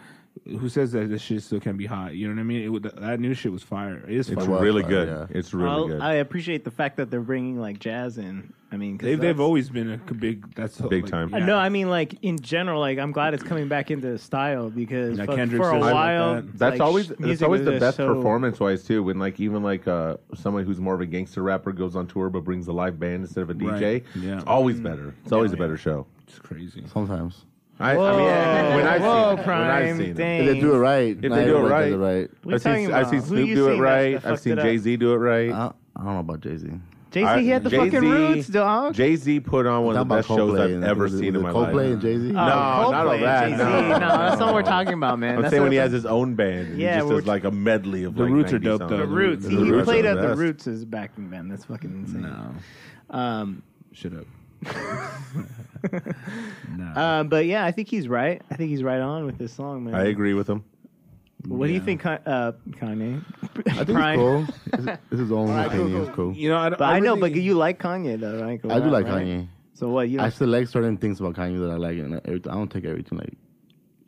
Speaker 5: Who says that this shit still can be hot? You know what I mean? It, would- that new shit was fire. It is
Speaker 7: It's
Speaker 5: fire.
Speaker 7: really good. It's really
Speaker 9: Well,
Speaker 7: good.
Speaker 9: I appreciate the fact that they're bringing like jazz in. I mean, 'cause
Speaker 5: They've,
Speaker 9: that's- Uh,
Speaker 5: they've always been a big. That's
Speaker 7: Big
Speaker 5: like,
Speaker 7: time.
Speaker 5: yeah.
Speaker 9: No, I mean like in general. Like I'm glad it's coming back into style because
Speaker 5: Yeah,
Speaker 9: fuck,
Speaker 5: Kendrick's
Speaker 9: for a
Speaker 5: just like
Speaker 9: while,
Speaker 5: that.
Speaker 7: That's
Speaker 9: like,
Speaker 7: always
Speaker 9: sh-
Speaker 7: that's
Speaker 9: music
Speaker 7: always
Speaker 9: was
Speaker 7: the
Speaker 9: just
Speaker 7: best
Speaker 9: so-
Speaker 7: performance wise too. When like even like uh someone who's more of a gangster rapper goes on tour but brings a live band instead of a DJ,
Speaker 5: Right. Yeah.
Speaker 7: it's always better. It's always a better show.
Speaker 5: It's crazy.
Speaker 8: Sometimes.
Speaker 7: I, I mean, when I've
Speaker 9: Whoa,
Speaker 7: seen it, when
Speaker 9: Prime,
Speaker 7: I've seen it.
Speaker 9: dang.
Speaker 8: If they do it right,
Speaker 7: If they
Speaker 8: not
Speaker 7: do it
Speaker 8: everybody does
Speaker 7: right,
Speaker 9: What are you
Speaker 7: I've seen
Speaker 9: talking
Speaker 7: I've seen
Speaker 9: about? Who
Speaker 7: Snoop
Speaker 9: you
Speaker 7: do it
Speaker 9: seen that-
Speaker 7: right.
Speaker 9: that
Speaker 7: I've
Speaker 9: fucked
Speaker 7: seen
Speaker 9: it up?
Speaker 7: Jay Z do it right.
Speaker 8: I don't know about Jay Z.
Speaker 9: Jay Z, he had the fucking roots, dog.
Speaker 7: Jay Z put on one of the
Speaker 8: Talking
Speaker 7: best
Speaker 8: about
Speaker 7: shows
Speaker 8: Coldplay
Speaker 7: I've
Speaker 8: and-
Speaker 7: ever
Speaker 8: was it-
Speaker 7: seen
Speaker 8: was
Speaker 7: in
Speaker 8: it
Speaker 7: my
Speaker 8: Coldplay
Speaker 7: life.
Speaker 8: and Jay Z.
Speaker 7: No, not all
Speaker 9: Oh, Coldplay,
Speaker 7: that.
Speaker 9: Jay-Z.
Speaker 7: No,
Speaker 9: No, that's not what we're talking about, man.
Speaker 7: I'm
Speaker 9: That's
Speaker 7: saying
Speaker 9: what
Speaker 7: when he
Speaker 9: I'm
Speaker 7: has his own band, and
Speaker 9: Yeah,
Speaker 7: he just
Speaker 9: we're-
Speaker 7: does like a medley of
Speaker 5: The
Speaker 7: like
Speaker 5: Roots are
Speaker 7: 90s
Speaker 5: dope,
Speaker 7: songs.
Speaker 5: though.
Speaker 9: The
Speaker 5: The
Speaker 9: Roots.
Speaker 5: Roots.
Speaker 9: He,
Speaker 5: The Roots
Speaker 9: played
Speaker 7: are
Speaker 9: at
Speaker 7: the
Speaker 9: the
Speaker 7: best.
Speaker 9: Roots is backing band. That's fucking insane. Um,
Speaker 5: Shut up.
Speaker 9: uh, but yeah, I think he's right. I think he's right on with this song, man.
Speaker 7: I agree with him.
Speaker 9: What do you think, Ka- uh, Kanye?
Speaker 8: I think it's
Speaker 9: Prime.
Speaker 8: cool. It's, it's his own opinion. It's cool.
Speaker 5: You know, I,
Speaker 9: But I, know, but you like Kanye though, right?
Speaker 8: I do
Speaker 9: Right,
Speaker 8: like
Speaker 9: right?
Speaker 8: Kanye.
Speaker 9: So what? You
Speaker 8: I
Speaker 9: like,
Speaker 8: select certain things about Kanye that I like, and everything. I don't take everything. Like,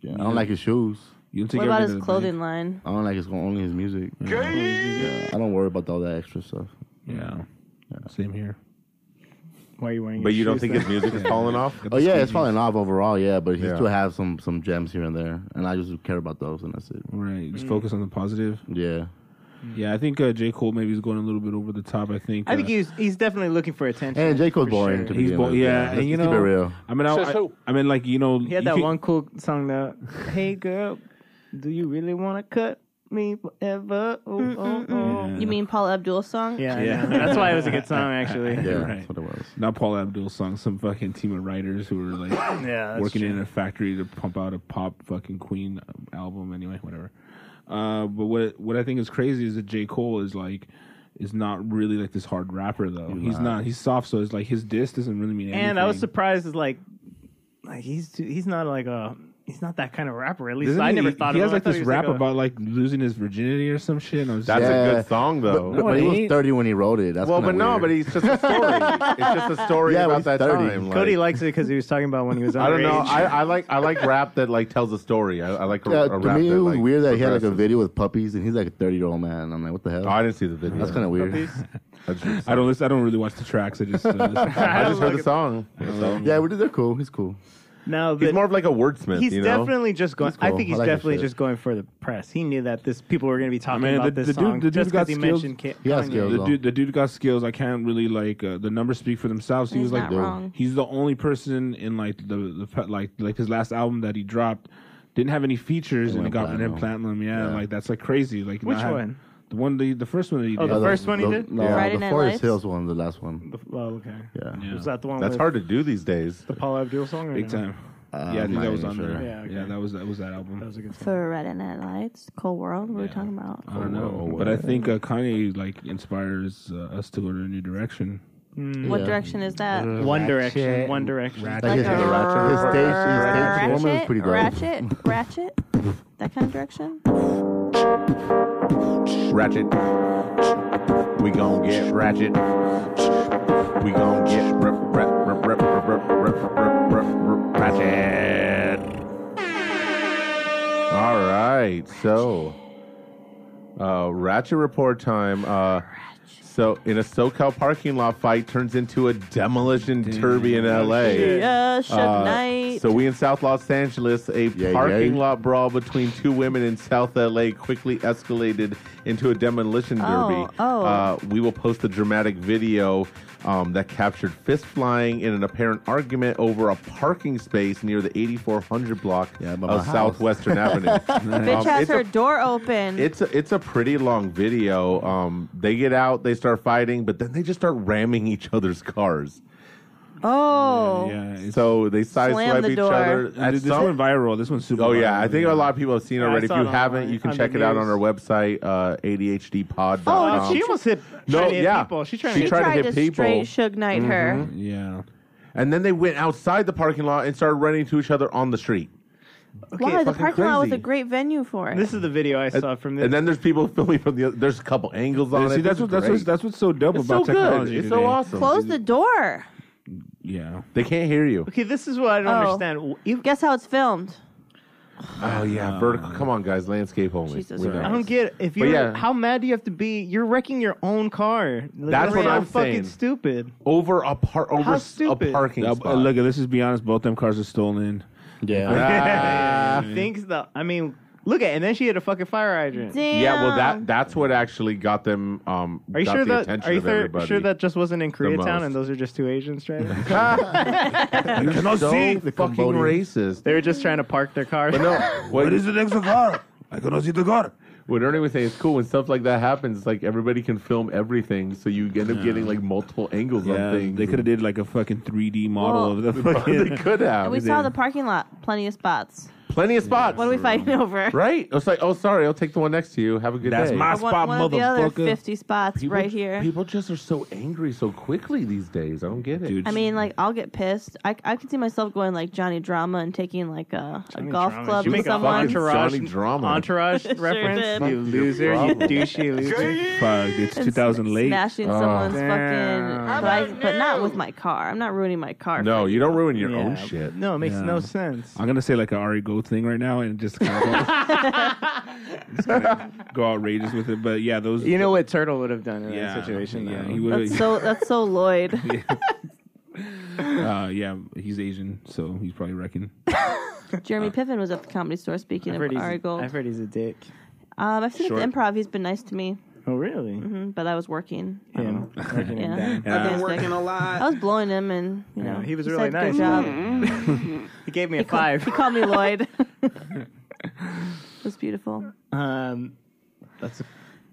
Speaker 8: yeah, I don't like his shoes.
Speaker 5: You don't
Speaker 3: What about his clothing line?
Speaker 8: I don't like his only his music. Yeah, I don't worry about all that extra stuff.
Speaker 5: Yeah. Same here.
Speaker 9: why are you wearing?
Speaker 7: But
Speaker 9: your
Speaker 7: you don't
Speaker 9: shoes
Speaker 7: think
Speaker 9: then?
Speaker 7: his music is falling off?
Speaker 8: Oh yeah, it's falling off overall. Yeah, but he
Speaker 7: Yeah.
Speaker 8: still have some some gems here and there, and I just care about those, and that's it.
Speaker 5: Right. Just focus on the positive.
Speaker 8: Yeah,
Speaker 5: Yeah, I think uh, J Cole maybe is going a little bit over the top. I think.
Speaker 9: I think
Speaker 5: uh,
Speaker 9: he's he's definitely looking for attention.
Speaker 8: and J Cole's
Speaker 9: for
Speaker 8: boring.
Speaker 9: sure.
Speaker 8: To
Speaker 5: He's
Speaker 8: begin
Speaker 5: bo-
Speaker 8: with.
Speaker 5: yeah,
Speaker 8: let's
Speaker 5: and you
Speaker 8: keep
Speaker 5: know,
Speaker 8: it real.
Speaker 5: I mean, I,
Speaker 9: Says
Speaker 5: I,
Speaker 9: who?
Speaker 5: I mean, like you know,
Speaker 9: He had
Speaker 5: you
Speaker 9: that
Speaker 5: can-
Speaker 9: one cool song though. Hey girl, do you really want to cut me forever? Oh, oh, oh.
Speaker 3: You mean Paul Abdul song?
Speaker 9: Yeah,
Speaker 5: Yeah.
Speaker 9: yeah. that's why it was a good song actually.
Speaker 8: Yeah,
Speaker 5: Right.
Speaker 8: that's what it was.
Speaker 5: Not Paul Abdul song. Some fucking team of writers who were like
Speaker 9: that's
Speaker 5: working
Speaker 9: true.
Speaker 5: in a factory to pump out a pop fucking Queen album. Anyway, whatever. Uh, but what what I think is crazy is that J Cole is like is not really like this hard rapper though. He's
Speaker 8: not.
Speaker 5: not. He's soft, so it's like his diss doesn't really mean anything.
Speaker 9: And I was surprised, is like, like he's too, he's not like a he's not that kind of rapper. At least
Speaker 5: Doesn't
Speaker 9: I
Speaker 5: he-
Speaker 9: never thought
Speaker 5: he
Speaker 9: of
Speaker 5: has
Speaker 9: him. I
Speaker 5: like
Speaker 9: thought
Speaker 5: this
Speaker 9: he was
Speaker 5: rap
Speaker 9: like a-
Speaker 5: about like losing his virginity or some shit. And I was
Speaker 7: That's
Speaker 8: Yeah.
Speaker 7: a good song though.
Speaker 8: But, but
Speaker 5: it
Speaker 8: he was
Speaker 5: ain't.
Speaker 8: thirty when he wrote it. That's
Speaker 7: well,
Speaker 8: kinda
Speaker 7: but no,
Speaker 8: weird.
Speaker 7: but he's just a story. it's just a story
Speaker 8: Yeah, but
Speaker 7: about
Speaker 8: he's
Speaker 7: that
Speaker 8: 30.
Speaker 7: time.
Speaker 9: Cody
Speaker 7: like,
Speaker 9: likes it because he was talking about when he was underage.
Speaker 7: I don't know. I, I like I like rap that like tells a story. I, I like a,
Speaker 8: Yeah,
Speaker 7: a
Speaker 8: to
Speaker 7: rap
Speaker 8: me,
Speaker 7: that,
Speaker 8: it was
Speaker 7: like,
Speaker 8: weird that he had like a
Speaker 7: progresses.
Speaker 8: video with puppies, and he's like a thirty-year-old man. and I'm like, what the hell?
Speaker 7: Oh, I didn't see the video.
Speaker 8: That's kind of weird.
Speaker 5: I don't listen. I don't really watch the tracks. I just. Uh, listen-
Speaker 7: I just heard the song. So.
Speaker 8: Yeah, but they're cool. He's cool.
Speaker 9: no, but
Speaker 7: He's more of like a wordsmith.
Speaker 9: he's
Speaker 7: you know?
Speaker 9: definitely just going.
Speaker 8: He's cool.
Speaker 9: I think he's
Speaker 8: I like his
Speaker 9: definitely
Speaker 8: shit.
Speaker 9: just going for the press. He knew that this people were going to be talking
Speaker 5: mean,
Speaker 9: about
Speaker 5: the-
Speaker 9: this
Speaker 5: the dude-
Speaker 9: song
Speaker 5: the dude
Speaker 9: just
Speaker 5: got
Speaker 9: because he
Speaker 5: skills.
Speaker 9: mentioned. Ka-
Speaker 8: He has
Speaker 9: Kanye.
Speaker 8: skills.
Speaker 5: The dude, the dude got skills. I can't really like uh, the numbers speak for themselves. He
Speaker 3: He's
Speaker 5: was like,
Speaker 3: not wrong.
Speaker 5: he's the only person in like the, the pe- like like his last album that he dropped didn't have any features and it
Speaker 8: went
Speaker 5: got platinum. platinum. Yeah, like that's like crazy. Like
Speaker 9: Which
Speaker 5: not having-
Speaker 9: one?
Speaker 5: The one the the first one that he
Speaker 9: Oh,
Speaker 5: did.
Speaker 9: the
Speaker 8: Yeah,
Speaker 9: first one he did?
Speaker 8: No,
Speaker 3: Friday
Speaker 8: the
Speaker 3: Night
Speaker 8: Forest
Speaker 3: Lights?
Speaker 8: Hills one, the last one.
Speaker 9: Oh, okay.
Speaker 8: Yeah.
Speaker 9: Was that the one?
Speaker 7: That's
Speaker 9: with
Speaker 7: hard to do these days.
Speaker 9: The Paul Abdul song. or
Speaker 5: Big
Speaker 9: no?
Speaker 5: time. yeah, I
Speaker 8: I'm
Speaker 5: think
Speaker 8: not
Speaker 5: that was
Speaker 8: even
Speaker 5: on there.
Speaker 8: sure.
Speaker 5: Yeah, that was that was that album. That was
Speaker 9: a good
Speaker 3: for Red and Night Lights, Cold World. What are we talking about?
Speaker 5: I don't know, but I think uh, Kanye like inspires uh, us to go in a new direction.
Speaker 3: Mm. What Yeah. direction is that?
Speaker 7: Uh,
Speaker 9: One Direction. One Direction.
Speaker 3: Like a
Speaker 8: ratchet woman was
Speaker 3: ratchet,
Speaker 8: pretty dope.
Speaker 3: ratchet, ratchet, that kind of direction.
Speaker 7: Ratchet. We gon' get ratchet. We gon' get rip, rip, rip, rip, rip, rip, rip, rip, rip, rip, ratchet. All right, so uh, ratchet report time. Uh, so, in a SoCal parking lot fight turns into a demolition derby in LA.
Speaker 3: Yeah, shit,
Speaker 7: Uh,
Speaker 3: night.
Speaker 7: So, we in South Los Angeles, a parking
Speaker 8: yeah.
Speaker 7: lot brawl between two women in South LA quickly escalated into a demolition
Speaker 3: Oh,
Speaker 7: derby.
Speaker 3: oh.
Speaker 7: Uh, we will post a dramatic video um, that captured fist flying in an apparent argument over a parking space near the 8400 block
Speaker 8: my
Speaker 7: of
Speaker 8: house.
Speaker 7: Southwestern Avenue.
Speaker 3: Bitch
Speaker 7: Um,
Speaker 3: has
Speaker 7: it's a
Speaker 3: her door open.
Speaker 7: it's a, it's a pretty long video. Um, they get out, they start fighting, but then they just start ramming each other's cars.
Speaker 3: oh,
Speaker 7: so they
Speaker 3: Slam
Speaker 7: sideswipe
Speaker 3: the
Speaker 7: each
Speaker 3: door.
Speaker 7: other.
Speaker 3: Dude, this
Speaker 5: went viral. This one's super.
Speaker 7: Oh
Speaker 5: viral.
Speaker 7: yeah, I think a lot of people have seen it
Speaker 5: Yeah, I
Speaker 7: already. If
Speaker 5: saw
Speaker 7: you
Speaker 5: it
Speaker 7: haven't,
Speaker 5: online,
Speaker 7: you can
Speaker 5: on
Speaker 7: check
Speaker 5: the
Speaker 7: it out
Speaker 5: news.
Speaker 7: on our website, uh, ADHDpod.com.
Speaker 9: Oh, she almost hit.
Speaker 7: Um, No,
Speaker 9: trying to hit
Speaker 7: yeah.
Speaker 9: People. She trying
Speaker 7: She
Speaker 9: to.
Speaker 7: tried to hit people. Mm-hmm.
Speaker 3: straight Suge Knight her.
Speaker 7: Yeah. And then they went outside the parking lot and started running to each other on the street.
Speaker 3: wow, the
Speaker 7: fucking
Speaker 3: parking lot was a
Speaker 7: crazy.
Speaker 3: great venue for it.
Speaker 9: This is the video I saw from this.
Speaker 7: And then there's people filming from the other. There's a couple angles on
Speaker 5: See,
Speaker 7: it.
Speaker 5: that's
Speaker 7: This
Speaker 5: what-
Speaker 7: is
Speaker 5: that's what's-
Speaker 7: great.
Speaker 5: that's what's so dope
Speaker 7: It's
Speaker 5: about
Speaker 7: so
Speaker 5: technology
Speaker 7: Good. It's
Speaker 5: today.
Speaker 7: so awesome.
Speaker 3: Close the door.
Speaker 7: Yeah. They can't hear you.
Speaker 9: Okay, this is what I don't
Speaker 3: Oh.
Speaker 9: understand. You,
Speaker 3: Guess how it's filmed.
Speaker 7: Oh yeah, vertical. Come on, guys. Landscape only.
Speaker 3: Jesus
Speaker 7: We know.
Speaker 9: I don't get it. if
Speaker 7: But
Speaker 9: you.
Speaker 7: yeah.
Speaker 9: How mad do you have to be? You're wrecking your own car. Like,
Speaker 7: That's what
Speaker 9: so
Speaker 7: I'm
Speaker 9: fucking
Speaker 7: saying.
Speaker 9: Stupid.
Speaker 7: Over a park. Over
Speaker 9: How
Speaker 7: s-
Speaker 9: stupid.
Speaker 7: a parking
Speaker 5: Now, uh,
Speaker 7: spot.
Speaker 5: look, let's just be honest. Both them cars are stolen.
Speaker 7: Yeah.
Speaker 9: Thinks though. I mean, look at and then she hit a fucking fire hydrant.
Speaker 7: Yeah, well, that that's what actually got them. Um,
Speaker 9: Are you
Speaker 7: got
Speaker 9: sure
Speaker 7: the
Speaker 9: that?
Speaker 7: attention
Speaker 9: Are you
Speaker 7: of
Speaker 9: thir-
Speaker 7: everybody.
Speaker 9: sure that just wasn't in Koreatown
Speaker 7: most.
Speaker 9: and those are just two Asians driving?
Speaker 7: you cannot
Speaker 9: So
Speaker 7: see
Speaker 9: the
Speaker 7: the fucking
Speaker 9: Cambodians.
Speaker 7: racist?
Speaker 9: They were just trying to park their car.
Speaker 7: But no, what is the next car? I cannot see the car. What Ernie was saying is cool when stuff like that happens. Like everybody can film everything, so you end up getting like multiple angles
Speaker 5: Yeah,
Speaker 7: on things.
Speaker 5: they could have did like a fucking 3D model
Speaker 3: Well-
Speaker 5: of the fucking.
Speaker 7: they could have.
Speaker 3: And we saw the parking lot, plenty of spots.
Speaker 7: plenty of spots.
Speaker 3: What are we fighting over?
Speaker 7: Right? It's like, oh, sorry, I'll take the one next to you. Have a good
Speaker 5: That's
Speaker 7: day.
Speaker 5: my
Speaker 3: I want one of the other fifty spots
Speaker 7: People-
Speaker 3: Oh, right here.
Speaker 7: People just are so angry so quickly these days. I don't get it.
Speaker 3: I mean, like I'll get pissed. I I could see myself going like Johnny Drama and taking like a, a golf club
Speaker 9: You
Speaker 3: with
Speaker 9: make an
Speaker 3: someone.
Speaker 9: entourage,
Speaker 7: Johnny Drama.
Speaker 9: entourage
Speaker 3: Sure
Speaker 9: reference.
Speaker 3: did.
Speaker 9: you loser, you douchey loser.
Speaker 5: Fuck, it's 2008.
Speaker 3: Smashing
Speaker 5: Oh.
Speaker 3: someone's
Speaker 9: Damn.
Speaker 3: fucking, but, I- but not with my car. I'm not ruining my car.
Speaker 7: no, you don't ruin your
Speaker 5: Yeah.
Speaker 7: own Oh, shit.
Speaker 9: No, it makes
Speaker 5: Yeah.
Speaker 9: no sense.
Speaker 5: I'm gonna say like an Ari Gold thing right now and just kind of go, go outrageous with it. But yeah, those.
Speaker 9: You know what Turtle would have done in
Speaker 5: Yeah,
Speaker 9: that situation?
Speaker 5: yeah,
Speaker 9: though.
Speaker 5: he would've-
Speaker 3: That's so that's so Lloyd.
Speaker 5: Uh, yeah, he's Asian, so he's probably wrecking.
Speaker 3: Jeremy Piven was at the comedy store speaking
Speaker 9: Uh, I've
Speaker 3: of
Speaker 9: heard, he's,
Speaker 3: Ari Gold.
Speaker 9: I've heard he's a dick.
Speaker 3: Um, I've seen him at
Speaker 9: Short.
Speaker 3: the improv. He's been nice to me,
Speaker 9: Oh, really?
Speaker 3: hmm but I was working. I
Speaker 9: Yeah.
Speaker 3: don't know.
Speaker 9: Working
Speaker 3: Yeah.
Speaker 9: him down.
Speaker 3: Okay, it's like- I was blowing him, and you know,
Speaker 9: Yeah, he was
Speaker 3: he
Speaker 9: really
Speaker 3: said, "Good
Speaker 9: nice.
Speaker 3: job."
Speaker 9: he gave me a
Speaker 3: He call-
Speaker 9: five.
Speaker 3: he called me Lloyd. it was beautiful.
Speaker 9: Um, that's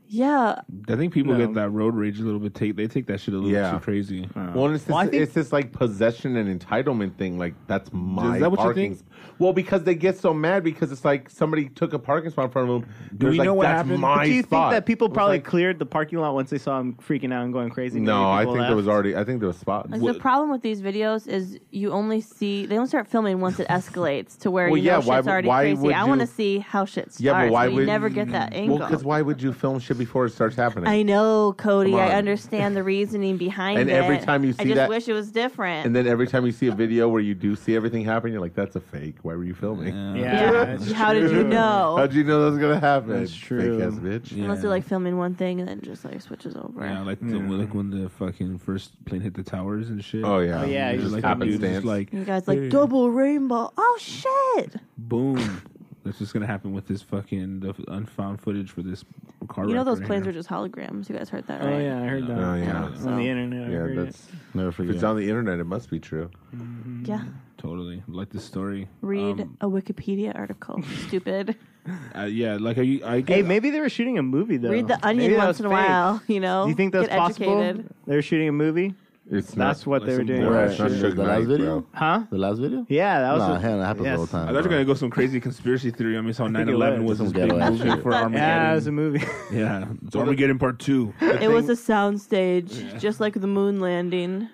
Speaker 3: Yeah,
Speaker 5: I think people
Speaker 9: No. Uh.
Speaker 5: get that road rage a little bit. Take they take that shit a little
Speaker 7: Yeah.
Speaker 5: too crazy.
Speaker 7: Well, and it's this,
Speaker 5: Well, I think-
Speaker 7: it's this like possession and entitlement thing. Like that's my
Speaker 5: Is that what you
Speaker 7: parking.
Speaker 5: think?
Speaker 7: sp- Well, because they get so mad because it's like somebody took a parking spot in front of them.
Speaker 5: Do we
Speaker 7: There's, like,
Speaker 5: know what
Speaker 7: that's
Speaker 5: happened?
Speaker 7: My
Speaker 9: do you
Speaker 7: spot.
Speaker 9: think that people
Speaker 7: It was
Speaker 9: probably
Speaker 7: like-
Speaker 9: cleared the parking lot once they saw him freaking out and going crazy? and
Speaker 7: no,
Speaker 9: maybe
Speaker 7: I
Speaker 9: people
Speaker 7: think
Speaker 9: left?
Speaker 7: there was already. I think there was spots.
Speaker 3: like the problem with these videos is you only see they only start filming once it escalates to where
Speaker 7: Well,
Speaker 3: you know
Speaker 7: yeah,
Speaker 3: shit's
Speaker 7: why-
Speaker 3: already
Speaker 7: why
Speaker 3: crazy.
Speaker 7: would
Speaker 3: I want to
Speaker 7: you-
Speaker 3: see how shit starts.
Speaker 7: yeah, but why
Speaker 3: you
Speaker 7: would
Speaker 3: never get that angle?
Speaker 7: Well, because why would you film shit before it starts happening?
Speaker 3: I know, Cody.
Speaker 7: Come
Speaker 3: I
Speaker 7: on.
Speaker 3: understand the reasoning behind
Speaker 7: And
Speaker 3: it.
Speaker 7: every time you
Speaker 3: I
Speaker 7: see
Speaker 3: just
Speaker 7: that-
Speaker 3: wish it was different.
Speaker 7: And then every time you see a video where you do see everything happen, you're like, "That's a fake. Why were you filming?
Speaker 9: Yeah, that's
Speaker 3: How did you
Speaker 9: true.
Speaker 3: know?
Speaker 7: How'd you know that was gonna happen?
Speaker 5: That's true.
Speaker 7: Fake ass bitch.
Speaker 3: Unless they're like filming one thing and then just like switches over.
Speaker 5: Yeah, like The, like when the fucking first plane hit the towers and shit.
Speaker 7: Oh, yeah. Oh, yeah,
Speaker 5: And
Speaker 7: you
Speaker 5: just
Speaker 7: just
Speaker 5: like, the dude
Speaker 7: happenstance.
Speaker 5: just like
Speaker 3: You guys like
Speaker 5: "Hey,
Speaker 3: double rainbow. Oh shit!
Speaker 5: boom. That's what's gonna happen with this fucking the unfound footage for this car.
Speaker 3: You know
Speaker 5: wreck
Speaker 3: those
Speaker 5: right
Speaker 3: planes
Speaker 5: here.
Speaker 3: were just holograms. You guys heard that,
Speaker 9: Oh
Speaker 3: right?
Speaker 9: yeah, I heard that.
Speaker 7: Oh yeah,
Speaker 9: It's on the internet. I
Speaker 7: Yeah,
Speaker 9: heard
Speaker 7: that's
Speaker 8: never forget.
Speaker 7: If it's on the internet, it must be true.
Speaker 3: Yeah.
Speaker 5: Totally like the story.
Speaker 3: Read
Speaker 5: Um,
Speaker 3: a Wikipedia article. Stupid.
Speaker 5: Uh, yeah, like are you? I
Speaker 9: it. Hey,
Speaker 5: get,
Speaker 9: maybe they were shooting a movie though.
Speaker 3: Read the
Speaker 9: Maybe
Speaker 3: Onion
Speaker 9: that
Speaker 3: once
Speaker 9: was
Speaker 3: in a
Speaker 9: fake.
Speaker 3: while. You know.
Speaker 9: Do you think that's
Speaker 3: Get
Speaker 9: possible?
Speaker 3: educated.
Speaker 9: They were shooting a movie.
Speaker 7: It's
Speaker 9: That's
Speaker 7: not-
Speaker 9: what they were
Speaker 7: listen,
Speaker 9: doing.
Speaker 7: bro, it's not Suge
Speaker 8: The
Speaker 7: Knight,
Speaker 8: last video?
Speaker 7: bro.
Speaker 9: Huh?
Speaker 8: The last video?
Speaker 9: Yeah, that was.
Speaker 8: Nah,
Speaker 9: a-
Speaker 8: hell, that happens
Speaker 9: yes.
Speaker 8: all the
Speaker 5: I
Speaker 8: time.
Speaker 5: thought you were gonna go some crazy conspiracy theory on me. So
Speaker 9: I think
Speaker 5: 9
Speaker 9: it
Speaker 5: 11 was
Speaker 9: was.
Speaker 5: this big
Speaker 9: Some ghetto ass
Speaker 5: movie
Speaker 9: shit.
Speaker 5: for
Speaker 9: Yeah,
Speaker 5: Armageddon.
Speaker 9: it was a movie.
Speaker 5: yeah, it's Armageddon Part Two.
Speaker 3: It was a soundstage, just like the moon landing.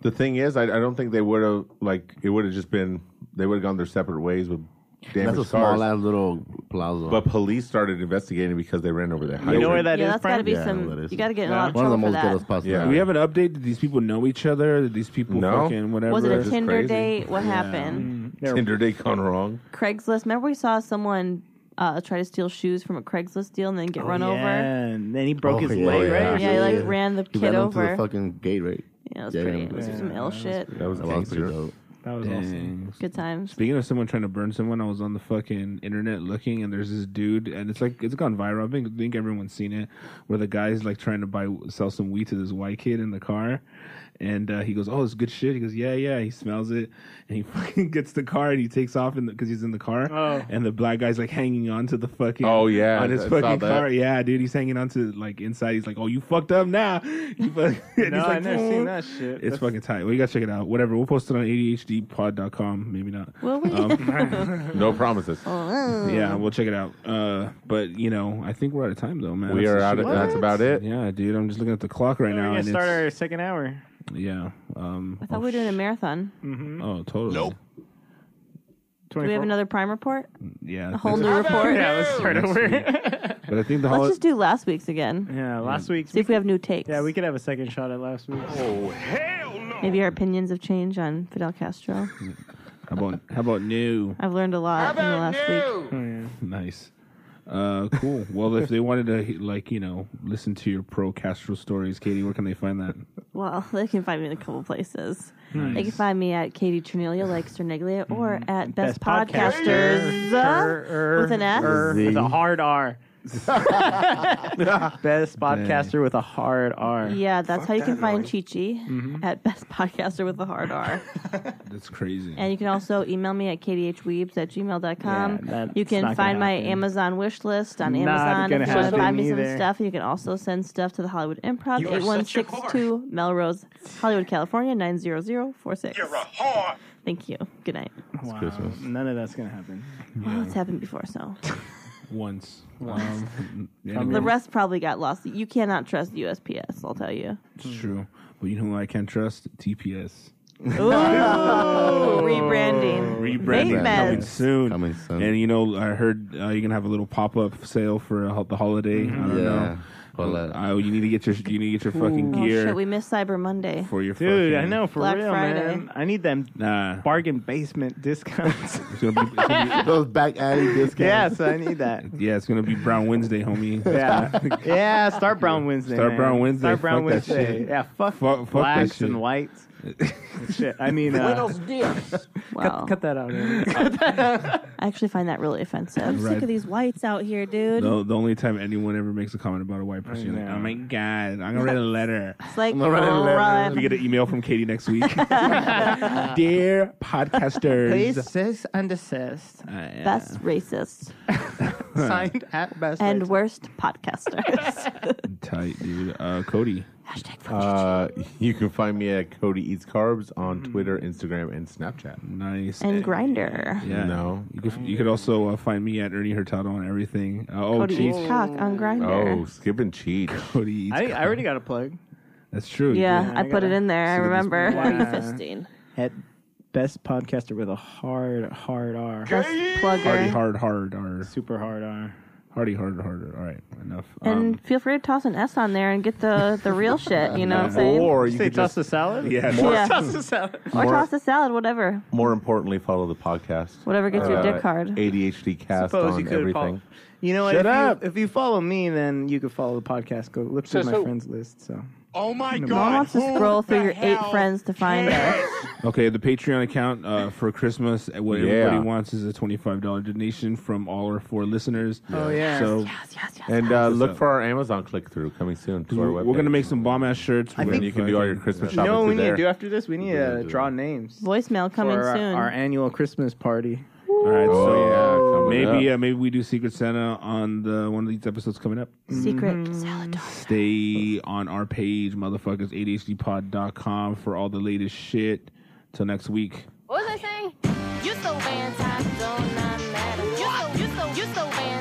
Speaker 7: The thing is, I, I don't think they would have like it would have just been they would have gone their separate ways with damaged
Speaker 8: That's a
Speaker 7: cars.
Speaker 8: small ass little plaza.
Speaker 7: But police started investigating because they ran over that.
Speaker 8: You know where that
Speaker 3: Yeah, is, that's gotta Prime? be some- you gotta get in a lot of One of the trouble for most that. ghetto spots
Speaker 5: Yeah.
Speaker 7: there.
Speaker 5: Do we have an update? Did these people know each other? Did these people
Speaker 7: No.
Speaker 5: fucking whatever?
Speaker 3: Was it a Tinder date? What
Speaker 9: Mm.
Speaker 3: happened?
Speaker 7: Tinder day gone wrong.
Speaker 3: Craigslist. Remember we saw someone uh, try to steal shoes from a Craigslist deal and then get run
Speaker 9: Oh, yeah,
Speaker 3: over.
Speaker 9: and then he broke
Speaker 8: Oh,
Speaker 9: his
Speaker 8: yeah.
Speaker 9: leg,
Speaker 8: Yeah,
Speaker 9: right?
Speaker 3: Yeah, he like ran the
Speaker 8: He
Speaker 3: kid
Speaker 8: ran into
Speaker 3: over.
Speaker 8: the fucking gate, right?
Speaker 3: Yeah, it was pretty. It was some ill shit.
Speaker 7: That was,
Speaker 8: that was pretty dope.
Speaker 9: That was
Speaker 5: awesome.
Speaker 3: Good times.
Speaker 5: Speaking of someone trying to burn someone, I was on the fucking internet looking, and there's this dude, and it's like it's gone viral. I think, I think everyone's seen it, where the guy's like trying to buy sell some weed to this white kid in the car, and uh, he goes, "Oh, it's good shit." He goes, "Yeah, yeah." He smells it, and he fucking gets the car, and he takes off in because he's in the car,
Speaker 9: Oh.
Speaker 5: and the black guy's like hanging on to the fucking
Speaker 7: Oh, yeah,
Speaker 5: on his
Speaker 7: I saw
Speaker 5: fucking
Speaker 7: that.
Speaker 5: car. Yeah, dude, he's hanging on to like inside. He's like, "Oh, you fucked up now." You fuck- and
Speaker 9: No,
Speaker 5: he's
Speaker 9: I
Speaker 5: like,
Speaker 9: never seen
Speaker 5: "Mm."
Speaker 9: that shit.
Speaker 5: It's
Speaker 9: That's-
Speaker 5: fucking tight. Well, you gotta check it out. Whatever. We'll post it on adhdpod.com. Maybe not.
Speaker 3: Will
Speaker 9: Oh,
Speaker 3: we?
Speaker 7: No promises.
Speaker 5: Um,
Speaker 3: Oh,
Speaker 5: yeah, we'll check it out. Uh, but you know, I think we're out of time though, man.
Speaker 7: We
Speaker 5: That's
Speaker 7: are
Speaker 5: the
Speaker 7: out
Speaker 5: shit.
Speaker 7: of- that's What? about it.
Speaker 5: Yeah, dude. I'm just looking at the clock right
Speaker 9: We're
Speaker 5: now,
Speaker 9: gonna
Speaker 5: and
Speaker 9: start
Speaker 5: it's
Speaker 9: our second hour.
Speaker 5: yeah. Um,
Speaker 3: I thought we were doing a marathon. Mm-hmm.
Speaker 5: oh, totally. Nope.
Speaker 3: Do we have another prime report?
Speaker 5: Yeah.
Speaker 3: A whole new report.
Speaker 9: Yeah, let's start over.
Speaker 5: But I think the
Speaker 3: Let's
Speaker 5: holiday.
Speaker 3: just do last week's again.
Speaker 9: Yeah, last week's.
Speaker 3: See if we have new takes.
Speaker 9: Yeah, we could have a second shot at last week. Oh,
Speaker 3: Maybe our opinions have changed on Fidel Castro.
Speaker 5: How about how about new?
Speaker 3: I've learned a lot in the last week.
Speaker 5: Nice. Uh, cool. Well, if they wanted to, like, you know, listen to your pro Castro stories, Katie, where can they find that?
Speaker 3: Well, they can find me in a couple places. They can
Speaker 5: Nice.
Speaker 3: find me at Katie Triniglia, like Cerniglia, or at Best,
Speaker 9: Mm-hmm. Best
Speaker 3: Podcasters uh, with an S.
Speaker 9: With a hard R. Best podcaster with a hard R.
Speaker 3: Yeah, that's how you can find Chi Chi
Speaker 9: Mm-hmm.
Speaker 3: at Best Podcaster with a hard R.
Speaker 5: That's crazy.
Speaker 3: and you can also email me at kdhweebs at gmail.com.
Speaker 9: Yeah, that's
Speaker 3: you can
Speaker 9: not gonna
Speaker 3: find my
Speaker 9: happen.
Speaker 3: Amazon wish list on
Speaker 9: Not
Speaker 3: Amazon
Speaker 9: gonna
Speaker 3: if you want to
Speaker 9: happen
Speaker 3: buy me some
Speaker 9: either.
Speaker 3: stuff. You can also send stuff to the Hollywood Improv,
Speaker 9: You are such a whore.
Speaker 3: 8162 Melrose, Hollywood, California, 90046. You're a whore. Thank you. Good night.
Speaker 9: Wow. None of that's gonna happen.
Speaker 3: Well, it's happened before, so.
Speaker 5: Once.
Speaker 9: Once.
Speaker 5: Um,
Speaker 3: The rest probably got lost. You cannot trust USPS, I'll tell you.
Speaker 5: It's true. But you know who I can trust? TPS.
Speaker 3: Ooh, rebranding.
Speaker 5: Rebranding coming
Speaker 3: Famous.
Speaker 5: soon. And you know, I heard uh, you're gonna have a little pop up sale for uh, the holiday.
Speaker 9: Mm-hmm.
Speaker 5: I don't
Speaker 8: Yeah.
Speaker 5: know. Uh, you need to get your you need to get your fucking
Speaker 3: Oh,
Speaker 5: gear
Speaker 3: shit, we missed Cyber Monday.
Speaker 5: for your
Speaker 9: Dude, I
Speaker 5: fucking-
Speaker 9: know for
Speaker 3: Black
Speaker 9: real,
Speaker 3: Friday.
Speaker 9: man. I need them
Speaker 5: Nah,
Speaker 9: bargain basement discounts.
Speaker 5: it's gonna be, it's gonna
Speaker 8: Those back alley discounts.
Speaker 9: yes, I need that.
Speaker 5: be- yeah, it's gonna be Brown Wednesday, homie.
Speaker 9: Yeah, yeah. Start Brown Wednesday.
Speaker 5: Start
Speaker 9: man.
Speaker 5: Brown Wednesday.
Speaker 9: Start Brown
Speaker 5: Fuck that
Speaker 9: Wednesday.
Speaker 5: shit.
Speaker 9: Yeah, fuck,
Speaker 5: Fuck- fuck that
Speaker 9: blacks
Speaker 5: shit.
Speaker 9: and whites. shit. I mean, uh,
Speaker 3: Wow.
Speaker 9: cut that out. man.
Speaker 3: I actually find that really offensive. I'm sick
Speaker 5: Right.
Speaker 3: of these whites out here, dude.
Speaker 5: The, the only time anyone ever makes a comment about a white person, you're like, oh my god, I'm gonna write a letter.
Speaker 3: It's like,
Speaker 5: I'm gonna write a letter.
Speaker 3: run.
Speaker 5: We get an email from Katie next week. Dear podcasters, Uh,
Speaker 9: sis and assist.
Speaker 3: Best racist
Speaker 9: Signed at best.
Speaker 3: and worst podcasters.
Speaker 5: tight, dude. Uh, Cody.
Speaker 7: Uh, you can find me at Cody Eats Carbs on Twitter, Instagram, and Snapchat.
Speaker 5: Nice.
Speaker 3: and Grinder.
Speaker 5: Yeah.
Speaker 7: No.
Speaker 5: You could, you could also uh, find me at Ernie Hurtado on everything. Uh, oh,
Speaker 3: Oh. Cody
Speaker 5: cheese.
Speaker 3: eats cock on Grinder.
Speaker 7: Oh, skip and cheat.
Speaker 5: Cody eats.
Speaker 9: I, I already got a plug.
Speaker 5: That's true.
Speaker 3: yeah,
Speaker 9: Yeah,
Speaker 3: I
Speaker 9: I
Speaker 3: put it
Speaker 9: gotta
Speaker 3: in there. I
Speaker 5: see what this-
Speaker 3: remember. Why are you
Speaker 9: Yeah.
Speaker 3: fisting?
Speaker 9: At best podcaster with a hard, hard R.
Speaker 3: Best
Speaker 5: Hardy,
Speaker 3: plugger.
Speaker 5: hard, hard, hard.
Speaker 9: Super hard R.
Speaker 5: Hardy, hard, harder. All right, enough. Um,
Speaker 3: And feel free to toss an S on there and get the, the real shit. You know what I'm saying?
Speaker 7: Or you
Speaker 9: Say
Speaker 7: could
Speaker 9: toss
Speaker 7: just,
Speaker 9: the salad.
Speaker 7: yeah, more,
Speaker 3: yeah.
Speaker 9: Toss the salad.
Speaker 3: or
Speaker 7: more-
Speaker 3: toss a salad, whatever.
Speaker 7: more importantly, follow the podcast. Uh,
Speaker 3: Whatever gets your dick hard.
Speaker 7: ADHD cast
Speaker 9: Suppose
Speaker 7: on
Speaker 9: you could
Speaker 7: everything.
Speaker 9: follow. You know what?
Speaker 7: Shut
Speaker 9: if,
Speaker 7: up.
Speaker 9: You, if you follow me, then you could follow the podcast. Go look through
Speaker 13: So-
Speaker 9: my
Speaker 13: so-
Speaker 9: friends list. So
Speaker 13: Oh my
Speaker 3: No one wants to scroll through your eight friends to find us.
Speaker 5: Okay, the Patreon account uh, for Christmas. uh, What
Speaker 7: Yeah.
Speaker 5: everybody wants is a twenty-five dollar donation from all our four listeners.
Speaker 9: Oh, yeah.
Speaker 5: So
Speaker 3: Yes, yes, yes.
Speaker 7: And uh,
Speaker 5: What's
Speaker 7: look
Speaker 5: up?
Speaker 7: for our Amazon click through coming soon to our
Speaker 5: we're,
Speaker 7: webpage.
Speaker 5: we're gonna make some bomb ass shirts.
Speaker 9: I
Speaker 5: We're
Speaker 9: think-
Speaker 5: gonna- you can do all your Christmas
Speaker 9: you
Speaker 7: Shop
Speaker 5: shopping.
Speaker 7: it
Speaker 9: know what we
Speaker 7: through
Speaker 9: need to
Speaker 7: there.
Speaker 9: do after this? We need to
Speaker 7: do
Speaker 9: draw names
Speaker 3: Voicemail coming
Speaker 9: for uh, our,
Speaker 3: soon.
Speaker 9: our annual Christmas party.
Speaker 5: all right, so
Speaker 7: Oh, yeah, come Word
Speaker 5: maybe
Speaker 7: up.
Speaker 5: yeah, maybe we do Secret Santa on the one of these episodes coming up.
Speaker 3: Secret Saladon.
Speaker 5: Stay on our page, motherfuckers, ADHDpod.com for all the latest shit. Till next week.
Speaker 4: What was I saying? You so bad, time don't not matter. You so you so you so bad.